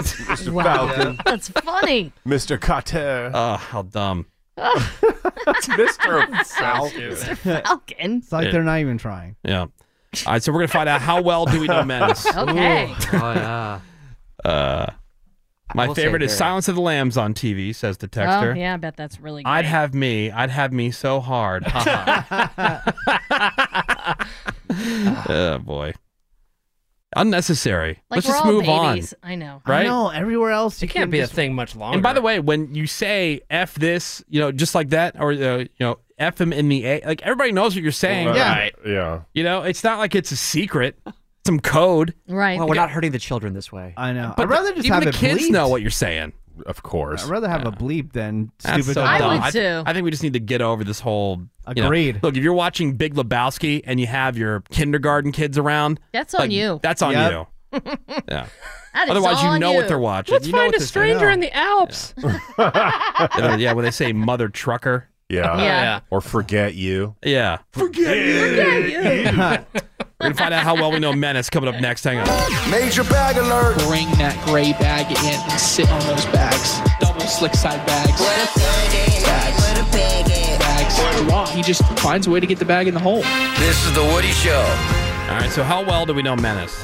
S5: Mr.
S21: Wow.
S5: Falcon.
S3: That's
S2: [laughs]
S3: funny.
S5: Mr. Carter.
S2: Oh, how dumb.
S3: [laughs]
S5: Mr.
S3: Falcon. Mr. Falcon.
S4: It's like
S2: Yeah.
S4: they're not even trying.
S2: Yeah. All right, so we're going to find out how well do we know Menace.
S3: Okay.
S13: Oh, yeah.
S2: Uh,
S13: I
S2: my
S13: will say
S2: favorite is
S13: very-
S2: Silence of the Lambs on TV, says the texter.
S3: Oh, yeah, I bet that's really good.
S2: I'd have me. I'd have me
S3: [laughs]
S2: so hard. [laughs] oh boy, unnecessary.
S3: Like
S2: Let's
S3: we're
S2: just
S3: all
S2: move
S3: babies.
S2: on.
S3: I know.
S2: Right?
S4: No, everywhere else you
S10: It can't
S4: can
S10: be a
S4: just-
S10: thing much longer.
S2: And by the way, when you say "f this," you know, just like that, or uh, you know, "f him in the a," like everybody knows what you're saying.
S5: Right. Yeah.
S2: You know, it's not like it's a secret. Some code.
S3: Right.
S13: Well, we're not hurting the children this way.
S4: I know.
S2: But
S4: I'd rather just
S2: even
S4: have
S2: the
S4: it
S2: kids
S4: bleeped.
S2: know what you're saying.
S5: Of course.
S4: I'd rather have a bleep than
S2: That's
S4: stupid.
S2: so
S4: dialogue.
S2: dumb. I, th- I think we just need to get over this whole. you know-
S4: Agreed.
S2: look, if you're watching Big Lebowski and you have your kindergarten kids around,
S3: That's on
S2: like,
S3: you.
S2: That's on
S3: Yep.
S2: you. Yeah.
S3: [laughs] That is
S2: Otherwise, you
S3: on
S2: know what they're watching.
S3: Let's
S2: You know
S3: find
S2: what
S3: a
S2: this is.
S3: stranger
S2: Yeah.
S3: in the Alps.
S2: And then, yeah. When they say mother trucker.
S5: Yeah.
S3: Yeah. Yeah.
S5: Or forget you.
S2: Yeah.
S5: [laughs] Forget
S2: We're gonna find out how well we know Menace coming up next. Hang on.
S8: Major bag alert. Bring that gray bag in and sit on those bags. Double slick side bags. Bags. Bags. Wow, he just finds a way to get the bag in the
S4: [laughs]
S8: hole.
S12: This is The Woody Show.
S2: All right. So, how well do we know Menace?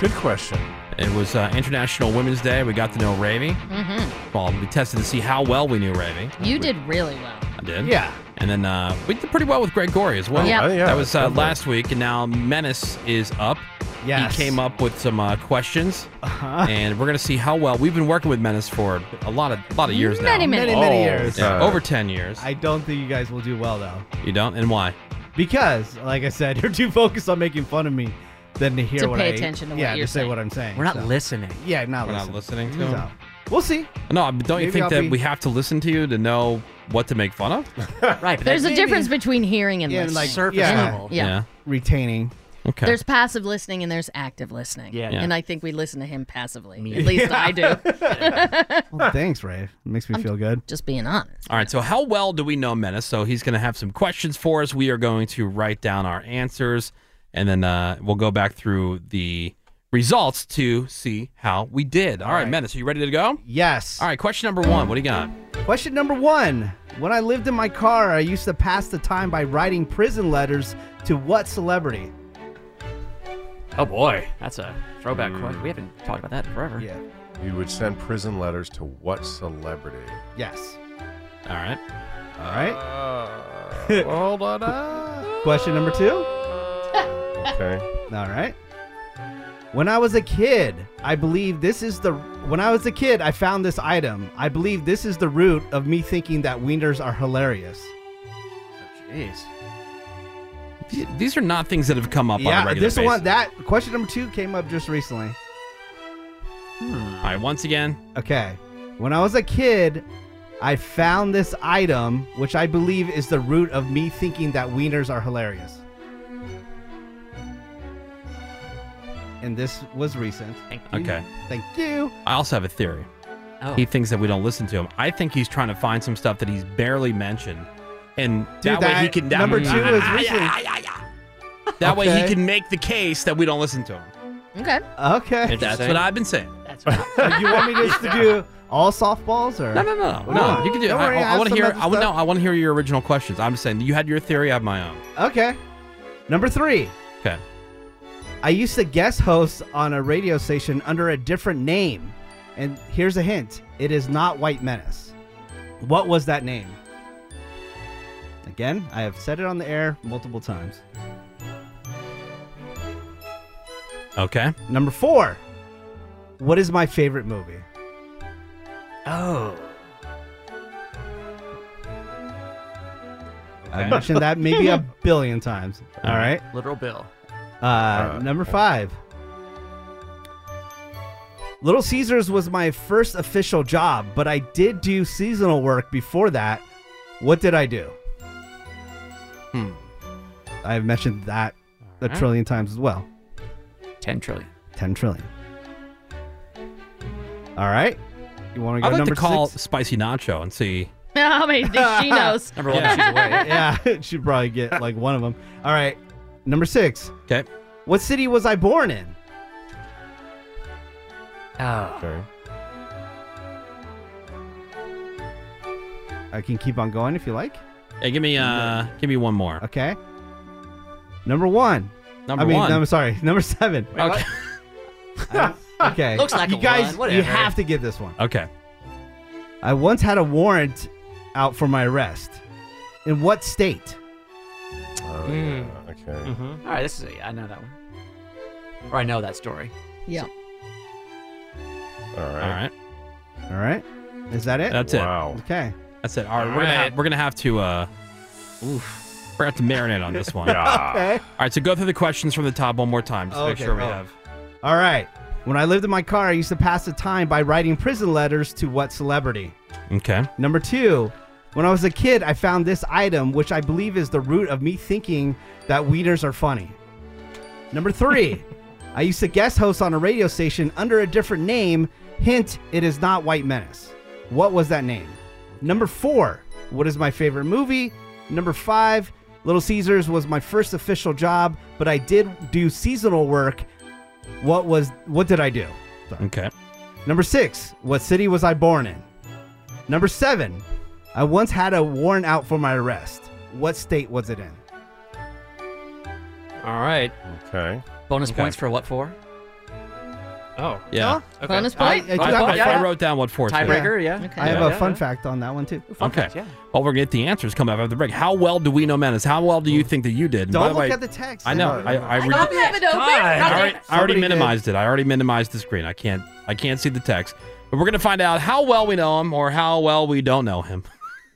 S5: Good question.
S2: It was uh, International Women's Day. We got to know Ravy.
S3: hmm
S2: Well, we tested to see how well we knew Ravy.
S3: You did really well.
S2: I did.
S3: Yeah.
S2: And then uh, we did pretty well with Greg Gorey as well.
S3: Yeah. Oh, yeah,
S2: That was uh,
S3: definitely.
S2: last week, and now Menace is up.
S4: Yes.
S2: He came up with some uh, questions,
S4: Uh-huh.
S2: and we're gonna see how well we've been working with Menace for a lot of lot of years
S4: Many,
S2: now.
S4: many, many Oh, years.
S2: Yeah,
S4: uh,
S2: over ten years.
S4: I don't think you guys will do well though,
S2: You don't, and why?
S4: because like I said, [laughs] you're too focused on making fun of me than to hear
S2: To
S4: what
S2: pay
S4: I-
S2: attention to what
S4: yeah,
S2: you're
S4: to say what I'm saying.
S2: We're not
S4: listening. Yeah, not
S2: We're not
S4: listening.
S2: listening to him?
S4: So, we'll see.
S2: No, but don't you
S4: Maybe
S2: think
S4: I'll
S2: that
S4: be-
S2: we have to listen to you to know what to make fun
S4: [laughs]
S2: of?
S13: right.
S3: There's a difference between hearing and
S4: Yeah,
S3: listening.
S4: like, Surface yeah. level.
S3: Yeah.
S4: Retaining.
S2: Okay.
S3: There's passive listening and there's active listening.
S4: Yeah.
S3: And I think we listen to him passively. At least
S4: Yeah.
S3: I
S4: [laughs]
S3: do.
S4: Well, thanks, Rave. Makes me feel good.
S3: Just being honest.
S2: All right, so how well do we know Menace? So he's going to have some questions for us. We are going to write down our answers, and then uh, we'll go back through the results to see how we did. All right, Menace, are you ready to go?
S4: Yes.
S2: All right, question number one. What do you got?
S4: Question number one. When I lived in my car, I used to pass the time by writing prison letters to what celebrity?
S13: Oh boy, that's a throwback question. We haven't talked about that in forever.
S4: Yeah.
S5: You would send prison letters to what celebrity?
S4: Yes.
S2: All right.
S4: All right.
S5: Uh,
S4: [laughs]
S5: hold on. up.
S4: Question number two.
S5: [laughs] Okay.
S4: All right. When I was a kid, I believe this is the. When I was a kid, I found this item. I believe this is the root of me thinking that wieners are hilarious.
S13: Jeez.
S2: Th- These are not things that have come up on
S4: yeah,
S2: a regular
S4: this
S2: basis.
S4: one. That question number two came up just recently.
S2: All right, once again.
S4: Okay. When I was a kid, I found this item, which I believe is the root of me thinking that wieners are hilarious. And this was recent.
S2: Okay.
S4: Thank you.
S2: I also have a theory.
S4: Oh.
S2: He thinks that we don't listen to him. I think he's trying to find some stuff that he's barely mentioned, and
S4: Dude,
S2: that, way he
S4: that-
S2: can that-
S4: number two is recent.
S2: That way he
S4: Okay.
S2: can make the case that we don't listen to him.
S3: Okay.
S4: Okay.
S2: That's what I've been saying. That's
S4: you want me
S2: [laughs]
S4: just to do all softballs or
S2: No, no, no, no. no. You can do.
S4: Don't worry,
S2: I, I,
S4: have
S2: want to
S4: some
S2: hear.
S4: other
S2: I want no.
S4: stuff.
S2: I want to hear your original questions. I'm just saying you had your theory. I have my own.
S4: Okay. Number three.
S2: Okay.
S4: I used to guest host on a radio station under a different name. And here's a hint it is not White Menace. What was that name? Again, I have said it on the air multiple times.
S2: Okay.
S4: Number four. What is my favorite movie?
S2: Oh.
S4: I mentioned that maybe
S2: [laughs]
S4: a billion times. All right.
S13: Mm. Literal Bill.
S4: Uh, number five. Little Caesars was my first official job, but I did do seasonal work before that. What did I do?
S2: Hmm.
S4: I've mentioned that a
S13: right.
S4: trillion times as well.
S13: 10 trillion.
S4: 10 trillion. All right. You want to go
S2: I'd like
S4: number
S2: to call
S4: six?
S2: Spicy Nacho and see.
S3: [laughs] How many things
S4: [laughs]
S3: she knows? [laughs]
S4: yeah, [laughs] she'd probably get like one of them. All right. Number six.
S2: Okay.
S4: What city was I born in?
S2: Ah.
S13: Oh.
S5: Okay.
S4: I can keep on going if you like.
S2: Hey, give me uh, give me one more.
S4: Okay. Number one.
S2: Number
S4: I mean,
S2: one? Oh,
S4: I'm sorry. [laughs] Number seven.
S2: Okay. [laughs]
S4: I- [laughs] okay.
S2: Looks like
S4: you
S2: a
S4: guys.
S2: one, whatever.
S11: Uh-huh.
S4: You have to give this one.
S2: Okay.
S4: I once had a warrant out for my arrest. In what state?
S5: Oh,
S7: Hmm.
S13: Mm.
S4: Uh,
S5: yeah. Okay.
S7: Mm-hmm.
S13: All right, this is I know that one. Or I know that story.
S3: Yeah.
S5: All right.
S4: All right. Is that it?
S2: That's it.
S4: Okay.
S2: That's it. All right, we're gonna have, we're gonna have to uh, oof, we're gonna have to marinate on this one.
S4: Yeah. [laughs] Okay.
S2: All right, so go through the questions from the top one more time, just to make
S4: Okay, Oh.
S2: sure we
S4: cool.
S2: have.
S4: All right. When I lived in my car, I used to pass the time by writing prison letters to what celebrity?
S2: Okay.
S4: Number two, when I was a kid, I found this item, which I believe is the root of me thinking that wieners are funny. Number three, I used to guest host on a radio station under a different name. Hint, it is not White Menace. What was that name? Number four, what is my favorite movie? Number five, Little Caesars was my first official job, but I did do seasonal work. What was what did I do?
S2: Okay.
S4: Number six, what city was I born in? Number seven, I once had a warrant out for my arrest. What state was it in?
S10: All right.
S5: Okay.
S13: Bonus
S2: Okay.
S13: points for what for?
S10: Oh.
S2: Yeah.
S10: Okay.
S3: Bonus
S2: I,
S3: point?
S2: I,
S3: Bonus
S2: I-
S3: point,
S2: I
S3: yeah.
S2: wrote down what for. too.
S13: Tiebreaker, yeah. Okay.
S4: I have a
S2: Yeah.
S4: fun fact on that one too.
S2: Okay. Well, we're gonna get the answers coming up after the break. How well do we know Menace? How well do you think that you did? And
S4: Don't
S2: by
S4: look
S2: way-
S4: at the text.
S2: I know.
S4: Don't-
S2: I, I, re-
S3: don't have it open.
S2: I
S3: God.
S2: already, I already
S4: Somebody
S2: minimized it. I already minimized the screen. I can't. I can't see the text. But we're gonna find out how well we know him or how well we don't know him.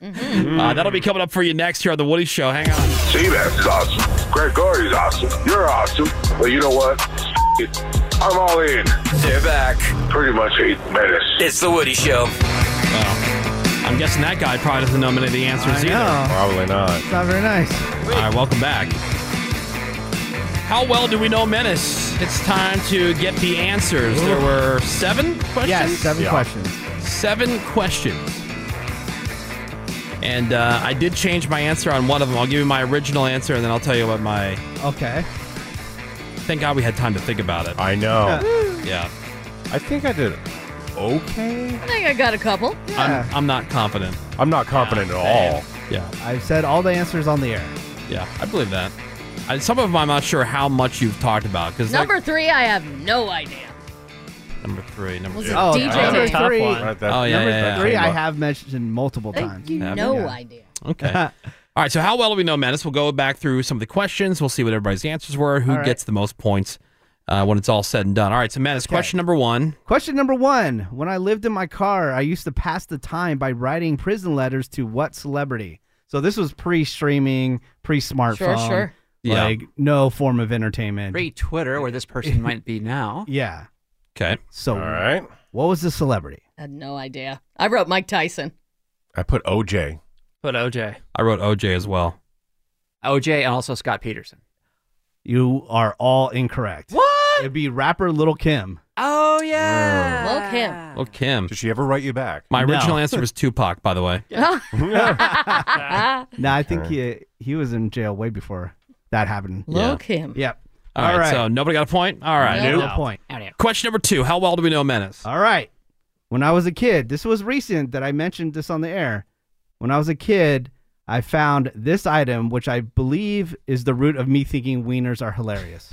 S3: Mm-hmm.
S2: Uh, that'll be coming up for you next here on the Woody Show. Hang on.
S11: See, that's awesome. Greg Gordy's awesome. You're awesome. But you know what? F- it. I'm all in.
S12: They're back.
S11: Pretty much eight minutes.
S12: It's the Woody Show.
S2: Well, I'm guessing that guy probably doesn't know many of the answers either.
S4: know.
S5: Probably not.
S4: It's not very nice.
S2: All right, welcome back. How well do we know Menace? It's time to get the answers. There were seven questions.
S4: Yes, seven questions.
S2: Seven questions. And uh, I did change my answer on one of them. I'll give you my original answer, and then I'll tell you what my.
S4: Okay.
S2: Thank God we had time to think about it.
S5: I know.
S2: yeah.
S5: I think I did okay.
S3: I think I got a couple.
S2: I'm, I'm not confident.
S5: I'm not confident at all.
S2: Yeah.
S4: I've said all the answers on the air.
S2: Yeah, I believe that. I, some of them I'm not sure how much you've talked about because
S3: Number three, I have no idea.
S2: number three, number
S3: Was
S2: two.
S3: it Oh, DJ? that's a tough
S4: Number three,
S2: one. Right, that- Oh, yeah,
S4: number
S2: yeah, yeah.
S4: three I
S2: Rainbow.
S4: have mentioned multiple times.
S3: You
S2: Yeah.
S3: no
S2: Yeah.
S3: idea.
S2: Okay. All right. So how well do we know Menace? We'll go back through some of the questions. We'll see what everybody's answers were. Who
S4: All right.
S2: gets the most points uh, when it's all said and done? All right. So Menace, question number one.
S4: Question number one. When I lived in my car, I used to pass the time by writing prison letters to what celebrity? So this was pre streaming, pre smartphone.
S13: sure. Yeah.
S4: Like no form of entertainment.
S13: Free Twitter, where this person might be [laughs] now.
S4: Yeah.
S2: Okay.
S4: So
S5: All right.
S4: what was the celebrity?
S3: I had no idea. I wrote Mike Tyson.
S5: I put OJ.
S10: Put OJ.
S2: I wrote OJ as well.
S13: OJ and also Scott [laughs] Peterson.
S4: You are all incorrect.
S13: What?
S4: It'd be rapper Little Kim.
S13: Oh
S3: yeah. Well, Kim.
S2: Well, Kim. Did
S5: she ever write you back?
S2: My
S4: No.
S2: original
S4: [laughs]
S2: answer was Tupac, by the way.
S3: [laughs]
S2: [laughs]
S4: No, I think he he was in jail way before that happened.
S2: Little Yeah.
S3: Kim.
S4: Yep.
S2: All right, So nobody got a point? All right.
S4: No point.
S2: Question number two How well do we know Menace?
S4: All right. When I was a kid, this was recent that I mentioned this on the air. When I was a kid, I found this item, which I believe is the root of me thinking wieners are hilarious.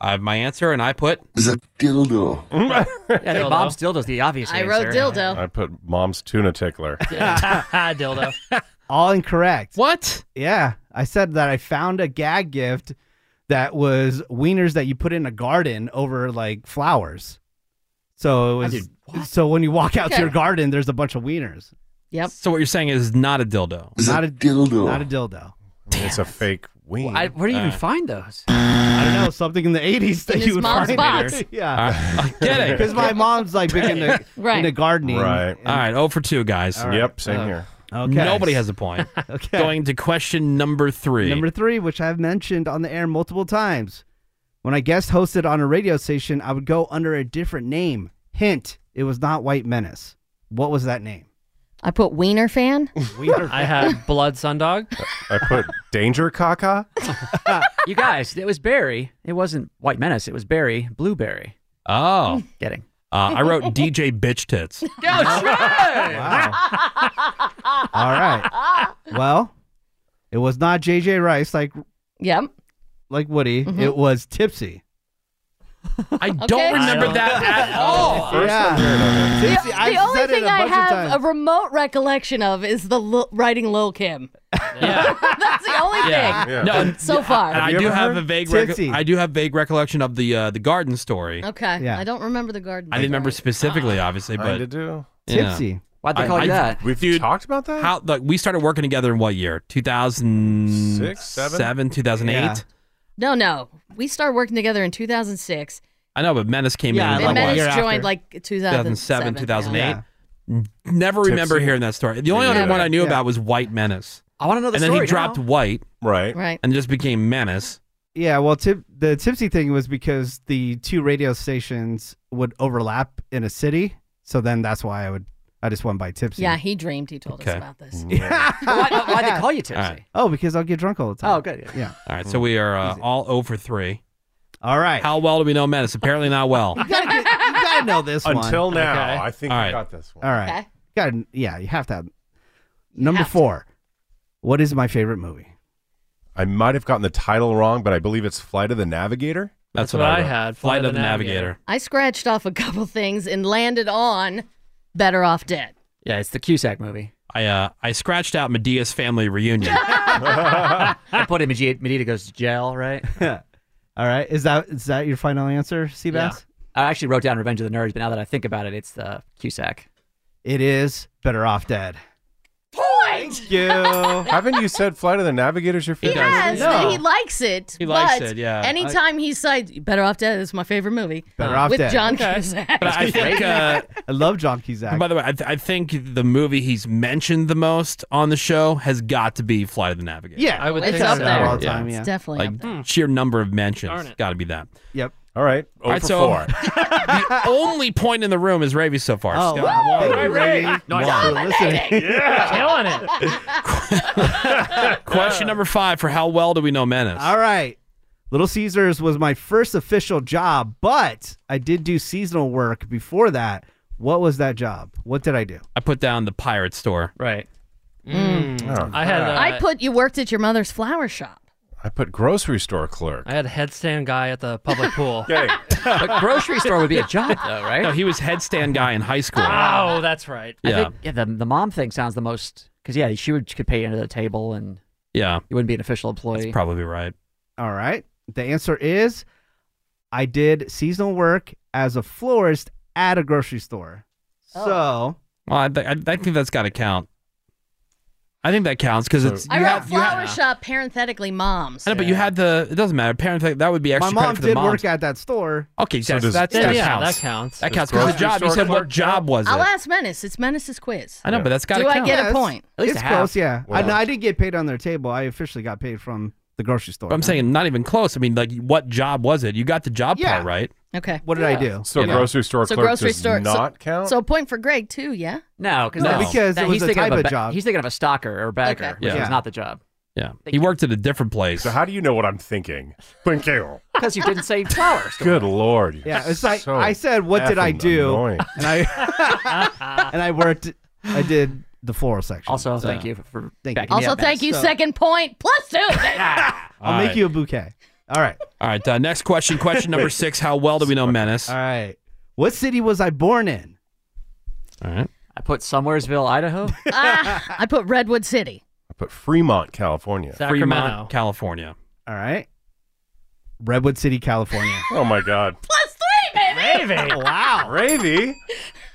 S2: I have my answer, and I put.
S6: Is a dildo.
S5: Hmm?
S2: yeah,
S13: I think Bob's Dildo's the obvious
S3: I
S13: answer.
S3: wrote dildo.
S5: I put mom's tuna tickler.
S10: [laughs] dildo.
S4: All incorrect.
S2: What?
S4: Yeah. I said that I found a gag gift that was wieners that you put in a garden over like flowers.
S13: Ah,
S4: So it was.
S2: did
S4: so when you walk out
S2: Okay.
S4: to your garden, there's a bunch of wieners.
S3: Yep.
S2: So what you're saying is not a dildo.
S4: Not a
S6: dildo.
S4: Not a dildo.
S5: It's a fake wing.
S13: I, where do you even
S2: Uh.
S13: find those?
S4: [laughs]
S11: [laughs]
S4: I don't know [laughs] something in the '80s that
S13: In
S4: you
S13: his
S4: would
S13: mom's
S4: find.
S13: box.
S4: [laughs] yeah,
S2: I get it.
S4: Because my mom's like
S13: [laughs]
S4: big into
S2: Right.
S4: into gardening.
S2: Right. All right. Oh for 2, guys.
S4: All right. Yep, same Uh, here. okay.
S2: Nobody
S4: [laughs]
S2: has a point.
S4: Okay.
S2: Going to question number three.
S4: Number three, which I've mentioned on the air multiple times, when I guest hosted on a radio station, I would go under a different name. Hint: It was not White Menace. What was that name?
S3: I put wiener fan.
S10: I had Blood Sundog.
S5: I put Danger Caca.
S13: you guys, it was Barry. It wasn't White Menace. It was Barry Blueberry.
S2: Oh.
S13: Getting.
S2: Uh, I wrote DJ Bitch Tits.
S4: [laughs] All right. Well, it was not J.J. Rice like
S3: Yep.
S4: like Woody.
S3: Mhm.
S4: It was Tipsy.
S2: I
S3: Okay.
S2: don't remember that at all.
S4: yeah.
S3: The,
S4: Tipsy.
S3: the
S4: I
S3: only
S4: said it
S3: thing
S4: a
S3: I
S4: bunch of
S3: have
S4: times.
S3: a remote recollection of is the l- writing Lil Kim. That's the only
S2: Yeah.
S3: thing.
S2: Yeah. No, and-
S3: so far.
S2: And I do have a vague rec-
S4: Tipsy.
S2: I do have vague recollection of the uh, the garden story.
S3: Okay.
S2: Yeah.
S3: I don't remember the garden.
S2: I didn't remember specifically, obviously, but
S5: Kinda Ah, do.
S2: Yeah.
S4: Tipsy.
S13: Why'd they call you that?
S5: We've talked about that.
S2: How like we started working together in what year? 2006,
S5: seven?
S2: 2008.
S5: Yeah.
S3: No, no. We started working together in 2006.
S2: I know, but Menace came
S3: Yeah,
S2: in
S3: and
S2: like what?
S3: Menace joined like 2007,
S2: 2007, 2008.
S3: yeah.
S2: Never remember
S5: Tipsy.
S2: hearing that story. The only
S5: Yeah.
S2: other one I knew
S5: Yeah.
S2: about was White Menace.
S13: I want to know
S2: and then he dropped White,
S5: right?
S3: Right.
S2: And just became Menace.
S4: Yeah, well, tip, the tipsy thing was because the two radio stations would overlap in a city, so then that's why I would I just went by tipsy.
S3: Yeah, he dreamed he told us
S2: Okay.
S3: about this.
S13: why, why they call you
S2: All
S13: Tipsy?
S2: right.
S4: Oh, because I'll get drunk all the time.
S13: Oh, good.
S4: Yeah.
S2: All right. So we are uh, all 0 for 3.
S4: Hmm. All right.
S2: How well do we know Menace? Apparently
S4: [laughs]
S2: not well.
S4: You gotta, get, you gotta know this one.
S5: Until now, I think
S2: All
S5: I
S2: right.
S5: got this one.
S4: All right.
S3: [laughs] Okay.
S4: Gotta, yeah, you have to. Have, number four. What is my favorite movie?
S5: I might have gotten the title wrong, but I believe it's Flight of the Navigator.
S2: That's what what I I wrote.
S10: had,
S2: Flight Flight of of the the Navigator. Navigator.
S3: I scratched off a couple things and landed on Better Off Dead.
S13: Yeah, it's the Cusack movie.
S2: I uh, I scratched out Medea's family reunion.
S13: I put him in G- Medita goes to jail, right?
S4: [laughs] all right. Is that is that your final answer, Seabass?
S13: I actually wrote down Revenge of the Nerds, but now that I think about it, it's the Cusack.
S4: It is Better Off Dead.
S3: Point.
S4: You.
S5: Haven't you said Flight of the Navigator's your favorite?
S3: Yes,
S5: No.
S3: he likes it.
S5: He likes
S3: but
S5: it, yeah.
S3: Anytime he says "Better Off Dead," it's my favorite movie.
S4: Better Off
S3: with
S4: Dead.
S3: John
S4: Okay.
S3: Cusack.
S2: But I think, uh,
S4: I love John Cusack.
S2: by the way, I, th- I think the movie he's mentioned the most on the show has got to be Flight of the Navigator.
S4: Yeah,
S10: I would
S4: it's
S10: think
S4: up
S10: so.
S4: there all the time. Yeah. mm,
S3: It's definitely
S2: like
S3: up there.
S2: sheer number of
S10: Darn
S2: mentions,
S10: it.
S2: got to be that.
S4: Yep.
S5: All right.
S2: All right,
S5: over
S2: so-
S5: four.
S2: [laughs] the only point in the room is Ravi so far.
S4: Oh,
S2: So-
S4: wow. Thank you,
S10: Ray.
S4: Ray.
S10: Nice.
S4: Wow.
S10: Dominating. Killing it.
S2: Question number five for how well do we know Menace?
S4: All right. Little Caesars was my first official job, but I did do seasonal work before that. What was that job? What did I do?
S2: I put down the pirate store.
S10: Right.
S13: Mm.
S5: Oh.
S10: I had. Uh,
S3: I put you worked at your mother's flower shop.
S5: I put grocery store clerk.
S10: I had headstand guy at the public pool.
S13: But grocery store would be a job, though, right? Ah.
S2: No, he was headstand guy in high school.
S10: [laughs] Oh, that's right.
S13: I
S2: Yeah.
S13: think yeah, the the mom thing sounds the most because yeah, she would she could pay under the table and
S2: Yeah,
S13: you wouldn't be an official employee.
S2: that's probably right.
S4: All right. The answer is I did seasonal work as a florist at a grocery store. [laughs] So,
S2: Well, I, th- I, I think that's got to count. I think that counts because it's.
S3: I
S2: you
S3: wrote
S2: had- you had-
S3: flower shop parenthetically moms.
S2: I know, but you had the. It doesn't matter. Parenthetic. That would be
S4: My
S2: extra
S4: mom
S2: credit for the
S4: did
S2: moms.
S4: work at that store.
S2: Okay,
S4: So
S2: so
S4: does-
S2: that's, that's,
S4: Yeah,
S2: that
S4: yeah,
S2: counts.
S4: that counts.
S2: That
S4: Does
S2: counts because the
S4: grocery
S2: job. You
S4: store
S2: said what
S4: clerk
S2: job was
S3: I'll
S2: it?
S3: ask Menace. It's Menace's quiz.
S2: I know, but that's got to
S3: Do I
S2: count.
S3: get a point?
S13: At least
S4: it's
S13: a half.
S4: close, yeah. I,
S2: Wow.
S4: no, I didn't get paid on their table. I officially got paid from the grocery store.
S2: But I'm saying not even close. I mean, like, what job was it? You got the job
S3: Yeah.
S2: part right.
S3: Okay.
S4: What did I do?
S5: So grocery store
S3: so
S5: clerk
S3: grocery
S5: does
S3: store. so,
S5: not count?
S3: So a point for Greg too. Yeah.
S13: No, because
S4: No, because it was a type of job.
S13: He's thinking of a stalker or a bagger,
S3: Okay.
S13: which
S2: Yeah.
S13: is not the job.
S2: Yeah, he worked at a different place. So
S5: how do you know what I'm thinking? Thank you.
S13: Because you didn't say flowers.
S5: Good
S7: [laughs]
S5: lord. you're
S4: [laughs] Yeah, it's like
S5: so
S4: I said, what did I
S5: effing
S4: do?
S5: annoying.
S4: [laughs] And I [laughs] and I worked. I did the floral section.
S13: Also,
S4: So-
S13: thank you for
S4: thank
S13: backing me
S3: Also,
S13: up,
S3: thank
S13: Max.
S3: you.
S13: So-
S3: Second point plus two.
S4: I'll make
S2: Alright.
S4: you a bouquet. All right.
S2: All right. Uh, next question. Question number
S4: Wait.
S2: six. How well do we know Menace?
S4: All right. What city was I born in?
S2: All right.
S13: I put Somewheresville,
S2: [laughs]
S13: Idaho.
S3: Ah, I put Redwood City.
S5: But Fremont, California.
S2: Fremont, California.
S4: All right. Redwood City, California.
S5: [laughs] Oh my God.
S3: Plus three, baby.
S2: [laughs]
S4: [laughs] wow.
S5: Ravy.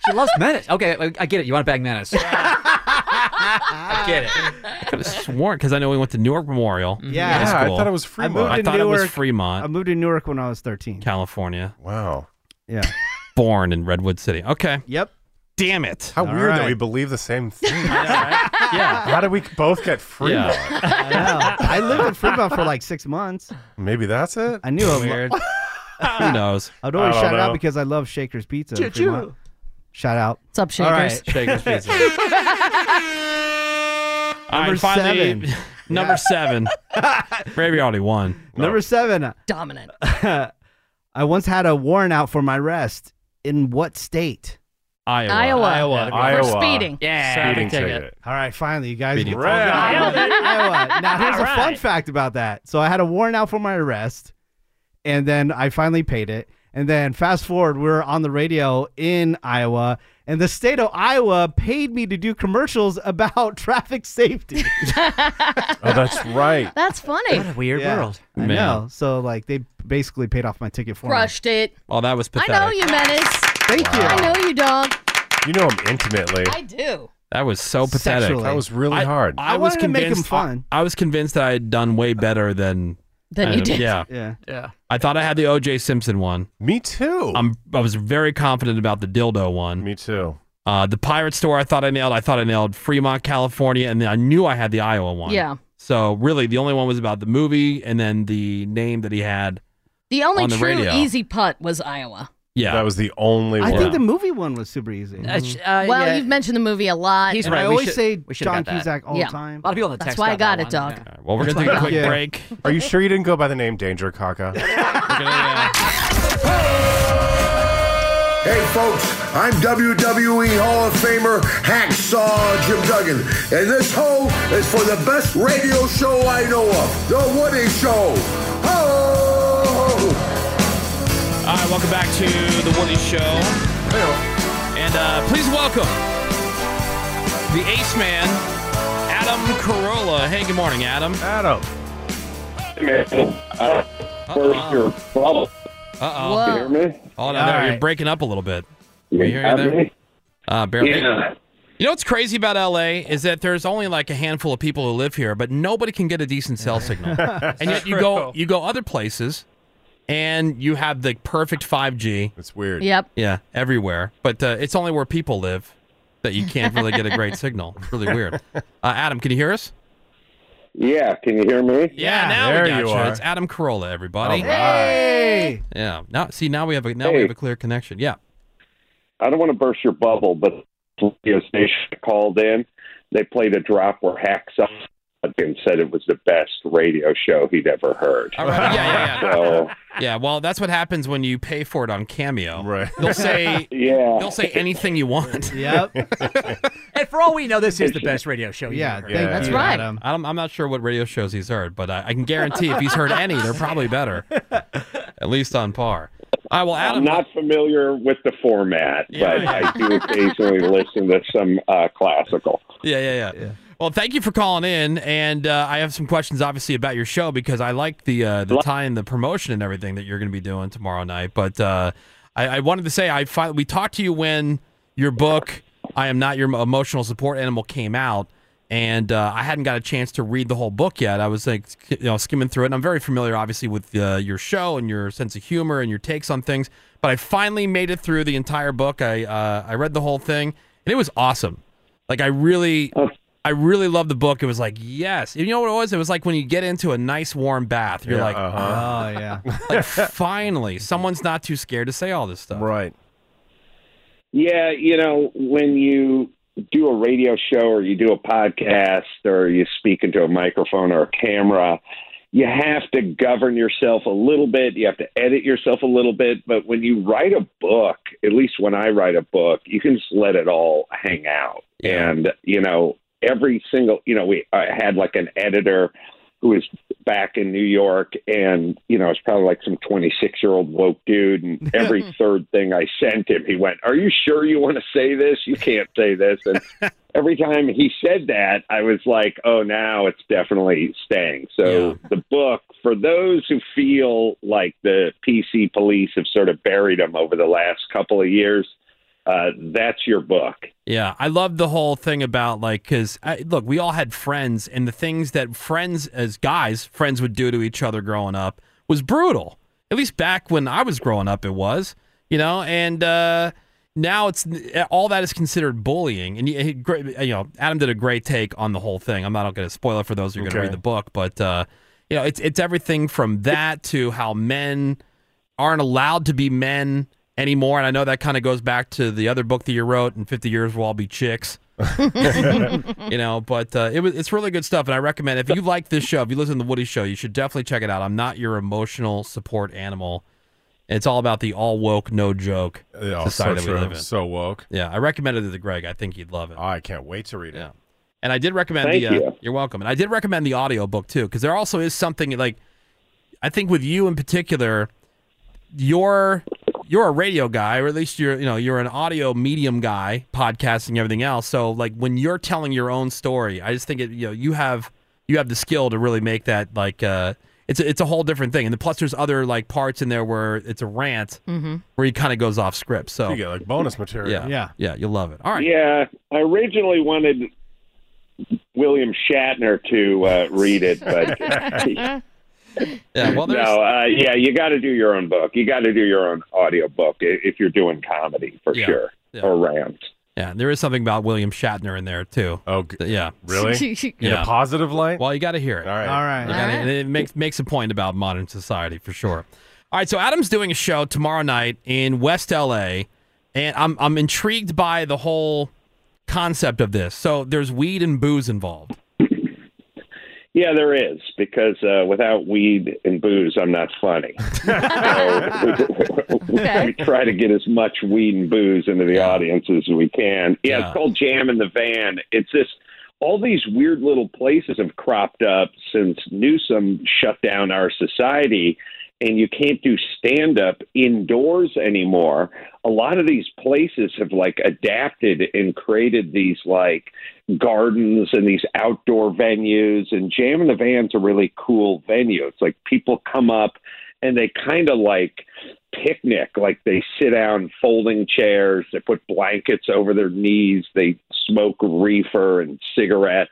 S13: She loves Menace. Okay, I- I get it. You want to bang Menace. [laughs] I get it.
S2: I could have sworn because I know we went to Newark Memorial.
S4: Mm-hmm. Yeah.
S2: High
S4: Yeah, I
S2: school.
S4: thought it was Fremont. I moved
S2: I
S4: to
S2: thought it was
S4: Newark. I
S2: Fremont,
S4: moved to Newark when I was 13.
S2: California.
S5: Wow.
S4: Yeah.
S2: Born in Redwood City. Okay.
S4: Yep.
S2: Damn it.
S5: How
S2: All
S5: weird that
S2: right.
S5: we believe the same thing. Yeah. How did we both get Fremont?
S4: I know. I lived in Fremont for like six months.
S5: Maybe that's it.
S4: I knew it. [laughs]
S5: Weird.
S2: Who knows?
S4: I'd always
S5: I don't
S4: shout out
S5: know.
S4: because I love Shaker's Pizza. in
S5: Choo-choo.
S4: Fremont. Shout out.
S3: What's up,
S4: All right.
S3: Shakers?
S2: Shaker's Pizza. [laughs] All right,
S4: Number
S2: finally,
S4: seven.
S2: [laughs] number seven.
S4: [laughs]
S2: Ravy already won.
S4: Number seven.
S3: Dominant.
S4: [laughs] I once had a warrant out for my arrest. In what state?
S2: Iowa.
S3: Iowa.
S4: Iowa.
S3: For
S4: Iowa.
S3: speeding.
S4: Yeah.
S5: Speeding
S4: Traffic
S5: ticket.
S4: All right, finally, you guys.
S5: Speeding
S4: Iowa.
S5: ticket.
S4: Iowa. Now, here's
S5: All
S4: a fun fact about that. So, I had a warrant out for my arrest, and then I finally paid it. And then, fast forward, we we're on the radio in Iowa, and the state of Iowa paid me to do commercials about [laughs]
S3: [laughs]
S4: traffic safety.
S5: Oh, that's right.
S3: That's funny.
S13: What a weird
S4: Yeah.
S13: world.
S4: I
S2: Man.
S4: know. So, like, they basically paid off my ticket for me.
S3: Crushed it.
S2: Oh, that was pathetic.
S3: I know you, Menace.
S4: Thank
S5: you.
S3: I know you, dog.
S5: You know him intimately.
S3: I do.
S2: That was so pathetic.
S5: Sexually. That was really
S2: I-
S5: hard.
S2: I,
S4: I
S2: was
S4: wanted to make
S2: convinced.
S4: him fun.
S2: I, I was convinced that I had done way better than
S3: Than you
S2: uh,
S3: did.
S2: Yeah.
S4: Yeah.
S13: Yeah.
S2: I thought I had the O.J. Simpson one.
S5: Me too.
S2: I'm. I was very confident about the dildo one.
S5: Me too.
S2: Uh, the pirate store. I thought I nailed. I thought I nailed Fremont, California, and then I knew I had the Iowa one.
S3: Yeah.
S2: So really, the only one was about the movie, and then the name that he had.
S3: The only
S2: On the
S3: true
S2: radio.
S3: easy putt was Iowa.
S2: Yeah.
S5: That was the only
S4: I
S5: one.
S4: think the movie one was super easy.
S13: Mm-hmm. Uh,
S3: well, you've mentioned the movie a lot.
S13: He's
S4: And
S13: right.
S4: I
S13: we
S4: always
S13: should-
S4: say
S13: we should've
S4: John
S13: got that.
S4: Cusack all
S3: Yeah.
S4: the time.
S13: A lot of people in the
S3: That's
S13: text
S3: why I got
S13: that
S3: it,
S13: one,
S3: dog.
S13: yeah.
S2: Well, we're gonna take a quick
S4: Yeah.
S2: break.
S5: Are you sure you didn't go by the name Danger Kaka?
S21: Hey folks, I'm WWE Hall of Famer Hacksaw Jim Duggan, and this hoe is for the best radio show I know of, The Woody Show. Ho!
S2: All right, welcome back to the Woody Show, and uh, please welcome the Ace Man, Adam Carolla. Hey, good morning, Adam.
S5: Adam.
S23: Man, I don't know your problem.
S2: Uh
S23: You hear me?
S2: oh. Hold on,
S23: All
S2: there, you're
S23: right.
S2: breaking up a little bit.
S23: You
S2: Can you hear
S23: have
S2: me there?
S23: me?
S2: Uh, barely.
S23: Yeah.
S2: You know what's crazy about LA is that there's only like a handful of people who live here, but nobody can get a decent
S5: [laughs]
S2: cell signal. and yet you go you go other places and you have the perfect 5G.
S5: It's weird.
S3: Yep.
S2: Yeah, everywhere. But uh, it's only where people live that you can't really get a
S5: [laughs]
S2: great signal. It's really
S23: [laughs]
S2: weird. Uh, Adam, can you hear us?
S23: Yeah, can you hear me?
S2: Yeah, now
S5: Ah, there
S2: we got
S5: you
S2: you.
S5: are.
S2: It's Adam Carolla, everybody.
S4: Hey.
S2: Yeah. Now see now we have a now we
S23: Hey.
S2: have a clear connection. Yeah.
S23: I don't want to burst your bubble, but the radio station called in. They played a drop where Hacksaw and said it was the best radio show he'd ever heard.
S2: Yeah, yeah,
S23: [laughs] So,
S2: yeah. Yeah, well, that's what happens when you pay for it on Cameo.
S5: Right.
S2: They'll say
S23: yeah.
S2: they'll say anything you want.
S4: Yep.
S13: And for all we know, this is the best radio
S2: [laughs]
S13: show. you've
S4: Yeah,
S13: ever heard.
S4: thank
S2: That's
S4: you,
S3: right.
S4: Adam.
S2: I'm, I'm not sure what radio shows he's heard, but I, I can guarantee if he's heard any, they're
S4: [laughs]
S2: probably better. At least on par. All right, well,
S23: I'm
S2: Adam.
S23: not familiar with the format, but I do occasionally listen to some uh, classical.
S2: Yeah, yeah, yeah. Well, thank you for calling in, and uh, I have some questions, obviously, about your show because I like the uh, the tie and the promotion and everything that you're going to be doing tomorrow night. But uh, I, I wanted to say I fi- we talked to you when your book "I Am Not Your Emotional Support Animal" came out, and uh, I hadn't got a chance to read the whole book yet. I was like, sk- you know, skimming through it, and I'm very familiar, obviously, with uh, your show and your sense of humor and your takes on things. But I finally made it through the entire book. I uh, I read the whole thing, and it was awesome. Like I really, I really loved the book. It was like, yes, you know what it was? It was like when you get into a nice warm bath, you're
S4: Yeah,
S2: like,
S4: uh-huh. Oh,
S2: yeah, [laughs] like finally, someone's not too scared to say all this stuff,
S5: right?
S23: Yeah, you know, when you do a radio show or you do a podcast or you speak into a microphone or a camera, you have to govern yourself a little bit. You have to edit yourself a little bit. But when you write a book, at least when I write a book, you can just let it all hang out. And, you know, every single, you know, we I had like an editor who was back in New York and, you know, it's probably like some 26 year old woke dude. And every third thing I sent him, he went, Are you sure you want to say this? You can't say this. And every time he said that, I was like, Oh, now it's definitely staying. So the book, for those who feel like the PC police have sort of buried them over the last couple of years, uh, that's your book.
S2: Yeah, I love the whole thing about like because look, we all had friends, and the things that friends as guys friends would do to each other growing up was brutal. At least back when I was growing up, it was you know, and uh, now it's uh, all that is considered bullying. And he, he, great- you know, Adam did a great take on the whole thing. I'm not going to spoil it for those who are going to
S5: Okay.
S2: read the book, but uh, you know, it's it's everything from that to how men aren't allowed to be men anymore. And I know that kind of goes back to the other book that you wrote, "In 50 Years We'll All Be Chicks."
S5: [laughs]
S2: you know, but uh, it was it's really good stuff, and I recommend if you like this show, if you listen to the Woody Show, you should definitely check it out. I'm not your emotional support animal. It's all about the all woke, no joke
S5: Yeah, so
S2: society that we
S5: true.
S2: live in.
S5: So woke.
S2: Yeah, I recommended it to Greg. I think he'd love it.
S5: I can't wait to read it.
S2: Yeah. And I did recommend
S5: Thank
S2: the. Uh,
S5: you.
S2: You're welcome. And I did recommend the audiobook too, because there also is something like, I think with you in particular, you're you're a radio guy, or at least you're you know you're an audio medium guy, podcasting everything else. So like when you're telling your own story, I just think it you know you have you have the skill to really make that like uh it's a, it's a whole different thing. And then plus there's other like parts in there where it's a rant
S23: Mhm.
S2: where he kind of goes off script. So
S5: You get, like, bonus material.
S2: Yeah,
S5: Yeah.
S2: yeah, yeah. You'll love it. All right.
S23: Yeah, I originally wanted William Shatner to uh, read
S11: [laughs]
S23: it, but
S2: [laughs]
S11: yeah,
S2: well,
S23: no, uh, yeah, you got to do your own book. You got to do your own audio book i- if you're doing comedy for
S2: Yeah.
S23: sure
S2: Yeah.
S23: or rant.
S2: Yeah, and there is something about William Shatner in there too.
S5: Oh,
S2: yeah,
S4: [laughs]
S5: really? In a positive light?
S2: Well, you got to hear it. All
S5: right,
S4: All right.
S2: You gotta- and it makes makes a point about modern society for sure. All right, so Adam's doing a show tomorrow night in West LA, and I'm I'm intrigued by the whole concept of this. So there's weed and booze involved.
S23: Yeah, there is because uh, without weed and booze, I'm not
S2: [laughs]
S23: funny. so [laughs] we, we try to get as much weed and booze into the audience as we can. Yeah,
S11: Yeah.
S23: it's called Jam in the Van. It's this. All these weird little places have cropped up since Newsom shut down our society, and you can't do stand up indoors anymore. A lot of these places have like adapted and created these like gardens and these outdoor venues, and Jam in the Van's a really cool venue. It's like people come up and they kind of like picnic like they sit down folding chairs they put blankets over their knees they smoke reefer and cigarettes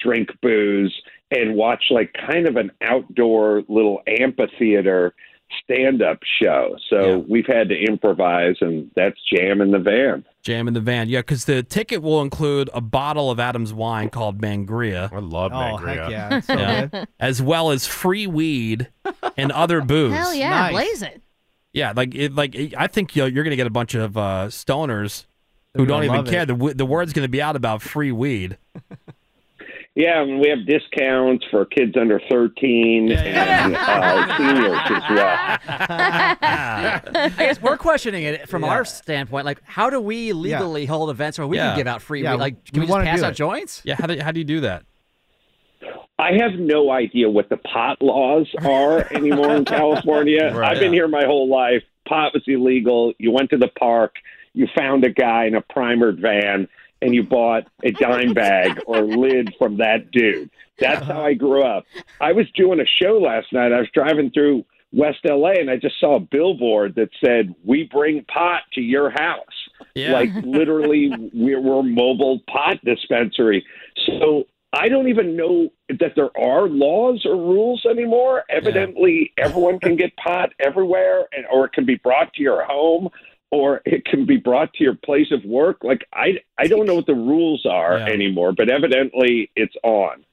S23: drink booze and watch like kind of an outdoor little amphitheater stand up show so we've had to improvise and that's jam in the van
S2: Jam in the van, yeah, because the ticket will include a bottle of Adam's wine called Mangria. I
S5: love
S4: Oh, heck Mangria. yeah, it's so good.
S2: as well as free weed and other booze.
S3: Hell Oh, yeah,
S4: Nice.
S3: blaze it.
S2: Yeah, like it, like it- I think you're, you're going to get a bunch of uh, stoners
S4: They're
S2: who don't
S4: gonna
S2: even
S4: love
S2: care.
S4: it.
S2: The, w- the word's going to be out about free weed.
S23: yeah and we have discounts for kids under 13 and uh, seniors as well
S13: [laughs] I guess we're questioning it from
S23: Yeah.
S13: our standpoint. Like, how do we legally hold events where we
S2: Yeah.
S13: can give out free?
S2: Yeah,
S13: weed? Like,
S2: we
S13: can we, just
S2: wanna
S13: pass
S2: do
S13: out
S2: it.
S13: joints?
S2: Yeah, how do, how do you do that?
S23: I have no idea what the pot laws are anymore in California.
S11: Right.
S23: I've been here my whole life. Pot was illegal. You went to the park, you found a guy in a primered van, and you bought a dime bag or lid from that dude. That's how I grew up. I was doing a show last night. I was driving through West LA and I just saw a billboard that said, We bring pot to your house.
S5: [laughs]
S23: Yeah. Like literally, we're, we're a mobile pot dispensary. So I don't even know that there are laws or rules anymore. Evidently, everyone can get pot everywhere, and or it can be brought to your home, or it can be brought to your place of work. Like I, I don't know what the rules are anymore, but evidently, it's on.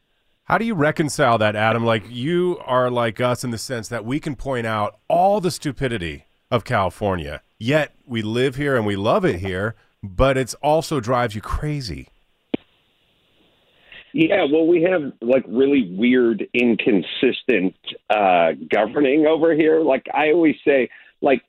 S5: How do you reconcile that, Adam? Like you are like us in the sense that we can point out all the stupidity of California, yet we live here and we love it here, but it's also drives you crazy.
S23: Yeah, well, we have like really weird, inconsistent uh, governing over here. Like I always say, like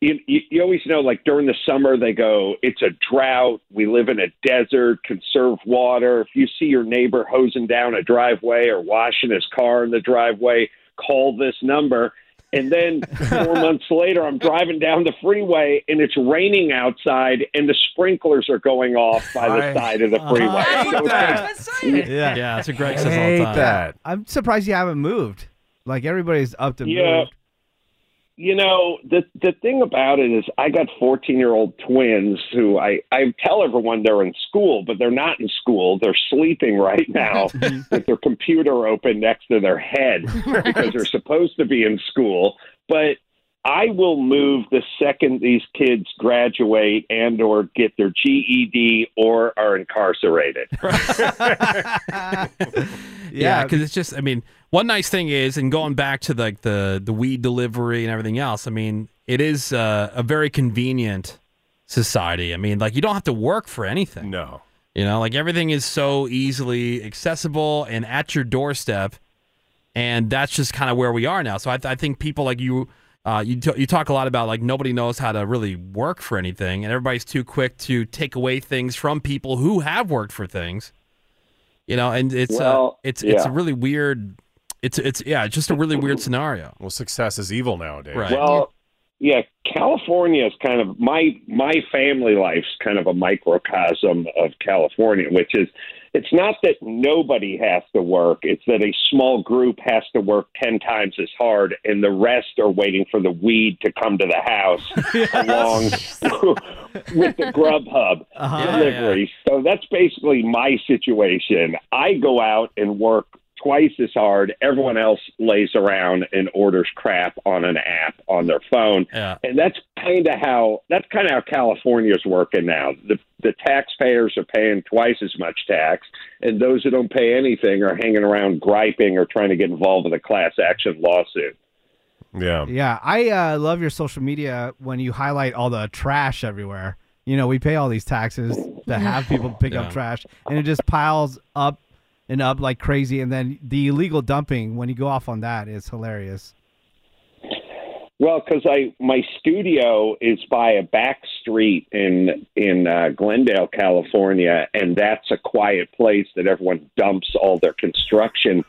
S23: you, you, you always know, like during the summer they go, it's a drought. We live in a desert. Conserve water. If you see your neighbor hosing down a driveway or washing his car in the driveway, call this number. And then
S5: [laughs]
S23: four months later, I'm driving down the freeway and it's raining outside, and the sprinklers are going off by the
S5: I-
S23: side of the
S5: I
S23: freeway.
S5: hate
S23: So it's
S5: that.
S23: like-
S2: Yeah, yeah,
S4: [laughs]
S2: that's what Greg says all the
S4: hate
S2: time.
S4: that. I'm surprised you haven't moved. Like everybody's up to
S23: Yeah.
S4: move.
S23: you know the the thing about it is I got 14 year old twins who I I tell everyone they're in school but they're not in school they're sleeping right now with their computer open next to their head because they're supposed to be in school but I will move the second these kids graduate and or get their GED or are incarcerated
S2: Yeah, because it's just. I mean, one nice thing is, and going back to like the the weed delivery and everything else. I mean, it is uh, a very convenient society. I mean, like you don't have to work for anything.
S5: No,
S2: you know, like everything is so easily accessible and at your doorstep, and that's just kind of where we are now. So I, I think people like you. Uh, you, t- you talk a lot about like nobody knows how to really work for anything, and everybody's too quick to take away things from people who have worked for things you know and it's uh,
S5: Well,
S2: it's it's a
S5: yeah.
S2: really weird it's it's yeah it's just a really weird scenario
S5: well success is evil nowadays
S2: right
S23: Well, yeah, California is kind of my my family life's kind of a microcosm of California, which is it's not that nobody has to work, it's that a small group has to work 10 times as hard and the rest are waiting for the weed to come to the house along with the Grubhub
S11: Uh-huh.
S23: delivery. So that's basically my situation. I go out and work twice as hard. Everyone else lays around and orders crap on an app on their phone. And that's kind of how that's kind of how California's working now. The the taxpayers are paying twice as much tax, and those who don't pay anything are hanging around griping or trying to get involved with a class action lawsuit.
S5: Yeah.
S4: Yeah, I uh, love your social media when you highlight all the trash everywhere. You know, we pay all these taxes to have
S2: [laughs]
S4: people pick
S2: Yeah.
S4: up trash, and it just piles up and up like crazy. And then the illegal dumping, when you go off on that, is hilarious.
S23: Well, because I my studio is by a back street in in uh, Glendale, California, and that's a quiet place that everyone dumps all their construction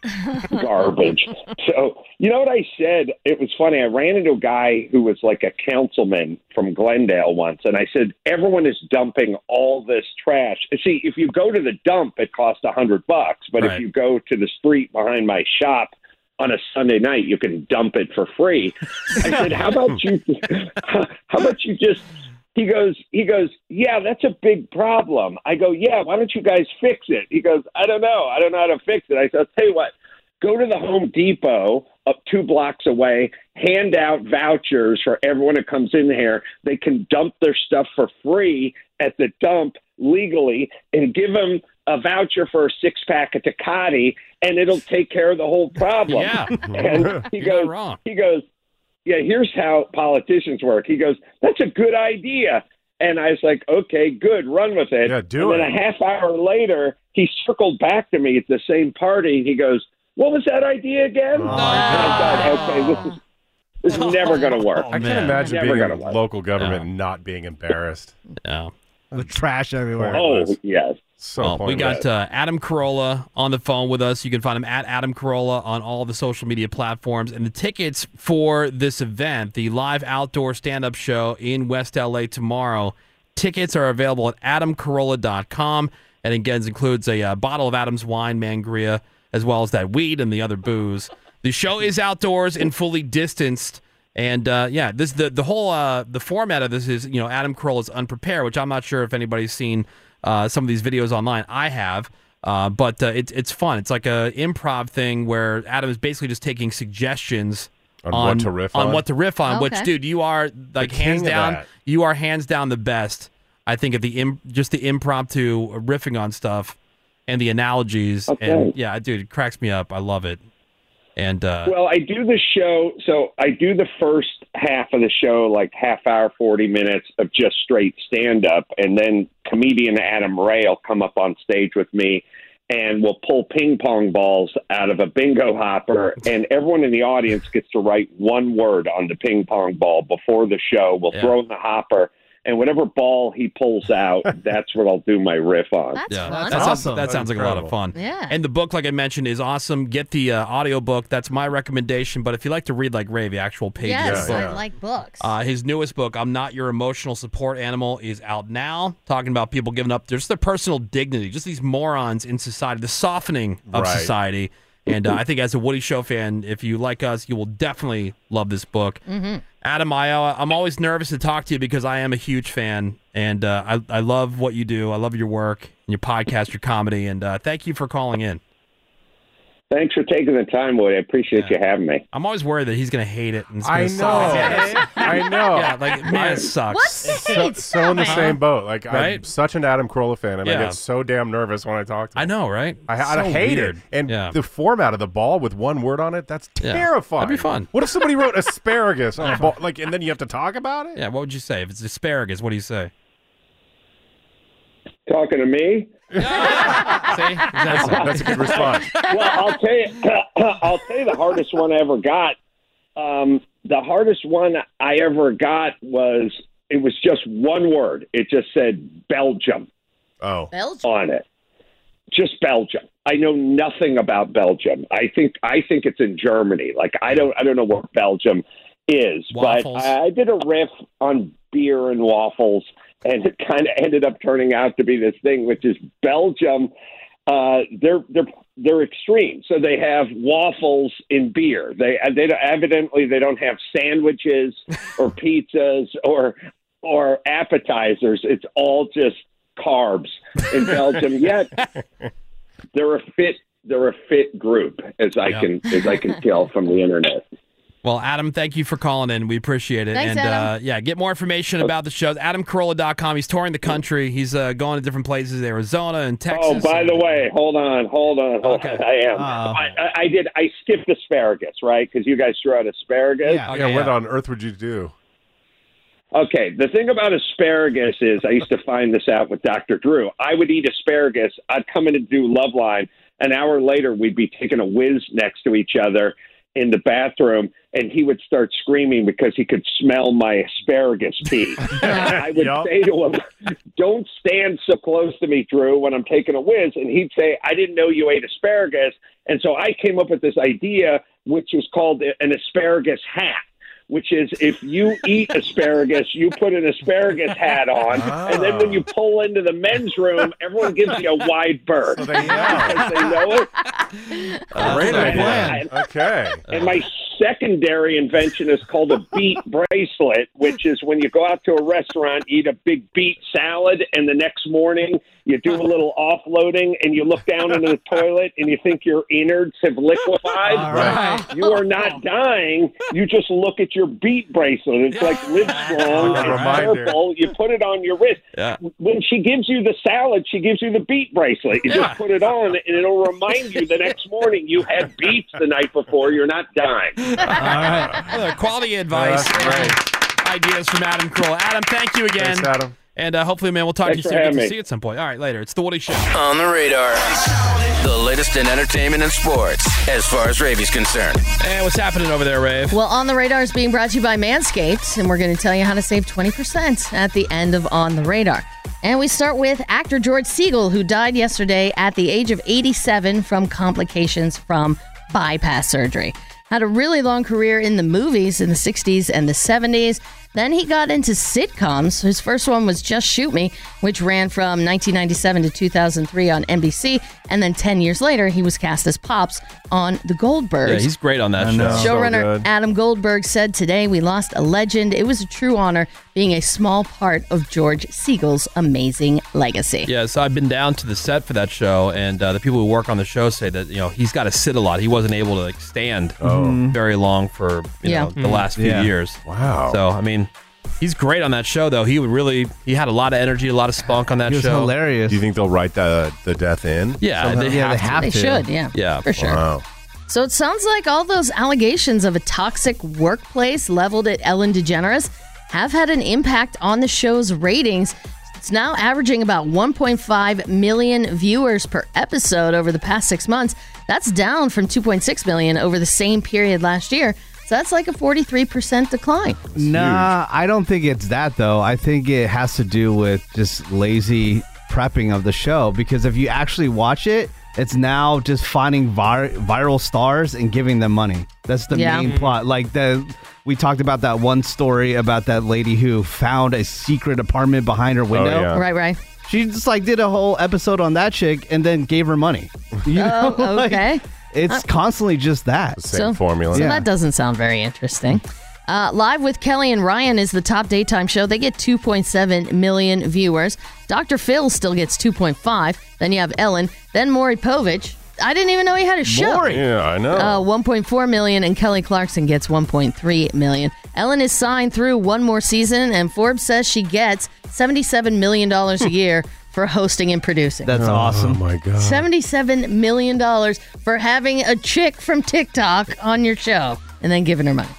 S23: garbage. [laughs] So you know what I said? It was funny. I ran into a guy who was like a councilman from Glendale once, and I said everyone is dumping all this trash. And See, if you go to the dump, it costs a hundred bucks, but
S11: Right.
S23: if you go to the street behind my shop on a Sunday night, you can dump it for free. I said, "How about you? [laughs] How about you just?" He goes, he goes, yeah, that's a big problem. I go, yeah, why don't you guys fix it? He goes, I don't know, I don't know how to fix it. I said, I'll tell you what, go to the Home Depot up two blocks away, hand out vouchers for everyone who comes in here. They can dump their stuff for free at the dump legally and give them a voucher for a six pack of Takati, and it'll take care of the whole
S11: [laughs]
S23: problem.
S11: Yeah.
S23: and he
S11: You're not
S23: goes,
S11: wrong.
S23: he goes, yeah, here's how politicians work. He goes, that's a good idea. And I was like, okay, good, run with it. Yeah,
S5: do
S23: and
S5: it.
S23: then a half hour later, he circled back to me at the same party. and He goes, what was that idea
S5: Oh,
S23: again? And I thought, okay, this is, this is never going to work.
S5: i can't imagine
S23: never
S5: being
S23: gonna
S5: in
S23: work.
S5: local government and not being embarrassed
S2: no
S4: the trash everywhere
S23: Oh, yes.
S5: so
S2: Well, we
S5: pointless.
S2: got uh, Adam Carolla on the phone with us. You can find him at Adam Carolla on all the social media platforms. And the tickets for this event, the live outdoor stand up show in West LA tomorrow, tickets are available at adamcarolla.com. And again, it includes a uh, bottle of Adam's wine, Mangria, as well as that weed and the other booze. The show is outdoors and fully distanced. And uh, yeah, this the the whole uh, the format of this is you know Adam Carolla is unprepared, which I'm not sure if anybody's seen uh, some of these videos online. I have, uh, but uh, it's it's fun. It's like a improv thing where Adam is basically just taking suggestions
S5: On what to riff on?
S2: what to riff on. Which
S5: Okay.
S2: dude, you are like hands
S5: king of
S2: down,
S5: that.
S2: you are hands down the best. I think at the Im- just the impromptu riffing on stuff and the analogies and
S23: Okay.
S2: yeah, dude, it cracks me up. I love it. And uh,
S23: Well, I do the show, so I do the first half of the show, like half hour, 40 minutes of just straight stand up. And then comedian Adam Ray will come up on stage with me and we'll pull ping pong balls out of a bingo hopper. And everyone in the audience gets to write one word on the ping pong ball before the show. We'll
S2: Yeah.
S23: throw in the hopper. And whatever ball he pulls
S2: [laughs]
S23: out, that's what I'll do my riff on.
S2: yeah, That sounds, That sounds like a lot of fun.
S3: Yeah.
S2: And the book, like I mentioned, is awesome. Get the uh, audiobook. That's my recommendation. But if you like to read like Ray, the actual pages.
S3: yes,
S2: book,
S3: I like books.
S2: Uh, his newest book, I'm Not Your Emotional Support Animal, is out now, talking about people giving up just their personal dignity, just these morons in society, the softening of
S5: Right.
S2: society. And uh, I think as a Woody Show fan, if you like us, you will definitely love this book.
S11: Mhm.
S2: Adam, I, uh, I'm always nervous to talk to you because I am a huge fan, and uh, I, I love what you do. I love your work, and your podcast, your comedy, and uh, thank you for calling in.
S23: Thanks for taking the time, Woody. I appreciate you having me.
S2: I'm always worried that he's going to hate it. And it's gonna
S23: I
S2: suck.
S5: know. I know.
S2: [laughs] Yeah, [laughs] like man, it sucks.
S5: So, so in the same boat. Like I'm
S2: Right?
S5: such an Adam Carolla fan, and I
S2: Yeah.
S5: get so damn nervous when I talk to. him.
S2: I know, right?
S5: I, I
S2: So
S5: hate
S2: weird.
S5: it. And
S2: Yeah.
S5: the format of the ball with one word on it—that's
S2: Yeah.
S5: terrifying.
S2: That'd be fun.
S5: What if somebody
S2: [laughs]
S5: wrote asparagus on a ball? Like, and then you have to talk about it.
S2: Yeah, what would you say if it's asparagus? What do you say?
S23: Talking to me?
S2: Exactly.
S5: [laughs] That's a good
S2: [laughs]
S5: response.
S23: well, I'll tell you, [coughs] I'll tell you the hardest one I ever got. Um, the hardest one I ever got was it was just one word. It just said Belgium.
S5: Oh,
S3: Belgium
S23: on it. Just Belgium. I know nothing about Belgium. I think I think it's in Germany. Like I don't I don't know what Belgium is,
S11: Waffles.
S23: but I, I did a riff on beer and waffles, and it kind of ended up turning out to be this thing, which is Belgium. Uh, they're they're they're extreme. So they have waffles in beer. They uh, they don't, evidently they don't have sandwiches or pizzas or or appetizers. It's all just carbs in Belgium. Yet they're a fit they're a fit group as I
S2: Yeah.
S23: can as I can tell from the internet.
S2: Well, Adam, thank you for calling in. We appreciate it.
S23: Thanks,
S2: and Uh,
S23: Adam.
S2: yeah, get more information about the shows. AdamCarolla.com. He's touring the country. He's uh, going to different places, Arizona and Texas.
S23: Oh, by the way, hold on, hold on, hold on. I am. I, I, I did. I skipped asparagus, right? Because you guys threw out asparagus.
S5: yeah, what on earth would you do?
S23: Okay, the thing about asparagus is I used to find this out with Dr. Drew. I would eat asparagus. I'd come in and do Loveline. An hour later, we'd be taking a whiz next to each other in the bathroom, and he would start screaming because he could smell my asparagus pee. And I would
S11: Yup.
S23: say to him, Don't stand so close to me, Drew, when I'm taking a whiz. And he'd say, I didn't know you ate asparagus. And so I came up with this idea, which is called an asparagus hat which is if you eat asparagus, you put an asparagus hat on, and then when you
S5: Ah.
S23: pull into the men's room, everyone gives you a wide berth.
S5: they know.
S23: Because [laughs] they know it.
S5: Great
S23: And
S5: idea.
S23: I-
S5: Okay.
S23: And my secondary invention is called a beet bracelet, which is when you go out to a restaurant, eat a big beet salad, and the next morning you do a little offloading and you look down into the toilet and you think your innards have liquefied. You are not dying. You just look at your beet bracelet. It's like live strong
S11: A
S23: and
S11: reminder.
S23: purple. You put it on your wrist.
S11: Yeah.
S23: When she gives you the salad, she gives you the beet bracelet. You
S11: Yeah.
S23: just put it on, and it'll remind you the next morning you had beets the [laughs] night before. You're not dying.
S2: All right. Well, quality advice. Ideas from Adam Kroll. Adam, thank you again.
S5: Thanks, Adam.
S2: And uh, hopefully, man, we'll talk
S5: Thanks
S2: to
S5: for
S2: you soon. Get
S5: having
S2: to
S5: me.
S2: see you at some point. All right, later. It's the Woody Show.
S12: On the radar. The latest in entertainment and sports, as far as Ravi's concerned.
S2: Hey, what's happening over there, Rave?
S3: Well, On the Radar is being brought to you by Manscaped, and we're going to tell you how to save 20% at the end of On the Radar. And we start with actor George Siegel, who died yesterday at the age of 87 from complications from bypass surgery. Had a really long career in the movies in the 60s and the 70s, Then he got into sitcoms. His first one was Just Shoot Me, which ran from 1997 to 2003 on NBC. And then 10 years later, he was cast as Pops on The Goldbergs.
S2: Yeah, he's great on that show.
S3: Showrunner Adam Goldberg said today, We lost a legend. It was a true honor being a small part of George Siegel's amazing legacy.
S2: Yeah, so I've been down to the set for that show, and uh, the people who work on the show say that you know he's got to sit a lot. He wasn't able to like stand
S4: Mm-hmm.
S5: Oh.
S2: very long for you
S5: Yeah.
S2: know the
S5: Mm.
S2: last few
S5: Yeah.
S2: years.
S5: Wow.
S2: So I mean, he's great on that show, though. He would really he had a lot of energy, a lot of spunk on that show.
S5: hilarious. Do you think they'll write the the death in?
S2: Yeah, they have to.
S3: They should, yeah.
S2: Yeah,
S3: For sure.
S5: Wow.
S3: So it sounds like all those allegations of a toxic workplace leveled at Ellen DeGeneres have had an impact on the show's ratings. It's now averaging about 1.5 million viewers per episode over the past six months. That's down from 2.6 million over the same period last year. So that's like a 43% decline.
S4: Nah, I don't think it's that though. I think it has to do with just lazy prepping of the show because if you actually watch it, it's now just finding vir- viral stars and giving them money. That's the
S3: Yeah.
S4: main plot. Like the we talked about that one story about that lady who found a secret apartment behind her
S2: Oh,
S4: window.
S3: yeah. Right, right.
S4: She just like did a whole episode on that chick and then gave her money. [laughs] [laughs] You know, [laughs]
S3: Oh,
S4: like,
S3: okay.
S4: it's
S3: Uh,
S4: constantly just that.
S3: So- So that doesn't sound very interesting. Uh, Live with Kelly and Ryan is the top daytime show. They get 2.7 million viewers. Dr. Phil still gets 2.5. Then you have Ellen. Then Maury Povich. I didn't even know he had a show.
S5: Yeah, I know.
S3: Uh, 1.4 million, and Kelly Clarkson gets 1.3 million. Ellen is signed through one more season, and Forbes says she gets 77 million dollars
S5: [laughs]
S3: a year for hosting and producing.
S5: Oh, Oh my god.
S3: 77 million dollars for having a chick from TikTok on your show and then giving her money.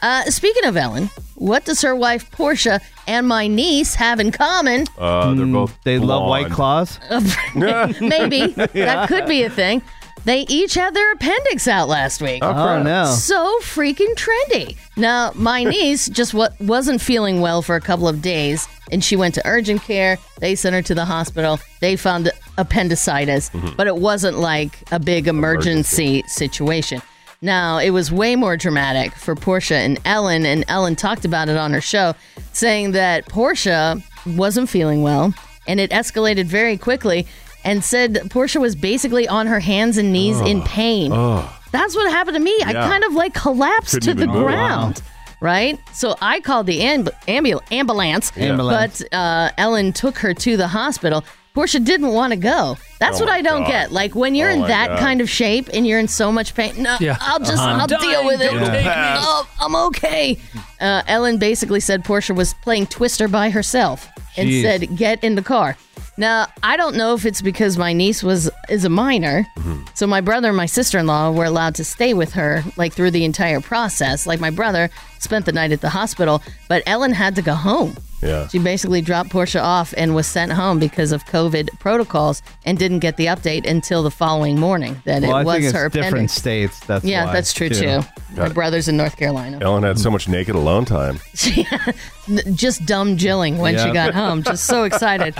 S3: Uh, speaking of Ellen, what does her wife Portia and my niece have in common?
S5: Uh, they're both.
S4: Mm, They love White Claws.
S3: [laughs]
S4: [laughs]
S5: [laughs]
S3: Maybe
S4: Yeah.
S3: that could be a thing. They each had their appendix out last week.
S4: Oh, crap. Oh, no.
S3: So freaking trendy. Now, my niece just wa wasn't feeling well for a couple of days, and she went to urgent care. They sent her to the hospital. They found appendicitis,
S14: Mhm.
S3: but it wasn't like a big emergency, situation. Now, it was way more dramatic for Portia and Ellen, and Ellen talked about it on her show, saying that Portia wasn't feeling well, and it escalated very quickly, and said Portia was basically on her hands and knees in pain.
S5: Ugh.
S3: That's what happened to me. I
S5: Yeah.
S3: kind of like collapsed
S5: Couldn't
S3: to the
S5: even move.
S3: ground. Right? So I called the amb- ambul- ambulance,
S5: Yeah. Ambulance.
S3: but uh, Ellen took her to the hospital. Portia didn't want to go. That's
S14: Oh
S3: what
S14: my
S3: I don't
S14: God.
S3: get. Like when you're
S14: Oh
S3: in
S14: my
S3: that
S14: God.
S3: kind of shape and you're in so much pain. No,
S14: Yeah.
S3: I'll just
S14: Uh-huh.
S3: I'll
S14: I'm
S3: deal
S14: dying.
S3: with it.
S14: Don't take me.
S3: Oh, I'm okay. Uh, Ellen basically said Portia was playing Twister by herself and
S14: Jeez.
S3: said get in the car. Now, I don't know if it's because my niece was is a minor, so my brother and my sister-in-law were allowed to stay with her like through the entire process. Like my brother spent the night at the hospital, but Ellen had to go home.
S5: Yeah.
S3: She basically dropped Portia off and was sent home because of COVID protocols and didn't get the update until the following morning that
S4: well,
S3: it was
S4: I think it's
S3: her
S4: different
S3: appendix.
S4: states. That's
S3: yeah,
S4: why,
S3: that's true too. My
S5: Got it.
S3: brother's in North Carolina.
S5: Ellen had so much naked alone time.
S3: N- just dumb jilling when she
S5: Yeah.
S3: got home. Just so
S4: [laughs]
S3: excited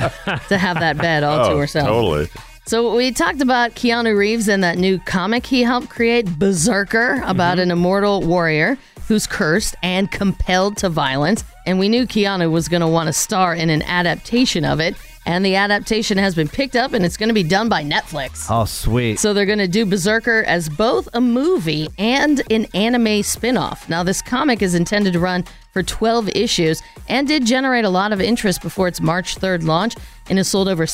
S3: to have that bed all to
S5: Oh,
S3: herself.
S5: Totally.
S3: So we talked about Keanu Reeves and that new comic he helped create, Berserker, about an immortal warrior who's cursed and compelled to violence. And we knew Keanu was going to want to star in an adaptation of it. And the adaptation has been picked up and it's going to be done by Netflix.
S4: Oh, sweet.
S3: So they're going to do Berserker as both a movie and an anime spin-off. Now this comic is intended to run for 12 issues and did generate a lot of interest before its March 3rd launch and has sold over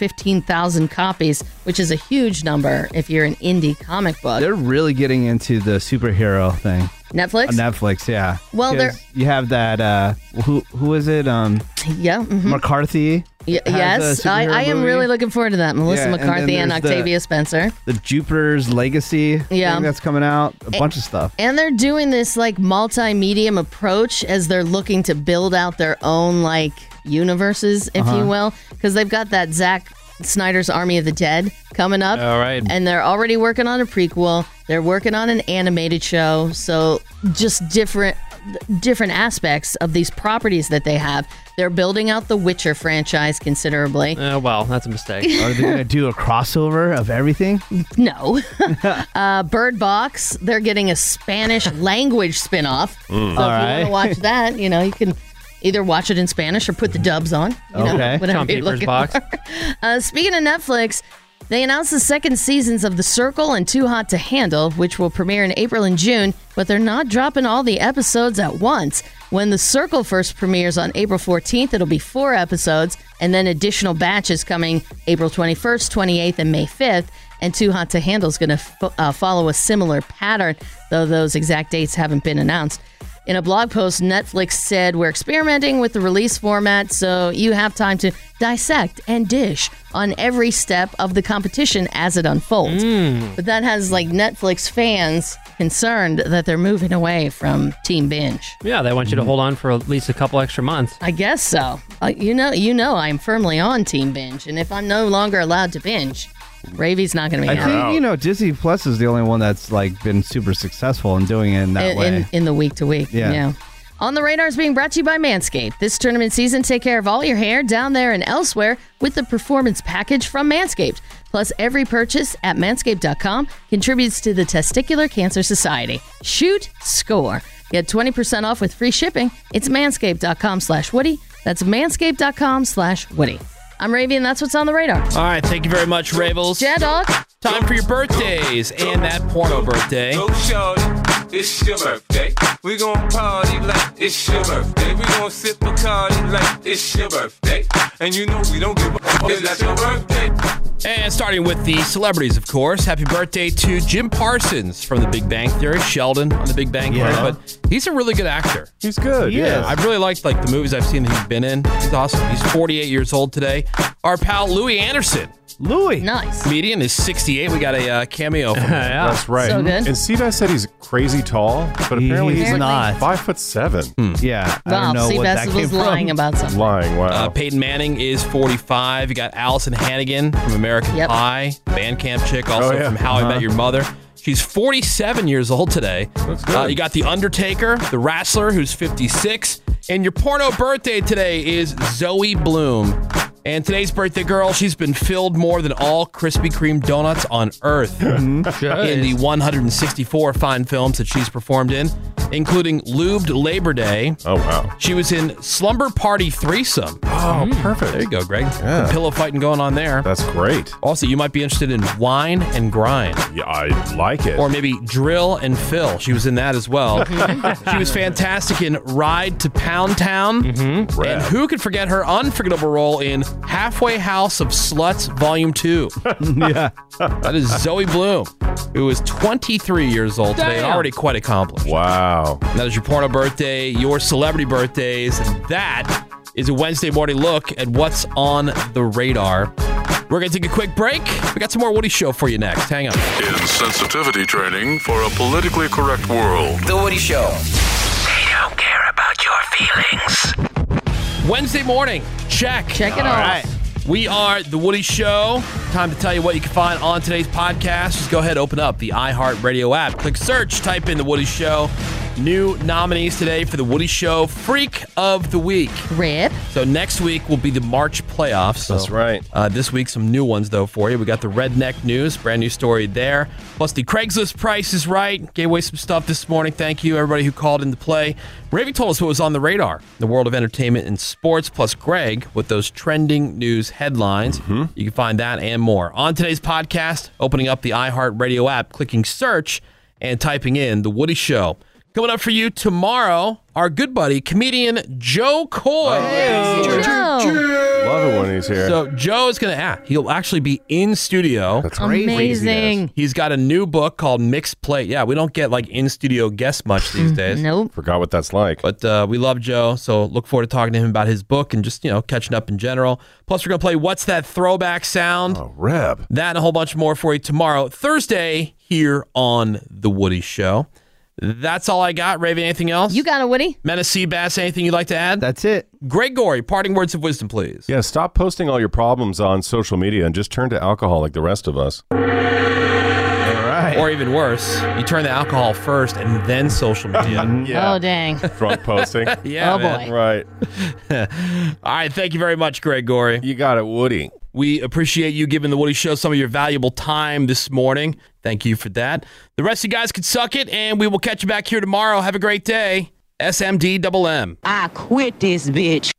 S3: 615,000 copies, which is a huge number if you're an indie comic book.
S4: They're really getting into the superhero thing.
S3: Netflix?
S4: Uh, Netflix, yeah.
S3: Well, they're-
S4: 'Cause you have that. Uh, who who is it? Um,
S3: yeah, mhm.
S4: McCarthy.
S3: Y-
S4: has a
S3: yes, I,
S4: superhero
S3: I am
S4: movie.
S3: really looking forward to that. Melissa
S4: Yeah, and then
S3: McCarthy and,
S4: there's the-
S3: Octavia Spencer.
S4: The Jupiter's Legacy.
S3: Yeah.
S4: thing that's coming out. A
S3: Eh,
S4: bunch of stuff.
S3: And they're doing this like multi-medium approach as they're looking to build out their own like universes, if
S14: Uh-huh.
S3: you will, because they've got that Zack Snyder's Army of the Dead coming up.
S14: All right.
S3: And they're already working on a prequel. They're working on an animated show. So just different th- different aspects of these properties that they have. They're building out the Witcher franchise considerably.
S10: Uh, well, that's a mistake.
S4: [laughs] Are they going to do a crossover of everything?
S3: No. [laughs] uh, Bird Box, they're getting a Spanish language spinoff.
S4: Mm.
S3: So if
S4: All right.
S3: you want to watch that, you know, you can either watch it in Spanish or put the dubs on. You Know,
S4: Okay.
S3: whatever
S4: Tom
S3: you're
S4: Peepers
S3: looking [laughs]
S4: Box.
S3: for. Uh, speaking of Netflix, they announced the second seasons of The Circle and Too Hot to Handle, which will premiere in April and June, but they're not dropping all the episodes at once. When The Circle first premieres on April 14th, it'll be four episodes, and then additional batches coming April 21st, 28th, and May 5th. And Too Hot to Handle is going to f- uh, follow a similar pattern, though those exact dates haven't been announced. In a blog post, Netflix said, We're experimenting with the release format, so you have time to dissect and dish on every step of the competition as it unfolds.
S4: Hmm.
S3: But that has like Netflix fans concerned that they're moving away from Team Binge.
S10: Yeah, they want you to hold on for at least a couple extra months.
S3: I guess so. Uh, you know, you know, I'm firmly on Team Binge, and if I'm no longer allowed to binge, Ravi's not going to be
S4: I
S3: happy.
S4: think you know Disney Plus is the only one that's like been super successful in doing it in that
S3: in,
S4: way.
S3: in, in the week to week.
S4: Yeah.
S3: On the radar is being brought to you by Manscaped. This tournament season, take care of all your hair down there and elsewhere with the performance package from Manscaped. Plus, every purchase at manscaped.com contributes to the Testicular Cancer Society. Shoot, score. Get 20% off with free shipping. It's manscaped.com slash Woody. That's manscaped.com slash Woody. I'm Ravi, and that's what's on the radar.
S2: All right, thank you very much, Ravels.
S3: Yeah, dog.
S2: Time for your birthdays and that porno birthday.
S14: shorty, it's your birthday. We gon' party like it's your birthday. We gon' sip a card like it's your birthday. And you know we don't give a fuck. It's not your birthday.
S2: And starting with the celebrities, of course. Happy birthday to Jim Parsons from The Big Bang Theory, Sheldon on The Big Bang Theory.
S5: Yeah.
S2: But he's a really good actor.
S5: He's good.
S2: He
S5: yeah.
S2: is. I've really liked like the movies I've seen that he's been in. He's awesome. He's 48 years old today. Our pal Louis Anderson,
S4: Louis,
S3: nice
S2: comedian, is 68. We got a uh,
S5: [laughs]
S2: cameo. From him.
S5: That's right. And Sida said he's crazy tall, but apparently
S2: He's
S5: he's
S2: Apparently. not.
S5: Five foot seven.
S4: Yeah.
S3: Wow, Seabass was lying about something.
S5: Lying. Wow.
S2: Uh, Peyton Manning is 45. You got Allison Hannigan from American
S3: Yep.
S2: Pie, Bandcamp chick, also
S5: Oh, yeah.
S2: from How I
S5: Uh-huh.
S2: Met Your Mother. She's 47 years old today. That's
S5: good.
S2: you got The Undertaker, The Wrestler, who's 56. And your porno birthday today is Zoe Bloom. And today's birthday girl, she's been filled more than all Krispy Kreme donuts on earth in the 164 fine films that she's performed in, including Lubed Labor Day.
S5: Oh, wow.
S2: She was in Slumber Party Threesome.
S5: Oh, perfect.
S2: There you go, Greg. Some Pillow fighting going on there.
S5: That's great.
S2: Also, you might be interested in Wine and Grind.
S5: Yeah, I like it.
S2: Or maybe Drill and Fill. She was in that as well.
S5: [laughs]
S2: she was fantastic in Ride to Pound Town. Mm-hmm. And who could forget her unforgettable role in Halfway House of Sluts
S5: [laughs]
S2: Volume 2?
S4: yeah.
S2: That is Zoe Bloom, who is 23 years old today and
S4: Damn.
S2: already quite accomplished.
S5: Wow.
S2: That is your porno birthday, your celebrity birthdays. and That is a Wednesday morning look at what's on the radar. We're going to take a quick break. We got some more Woody Show for you next. Hang on.
S15: In sensitivity training for a politically correct world. The Woody Show.
S2: Wednesday morning. Check. Check
S3: it All off. right.
S2: We are The Woody Show. Time to tell you what you can find on today's podcast. Just go ahead, open up the iHeartRadio app. Click search, type in The Woody Show. New nominees today for The Woody Show Freak of the Week.
S3: Rip.
S2: So next week will be the March playoffs. That's right. Uh, this week, some new ones, though, for you. We got the Redneck News, brand new story there. Plus, the Craigslist price is right. Gave away some stuff this morning. Thank you, everybody who called into play. Ravi told us what was on the radar the world of entertainment and sports, plus Greg with those trending news headlines. You can find that and more on today's podcast, opening up the iHeartRadio app, clicking search, and typing in The Woody Show. Coming up for you tomorrow, our good buddy, comedian Joe Coy.
S5: Love it when he's here.
S2: So Joe is going to act. He'll actually be in studio. That's
S3: crazy. Amazing.
S2: He's got a new book called Mixed Plate. Yeah, we don't get like in studio guests
S3: [laughs]
S2: much these days.
S3: Nope.
S5: Forgot what that's like.
S2: But uh, we love Joe, so look forward to talking to him about his book and just you know catching up in general. Plus, we're gonna play "What's That Throwback Sound?" Oh,
S5: rip!
S2: That and a whole bunch more for you tomorrow, Thursday, here on the Woody Show. That's all I got. Raven, anything else? You
S3: got it, Woody.
S2: Menace Bass, anything you'd like to add?
S4: That's it.
S2: Gregory, parting words of wisdom, please.
S5: Yeah, stop posting all your problems on social media and just turn to alcohol like the rest of us. All
S4: right.
S2: Or even worse, you turn the alcohol first and then
S5: [laughs]
S2: social media.
S3: Oh dang.
S5: Drunk posting.
S2: [laughs] yeah.
S3: Oh,
S2: man.
S3: boy.
S2: Right. [laughs] All right. Thank you very much, Greg Gory.
S5: You got it, Woody.
S2: We appreciate you giving the Woody Show some of your valuable time this morning. Thank you for that. The rest of you guys can suck it, and we will catch you back here tomorrow. Have a great day. SMD double M.
S16: I quit this bitch.